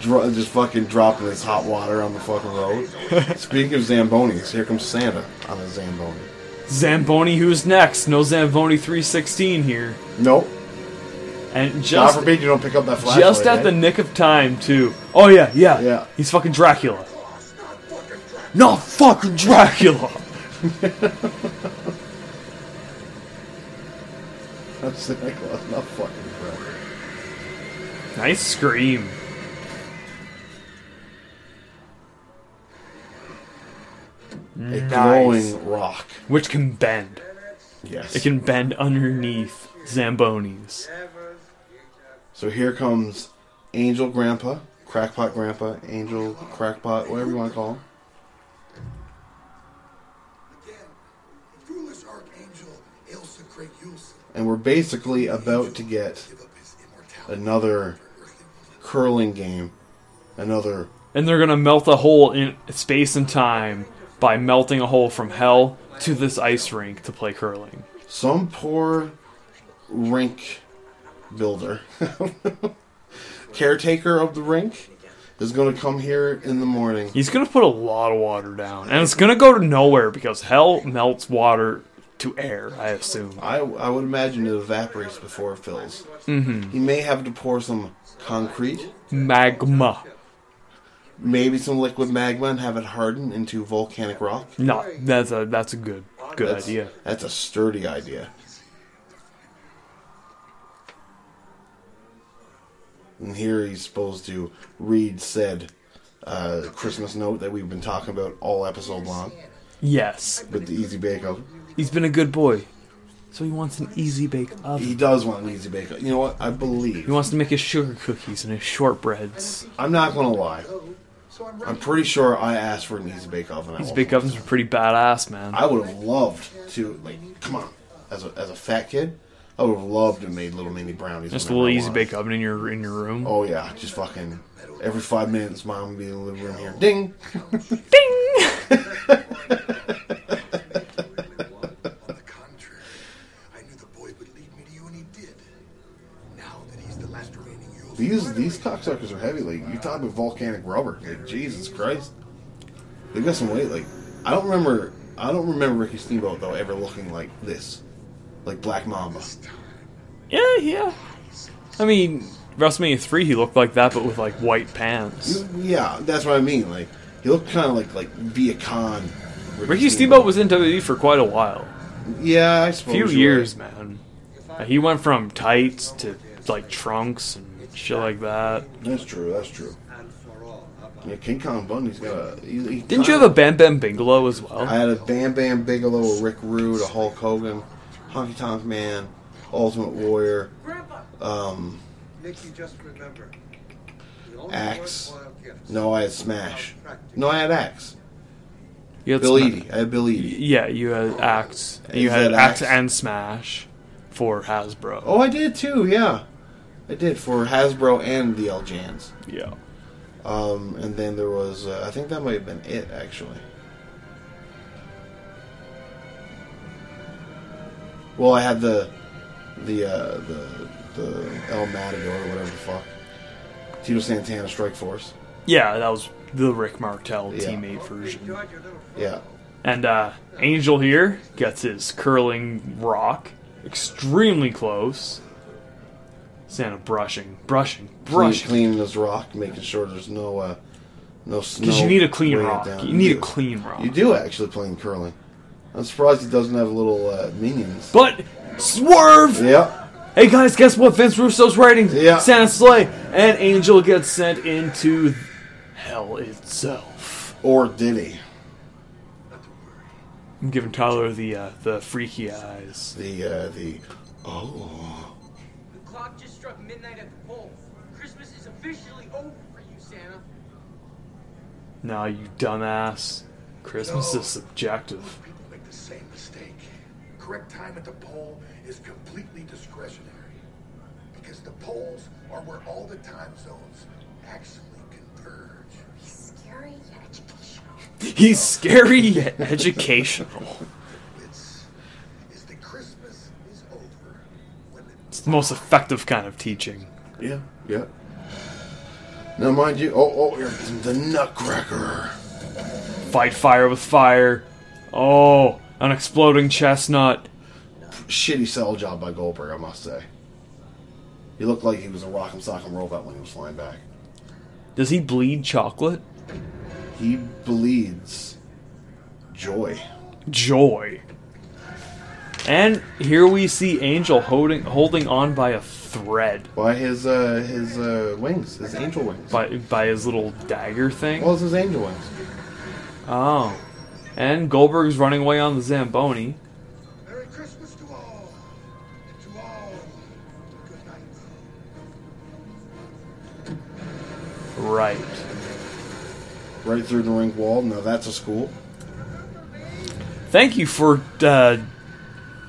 [SPEAKER 2] Dro- just fucking dropping his hot water on the fucking road. Speaking of Zambonis, here comes Santa on a Zamboni.
[SPEAKER 3] Zamboni, who's next? No Zamboni 316 here.
[SPEAKER 2] Nope.
[SPEAKER 3] And
[SPEAKER 2] God
[SPEAKER 3] just
[SPEAKER 2] forbid you don't pick up that flashlight.
[SPEAKER 3] just at
[SPEAKER 2] eh?
[SPEAKER 3] the nick of time too. Oh yeah, yeah,
[SPEAKER 2] Yeah.
[SPEAKER 3] He's fucking Dracula. Not fucking Dracula.
[SPEAKER 2] I'm Santa Claus, not fucking crap.
[SPEAKER 3] Nice scream.
[SPEAKER 2] A
[SPEAKER 3] Nice.
[SPEAKER 2] glowing rock.
[SPEAKER 3] Which can bend.
[SPEAKER 2] Yes.
[SPEAKER 3] It can bend underneath Zambonis.
[SPEAKER 2] So here comes Angel Grandpa, Crackpot Grandpa, Angel Crackpot, whatever you want to call him.
[SPEAKER 7] Again, foolish Archangel Ilsa Craig Yulson
[SPEAKER 2] And we're basically about to get
[SPEAKER 7] gave up his immortality
[SPEAKER 2] another
[SPEAKER 7] for earthly woman.
[SPEAKER 2] curling game. Another.
[SPEAKER 3] And they're gonna melt a hole in space and time by melting a hole from hell to this ice rink to play curling.
[SPEAKER 2] Some poor rink builder, caretaker of the rink, is going to come here in the morning.
[SPEAKER 3] He's gonna put a lot of water down, and it's gonna go to nowhere because hell melts water to air. I assume.
[SPEAKER 2] I, I would imagine it evaporates before it fills. Mm-hmm. He may have to pour some concrete,
[SPEAKER 3] Magma.
[SPEAKER 2] maybe some liquid magma, and have it harden into volcanic rock.
[SPEAKER 3] No, that's a that's a good good
[SPEAKER 2] That's-
[SPEAKER 3] idea.
[SPEAKER 2] That's a sturdy idea. And here he's supposed to read said uh, Christmas note that we've been talking about all episode long
[SPEAKER 3] Yes,
[SPEAKER 2] with the Easy Bake Oven.
[SPEAKER 3] he's been a good boy, so he wants an easy bake oven.
[SPEAKER 2] He does want an Easy Bake Oven. You know what? I believe.
[SPEAKER 3] He wants to make his sugar cookies and his shortbreads.
[SPEAKER 2] I'm not going to lie. I'm pretty sure I asked for an Easy Bake Oven. at
[SPEAKER 3] These
[SPEAKER 2] one
[SPEAKER 3] bake ovens are pretty badass, man.
[SPEAKER 2] I would have loved to like come on as a as a fat kid. I would have loved to have made little mini brownies.
[SPEAKER 3] Just a
[SPEAKER 2] whenever
[SPEAKER 3] little
[SPEAKER 2] I
[SPEAKER 3] easy
[SPEAKER 2] wanted.
[SPEAKER 3] bake oven in your in your room.
[SPEAKER 2] Oh yeah, just fucking every five minutes, mom would be in the living room here. Ding.
[SPEAKER 3] Ding!
[SPEAKER 7] On the contrary, I knew the boy would lead me to you, and he did. Now that he's the last remaining Yule,
[SPEAKER 2] These these cocksuckers are heavy. Like you're talking about volcanic rubber. Like, Jesus Christ, they got some weight. Like I don't remember. I don't remember Ricky Steamboat though ever looking like this, like Black Mamba.
[SPEAKER 3] Yeah, yeah. I mean, WrestleMania three, he looked like that, but with like white pants.
[SPEAKER 2] Yeah, that's what I mean. Like he looked kind of like like Via Con.
[SPEAKER 3] Ricky Steamboat was in WWE for quite a while,
[SPEAKER 2] yeah, I
[SPEAKER 3] a
[SPEAKER 2] suppose
[SPEAKER 3] few
[SPEAKER 2] you're
[SPEAKER 3] years, man. Uh, He went from tights to like trunks and shit like that.
[SPEAKER 2] right. That's true. That's true.
[SPEAKER 4] And for all, about
[SPEAKER 2] Yeah, King Kong Bundy's got a. He, he
[SPEAKER 3] Didn't you have a Bam Bam Bigelow as well?
[SPEAKER 2] I had a Bam Bam Bigelow, a Rick Rude, a Hulk Hogan, Honky Tonk Man, Ultimate Warrior, um,
[SPEAKER 4] Nicky, just remember. the only
[SPEAKER 2] Axe.
[SPEAKER 4] worthwhile gifts
[SPEAKER 2] No, I had Smash. No, I had Axe.
[SPEAKER 3] You had
[SPEAKER 2] Bill
[SPEAKER 3] Sma-
[SPEAKER 2] Eadie. I had Bill Eadie.
[SPEAKER 3] Yeah, you had Axe.
[SPEAKER 2] You
[SPEAKER 3] You had
[SPEAKER 2] had
[SPEAKER 3] Axe
[SPEAKER 2] Axe.
[SPEAKER 3] and Smash for Hasbro.
[SPEAKER 2] Oh, I did too. Yeah, I did for Hasbro and the Jans.
[SPEAKER 3] yeah.
[SPEAKER 2] Um, and then there was, uh, I think that might have been it actually. Well, I had the, the, uh, the, the El Matador or whatever the fuck. Tito Santana Strike Force.
[SPEAKER 3] Yeah, that was the Rick Martel
[SPEAKER 2] Yeah.
[SPEAKER 3] teammate version.
[SPEAKER 4] Enjoyed your little
[SPEAKER 2] Yeah.
[SPEAKER 3] And uh, Angel here gets his curling rock extremely close. Santa brushing, brushing,
[SPEAKER 2] Clean,
[SPEAKER 3] brushing.
[SPEAKER 2] cleaning this rock, making sure there's no, uh, no snow.
[SPEAKER 3] Because you need a clean
[SPEAKER 2] weighing it
[SPEAKER 3] rock.
[SPEAKER 2] down.
[SPEAKER 3] You need a
[SPEAKER 2] do.
[SPEAKER 3] clean rock.
[SPEAKER 2] You do actually playing curling. I'm surprised he doesn't have little uh, minions.
[SPEAKER 3] But swerve!
[SPEAKER 2] yeah.
[SPEAKER 3] Hey guys, guess what? Vince Russo's writing
[SPEAKER 2] Yeah.
[SPEAKER 3] Santa Slay, and Angel gets sent into hell itself.
[SPEAKER 2] Or did he?
[SPEAKER 3] I'm giving Tyler the uh, the freaky eyes.
[SPEAKER 2] The uh, the oh.
[SPEAKER 6] The clock just struck midnight at the pole. Christmas is officially over for you, Santa.
[SPEAKER 3] Nah, you dumbass. Christmas is subjective.
[SPEAKER 7] people make the same mistake. Correct time at the pole is completely discretionary. Because the poles are where all the time zones actually converge.
[SPEAKER 5] Scary yet educational.
[SPEAKER 3] He's scary yet educational.
[SPEAKER 7] It's is that Christmas is over when the
[SPEAKER 3] It's the most effective kind of teaching.
[SPEAKER 2] Yeah, yeah. Now, mind you, oh, oh, here comes the Nutcracker.
[SPEAKER 3] Fight fire with fire. Oh, an exploding chestnut.
[SPEAKER 2] Shitty sell job by Goldberg, I must say. He looked like he was a rock'em sock'em robot when he was flying back.
[SPEAKER 3] Does he bleed chocolate?
[SPEAKER 2] He bleeds joy.
[SPEAKER 3] Joy. And here we see Angel holding holding on by a thread
[SPEAKER 2] By his uh, his uh, wings, his angel wings.
[SPEAKER 3] by by his little dagger thing.
[SPEAKER 2] Well, it's his angel wings.
[SPEAKER 3] Oh. And Goldberg's running away on the Zamboni.
[SPEAKER 7] Merry Christmas to all. And to all, good night.
[SPEAKER 3] Right.
[SPEAKER 2] Right through the ring wall. Now that's a school.
[SPEAKER 3] Thank you for uh,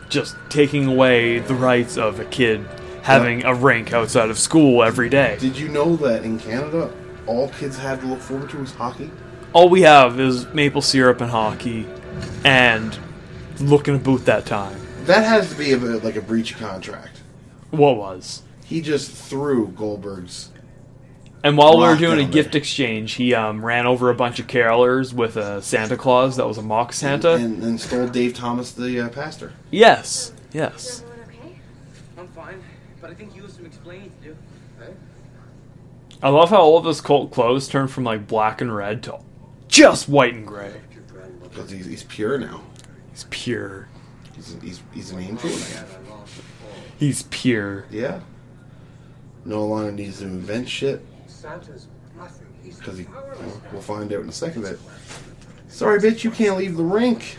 [SPEAKER 3] just taking away the rights of a kid having a rank outside of school every day.
[SPEAKER 2] Did you know that in Canada, all kids had to look forward to was hockey?
[SPEAKER 3] All we have is maple syrup and hockey and looking about that time.
[SPEAKER 2] That has to be a, like a breach of contract.
[SPEAKER 3] What was?
[SPEAKER 2] He just threw Goldberg's.
[SPEAKER 3] And while we were
[SPEAKER 2] Locked
[SPEAKER 3] doing a
[SPEAKER 2] down
[SPEAKER 3] gift
[SPEAKER 2] there.
[SPEAKER 3] exchange, he um, ran over a bunch of carolers with a Santa Claus that was a mock Santa.
[SPEAKER 2] And, and stole Dave Thomas, the uh, pastor.
[SPEAKER 3] Yes, yes.
[SPEAKER 5] Everyone okay?
[SPEAKER 6] I'm fine, but I think you have some explaining to do.
[SPEAKER 3] I love how all of his cult clothes turned from like black and red to just white and gray.
[SPEAKER 2] Because he's, he's pure now.
[SPEAKER 3] He's pure.
[SPEAKER 2] He's, he's, he's an angel now.
[SPEAKER 3] He's pure.
[SPEAKER 2] Yeah. No longer needs to invent shit.
[SPEAKER 4] Santa's nothing. He's
[SPEAKER 2] Because he,
[SPEAKER 4] powerless.
[SPEAKER 2] we'll find out in a second that. Sorry, bitch, you can't leave the rink.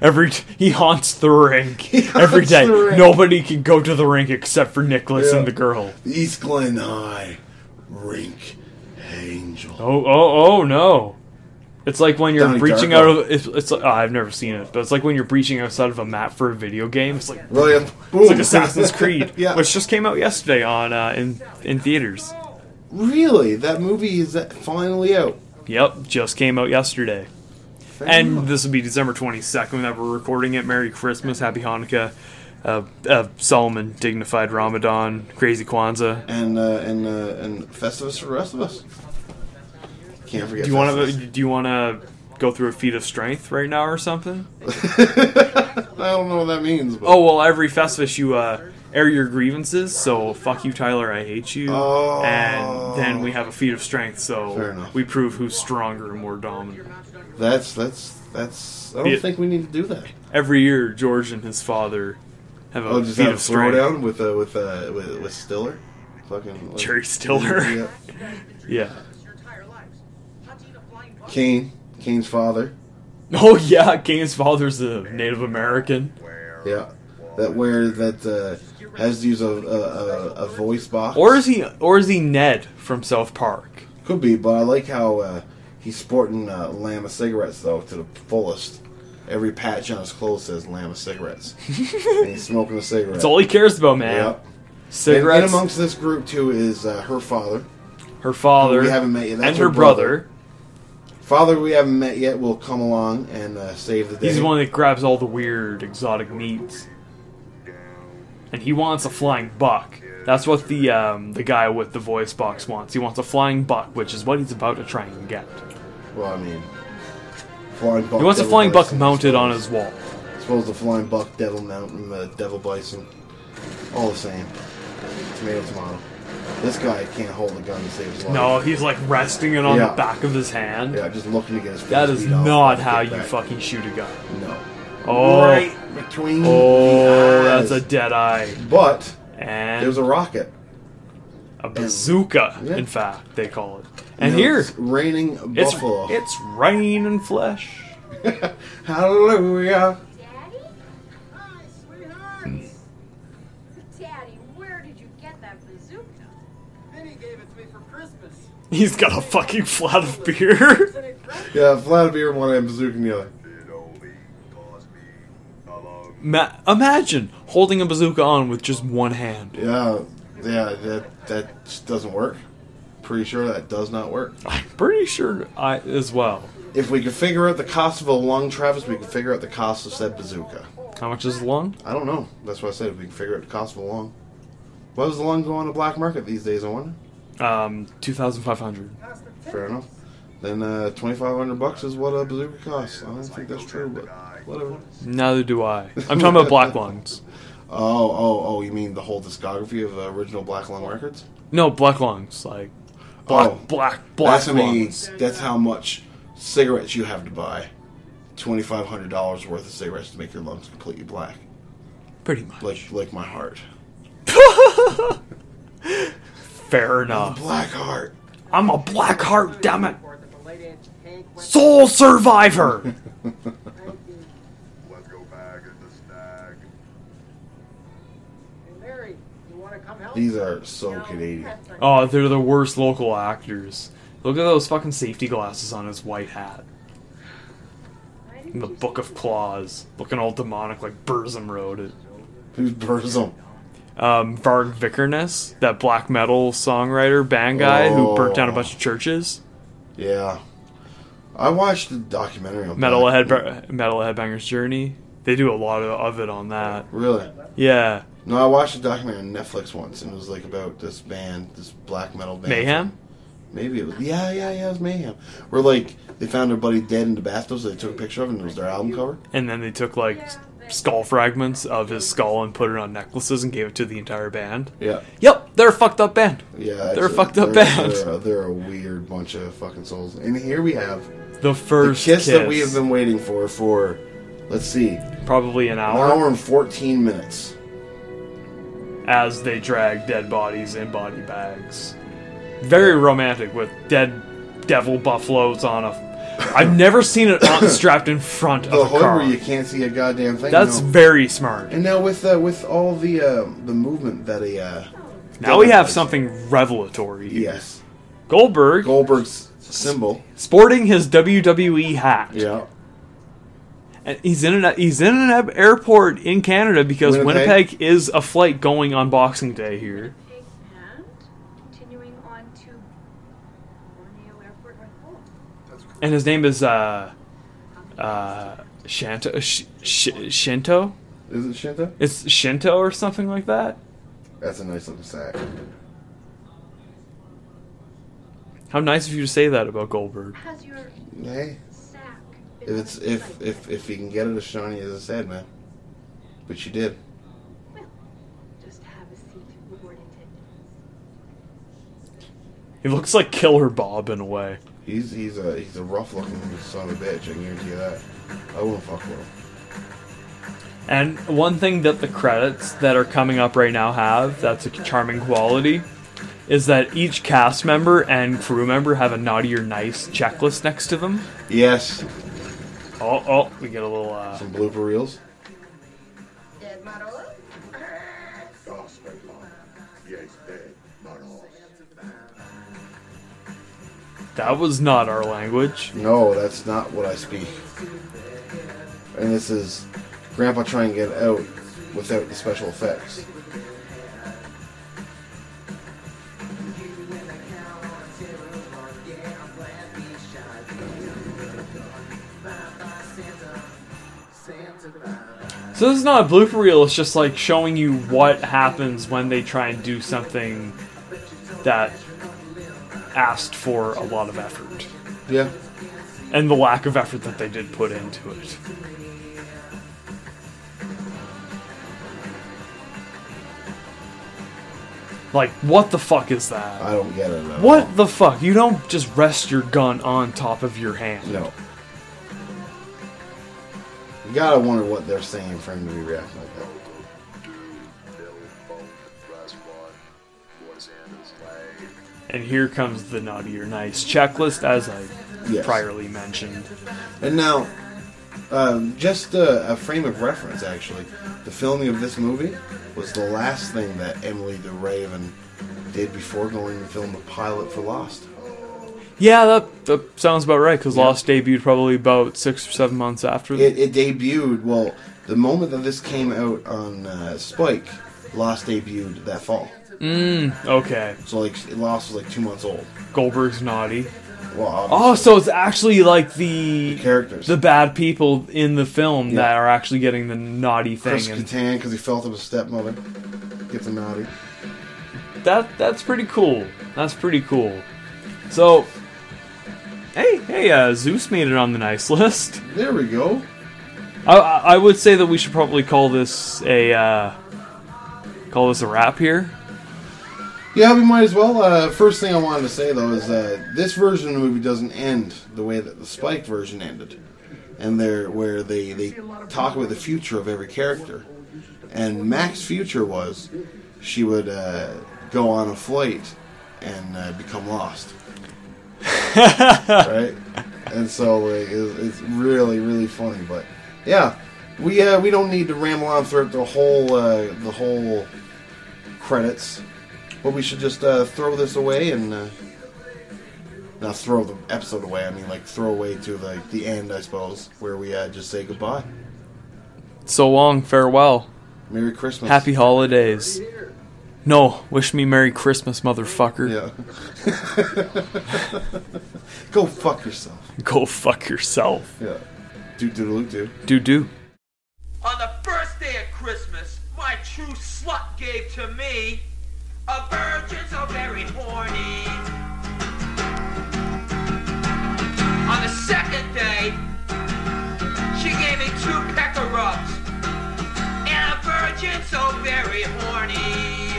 [SPEAKER 3] Every t- he haunts the rink
[SPEAKER 2] He
[SPEAKER 3] every
[SPEAKER 2] haunts
[SPEAKER 3] day.
[SPEAKER 2] the rink.
[SPEAKER 3] Nobody can go to the rink except for Nicholas
[SPEAKER 2] Yeah.
[SPEAKER 3] and the girl.
[SPEAKER 2] East Glen High, rink, angel.
[SPEAKER 3] Oh, oh, oh no! It's like when you're
[SPEAKER 2] Donnie
[SPEAKER 3] breaching
[SPEAKER 2] Darko.
[SPEAKER 3] out of it's, it's like, oh, I've never seen it, but it's like when you're breaching outside of a map for a video game. It's like
[SPEAKER 2] Really?
[SPEAKER 3] it's like Assassin's Creed,
[SPEAKER 2] yeah.
[SPEAKER 3] which just came out yesterday on uh, in in theaters.
[SPEAKER 2] really? That movie is that finally out.
[SPEAKER 3] Yep, just came out yesterday.
[SPEAKER 2] Fair
[SPEAKER 3] And
[SPEAKER 2] enough.
[SPEAKER 3] this will be December 22nd that we're recording it. Merry Christmas, Happy Hanukkah, uh, uh, Solomon, Dignified Ramadan, Crazy Kwanzaa.
[SPEAKER 2] and uh, and uh, and Festivus for the rest of us. Can't forget.
[SPEAKER 3] Do you want to?
[SPEAKER 2] Festivus.
[SPEAKER 3] Do you want to go through a feat of strength right now or something?
[SPEAKER 2] I don't know what that means. But.
[SPEAKER 3] Oh well, every Festivus you uh, air your grievances. So fuck you, Tyler. I hate you.
[SPEAKER 2] Oh.
[SPEAKER 3] And then we have a feat of strength. So
[SPEAKER 2] Fair enough.
[SPEAKER 3] we prove who's stronger and more dominant.
[SPEAKER 2] that's that's that's. I don't
[SPEAKER 3] Yeah.
[SPEAKER 2] think we need to do that.
[SPEAKER 3] Every year, George and his father have a
[SPEAKER 2] Oh, just
[SPEAKER 3] feat
[SPEAKER 2] have a
[SPEAKER 3] of strength.
[SPEAKER 2] throwdown with uh, with, uh, with with Stiller, fucking like-
[SPEAKER 3] Jerry Stiller.
[SPEAKER 2] Yeah.
[SPEAKER 3] Yeah.
[SPEAKER 6] Your entire lives. Hunting a flying bug.
[SPEAKER 2] Kane, Kane's father.
[SPEAKER 3] Oh yeah, Kane's father's a Native American.
[SPEAKER 2] Yeah, that where that uh, has to use a, a, a, a voice box.
[SPEAKER 3] Or is he? Or is he Ned from South Park?
[SPEAKER 2] could be, but I like how uh, he's sporting uh, lamb of cigarettes though to the fullest. Every patch on his clothes says lamb of cigarettes, and he's smoking a cigarette.
[SPEAKER 3] That's all he cares about, man.
[SPEAKER 2] Yep. And- And,
[SPEAKER 3] Cigarettes,
[SPEAKER 2] amongst this group too is uh, her father.
[SPEAKER 3] her father,
[SPEAKER 2] We haven't met yet.
[SPEAKER 3] and
[SPEAKER 2] That's her
[SPEAKER 3] her brother.
[SPEAKER 2] brother. Father, we haven't met yet, will come along and uh, save the day.
[SPEAKER 3] He's the one that grabs all the weird exotic meats, and he wants a flying buck. That's what the um, the guy with the voice box wants. He wants a flying buck, which is what he's about to try and get.
[SPEAKER 2] Well, I mean, flying buck.
[SPEAKER 3] He wants a
[SPEAKER 2] devil
[SPEAKER 3] flying buck
[SPEAKER 2] bison.
[SPEAKER 3] mounted on his wall.
[SPEAKER 2] Suppose the flying buck, devil mountain, uh, devil bison, all the same. Tomato, tomato. This guy can't hold a gun to save his life.
[SPEAKER 3] No, he's like resting it on
[SPEAKER 2] Yeah.
[SPEAKER 3] the back of his hand.
[SPEAKER 2] Yeah, just looking to get his face
[SPEAKER 3] That is
[SPEAKER 2] beat off
[SPEAKER 3] not
[SPEAKER 2] by
[SPEAKER 3] how
[SPEAKER 2] the
[SPEAKER 3] you
[SPEAKER 2] kickback.
[SPEAKER 3] fucking shoot a gun.
[SPEAKER 2] No.
[SPEAKER 3] Oh.
[SPEAKER 2] Right between.
[SPEAKER 3] Oh,
[SPEAKER 2] the eyes.
[SPEAKER 3] that's a dead eye.
[SPEAKER 2] But
[SPEAKER 3] And
[SPEAKER 2] there's a rocket.
[SPEAKER 3] a bazooka,
[SPEAKER 2] Yeah.
[SPEAKER 3] in fact, they call it. And
[SPEAKER 2] Now
[SPEAKER 3] here,
[SPEAKER 2] it's raining
[SPEAKER 3] it's,
[SPEAKER 2] buffalo.
[SPEAKER 3] it's rain and flesh.
[SPEAKER 2] Hallelujah.
[SPEAKER 5] Daddy? Hi, sweetheart! Daddy, where did you get that bazooka?
[SPEAKER 6] Minnie gave it to me for Christmas.
[SPEAKER 3] He's got a fucking flat of beer.
[SPEAKER 6] Isn't it great?
[SPEAKER 2] Yeah, Vladimir in one end, bazooka in the other.
[SPEAKER 3] Ma- imagine holding a bazooka on with just one hand.
[SPEAKER 2] Yeah, yeah, that that just doesn't work. Pretty sure that does not work.
[SPEAKER 3] I'm pretty sure I as well.
[SPEAKER 2] If we could figure out the cost of a lung, Travis, we could figure out the cost of said bazooka.
[SPEAKER 3] How much is the lung?
[SPEAKER 2] I don't know. That's why I said if we can figure out the cost of a lung. Why does the lung go on the black market these days? I wonder.
[SPEAKER 3] Um, two thousand five hundred.
[SPEAKER 2] Fair enough. Then uh, twenty five hundred bucks is what a bazooka costs. I don't think that's true, but whatever.
[SPEAKER 3] Neither do I. I'm talking about black lungs.
[SPEAKER 2] Oh, oh, oh! You mean the whole discography of the original Black Lung Records?
[SPEAKER 3] No, black lungs. Like, black,
[SPEAKER 2] Oh.
[SPEAKER 3] black, black
[SPEAKER 2] that's how many.
[SPEAKER 3] lungs.
[SPEAKER 2] That's how much cigarettes you have to buy. Twenty five hundred dollars worth of cigarettes to make your lungs completely black,
[SPEAKER 3] Pretty much.
[SPEAKER 2] like like my heart.
[SPEAKER 3] Fair enough.
[SPEAKER 2] Black heart.
[SPEAKER 3] I'm a black heart, damn it.
[SPEAKER 6] Report that the late Aunt Hank went
[SPEAKER 3] Soul survivor.
[SPEAKER 6] behind the-
[SPEAKER 7] Let's go back in the snag.
[SPEAKER 6] Hey, Larry, you want to come help?
[SPEAKER 2] These are so Canadian.
[SPEAKER 3] oh, they're the worst local actors. Look at those fucking safety glasses on his white hat. And the Book of Claws, looking all demonic like Burzum Road. It-
[SPEAKER 2] Who's Burzum?
[SPEAKER 3] um, Varg Vikernes, that black metal songwriter band guy who burnt down a
[SPEAKER 2] Oh.
[SPEAKER 3] bunch of churches.
[SPEAKER 2] Yeah, I watched the documentary on
[SPEAKER 3] Metalhead,
[SPEAKER 2] Black-
[SPEAKER 3] Metalhead Banger's Journey. They do a lot of, of it on that.
[SPEAKER 2] Really?
[SPEAKER 3] Yeah,
[SPEAKER 2] No, I watched a documentary on Netflix once, and it was like about this band, this black metal band.
[SPEAKER 3] Mayhem.
[SPEAKER 2] Maybe it was. Yeah, yeah, yeah. It was Mayhem. Where like they found their buddy dead in the bathtub, so they took a picture of him, and it was their album cover.
[SPEAKER 3] And then they took like skull fragments of his skull and put it on necklaces and gave it to the entire band.
[SPEAKER 2] Yeah,
[SPEAKER 3] Yep, they're a fucked up band.
[SPEAKER 2] yeah.
[SPEAKER 3] They're a
[SPEAKER 2] it's-
[SPEAKER 3] fucked up
[SPEAKER 2] they're,
[SPEAKER 3] band.
[SPEAKER 2] They're a, they're a weird bunch of fucking souls. And here we have
[SPEAKER 3] The
[SPEAKER 2] the
[SPEAKER 3] first
[SPEAKER 2] kiss,
[SPEAKER 3] kiss,
[SPEAKER 2] that we have been waiting for for, let's see, an
[SPEAKER 3] probably an hour,
[SPEAKER 2] hour and fourteen minutes.
[SPEAKER 3] as they drag dead bodies in body bags. Very romantic with dead devil buffaloes on a. I've never seen it on, strapped in front
[SPEAKER 2] The
[SPEAKER 3] of a
[SPEAKER 2] hood
[SPEAKER 3] car.
[SPEAKER 2] where you can't see a goddamn thing.
[SPEAKER 3] That's
[SPEAKER 2] no.
[SPEAKER 3] very smart.
[SPEAKER 2] and now with uh, with all the uh, the movement that a uh,
[SPEAKER 3] Now we have
[SPEAKER 2] Goldberg's-
[SPEAKER 3] something revelatory.
[SPEAKER 2] yes
[SPEAKER 3] Goldberg
[SPEAKER 2] Goldberg's symbol.
[SPEAKER 3] sporting his WWE hat.
[SPEAKER 2] Yeah.
[SPEAKER 3] And he's in an he's in an airport in Canada because Winnipeg.
[SPEAKER 2] Winnipeg.
[SPEAKER 3] is a flight going on Boxing Day here.
[SPEAKER 5] And continuing on to Borneo Airport right Oh, home.
[SPEAKER 7] That's correct.
[SPEAKER 3] And his name is uh uh Shanto Sh- Sh- Shinto.
[SPEAKER 2] Is it Shinto?
[SPEAKER 3] It's Shinto or something like that.
[SPEAKER 2] That's a nice looking sack.
[SPEAKER 3] How nice of you to say that about Goldberg.
[SPEAKER 5] Has your
[SPEAKER 2] Hey,
[SPEAKER 5] sack
[SPEAKER 2] if
[SPEAKER 5] been
[SPEAKER 2] it's if
[SPEAKER 5] recycled?
[SPEAKER 2] if if you can get it as shiny as I said, man. But you did.
[SPEAKER 5] Well, just have a seat, Lord attendant.
[SPEAKER 3] He looks like Killer Bob in a way.
[SPEAKER 2] He's he's a he's a rough looking son of a bitch. I guarantee you that. I wouldn't fuck with him.
[SPEAKER 3] And one thing that the credits that are coming up right now have that's a charming quality is that each cast member and crew member have a naughty or nice checklist next to them.
[SPEAKER 2] Yes,
[SPEAKER 3] Oh, oh, we get a little. Uh,
[SPEAKER 2] some blooper reels.
[SPEAKER 6] Dead model?
[SPEAKER 7] Oh, spent mine. Yes, dead. Not all.
[SPEAKER 3] that was not our language.
[SPEAKER 2] No, that's not what I speak. And this is Grandpa trying to get out without the special effects.
[SPEAKER 3] So this is not a blooper reel. It's just like showing you what happens when they try and do something that asked for a lot of effort,
[SPEAKER 2] Yeah.
[SPEAKER 3] and the lack of effort that they did put into it. Like, what the fuck is that?
[SPEAKER 2] I don't get it. At
[SPEAKER 3] What the fuck? You don't just rest your gun on top of your hand.
[SPEAKER 2] all. No. You gotta wonder what they're saying for him to be reacting like that.
[SPEAKER 3] And here comes the naughty or nice checklist, as I
[SPEAKER 2] Yes.
[SPEAKER 3] priorly mentioned.
[SPEAKER 2] And now, um, just a, a frame of reference, actually, the filming of this movie was the last thing that Emily the Raven did before going to film the pilot for Lost.
[SPEAKER 3] Yeah, that, that sounds about right. Because Lost debuted probably about six or seven months after.
[SPEAKER 2] It, it debuted, well, the moment that this came out on uh, Spike, Lost debuted that fall.
[SPEAKER 3] okay,
[SPEAKER 2] So, like, Lost was like two months old.
[SPEAKER 3] Goldberg's naughty.
[SPEAKER 2] Well, obviously,
[SPEAKER 3] Oh, so it's actually like the
[SPEAKER 2] characters.
[SPEAKER 3] the bad people in the film
[SPEAKER 2] Yeah.
[SPEAKER 3] that are actually getting the naughty thing,
[SPEAKER 2] Chris
[SPEAKER 3] and
[SPEAKER 2] Kattan, because he felt up his stepmother, gets a naughty.
[SPEAKER 3] that that's pretty cool. That's pretty cool. So, hey, hey, uh, Zeus made it on the nice list.
[SPEAKER 2] There we go.
[SPEAKER 3] I- I, I would say that we should probably call this a uh, Call this a wrap here.
[SPEAKER 2] Yeah, we might as well. Uh, first thing I wanted to say though is uh, this version of the movie doesn't end the way that the Spike version ended, and there where they they talk about the future of every character, and Mac's future was she would uh, go on a flight and uh, become lost, right? And so like, it's, it's really really funny, but yeah, we uh, we don't need to ramble on throughout the whole uh, the whole credits. But we should just uh, throw this away and uh, not throw the episode away. I mean, like throw away to like the end, I suppose, where we uh, just say goodbye.
[SPEAKER 3] So long, farewell,
[SPEAKER 2] Merry Christmas.
[SPEAKER 3] happy holidays. No, wish me Merry Christmas, motherfucker.
[SPEAKER 2] Yeah. Go fuck yourself.
[SPEAKER 3] Go fuck yourself.
[SPEAKER 2] Yeah. Do doodaloo do.
[SPEAKER 3] Do do.
[SPEAKER 6] On the first day of Christmas, my true slut gave to me a virgin's are very horny. On the second day, she gave me two pecker rubs and a virgin so very horny.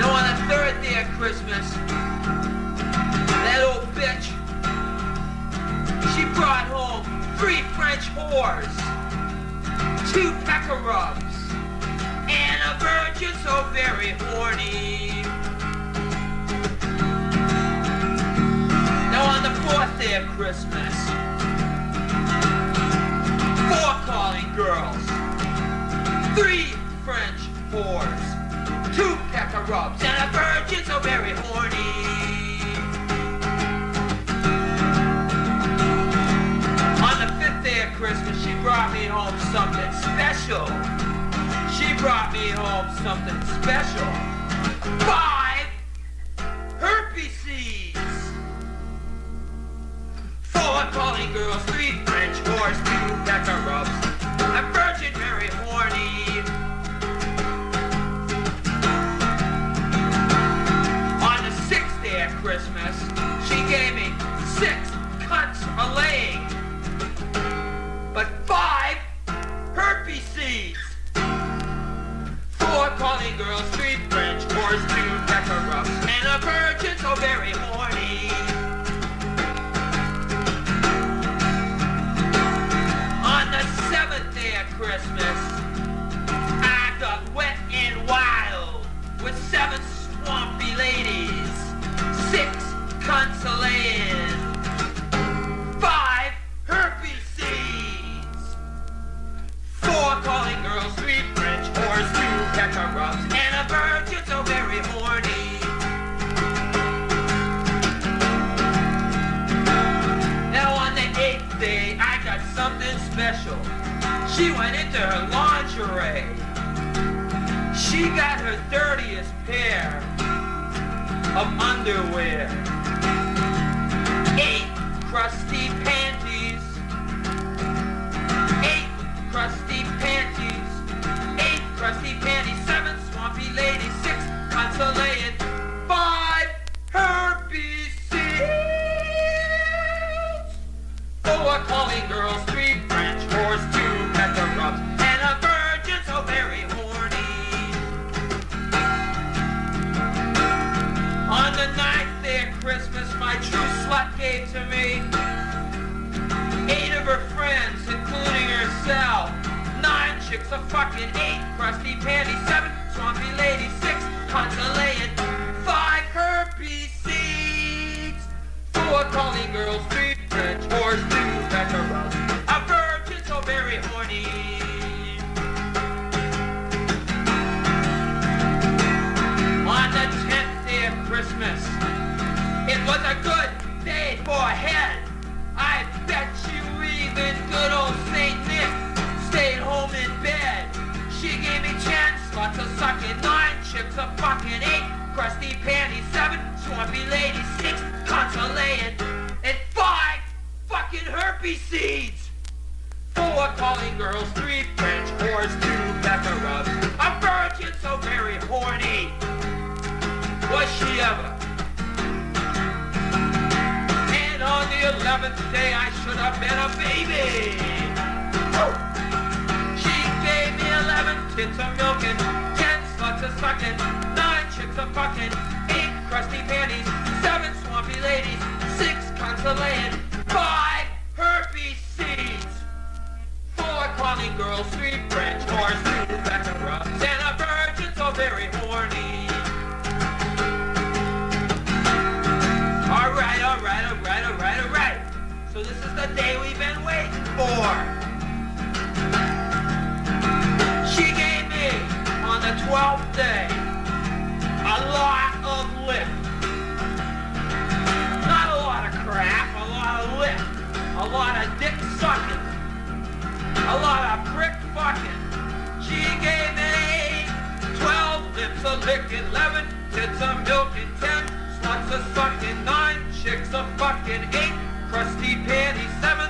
[SPEAKER 6] Now on the third day of Christmas, that old bitch she brought home three French whores, two pecker rubs, and a virgin so very horny. Now on the fourth day of Christmas, four calling girls, three French whores, two pecker rubs, and a virgin so very horny. On the fifth day of Christmas, she brought me home something special. She brought me home something special. Five herpes seeds. Four calling girls, three French whores, two pecker rubs. A virgin very horny. On the sixth day of Christmas, she gave me six cuts a leg but five herpes seeds. Four calling girls, three French whores, two pecker rubs, and a virgin so very horny. On the seventh day of Christmas, I got wet and wild with seven swampy ladies, six cunts a laying, five herpes seeds. Four calling girls, three French whores, two pecker rubs, and a virgin so very horny. Now on the eighth day, I got something special. She went into her lingerie. She got her dirtiest pair of underwear eight crusty panties, eight crusty panties, eight crusty panties, seven swampy ladies, six consolated, five herpes seeds, four calling girls, three French whores, two pecker rubs, and a virgin so very horny. On the ninth day of Christmas, my true slut gave to me eight of her friends, including herself. Nine chicks, a fucking eight, crusty panty, seven, swampy lady, six, consolation, five herpes seeds, four calling girls, three French whores, two pecker rubs, a virgin so very horny. on the tenth day of Christmas. It was a good day for Hen. I bet you even good old Saint Nick stayed home in bed. She gave me ten slots of sucking, nine chips of fucking, eight crusty panties, seven swampy ladies, six consolating, and five fucking herpes seeds. Four calling girls, three French whores, two pecker rubs. A virgin so very horny. Was she ever? And on the eleventh day I should have been a baby. She Oh. gave me eleven kids are milking, ten sluts are sucking, nine chicks are fucking, eight crusty panties, seven swampy ladies, six cunts are laying, five herpes seeds, four calling girls, three French whores, two bachelors, and a virgin so very horny. All right, all right, all right, all right, all right. So this is the day we've been waiting for. She gave me on the twelfth day a lot of lip. Not a lot of crap, a lot of lip, a lot of dick sucking, a lot of prick fucking. She gave me twelve lips a licking, eleven tits a milking, ten sluts a sucking, nine chicks a fucking, eight crusty panties, seven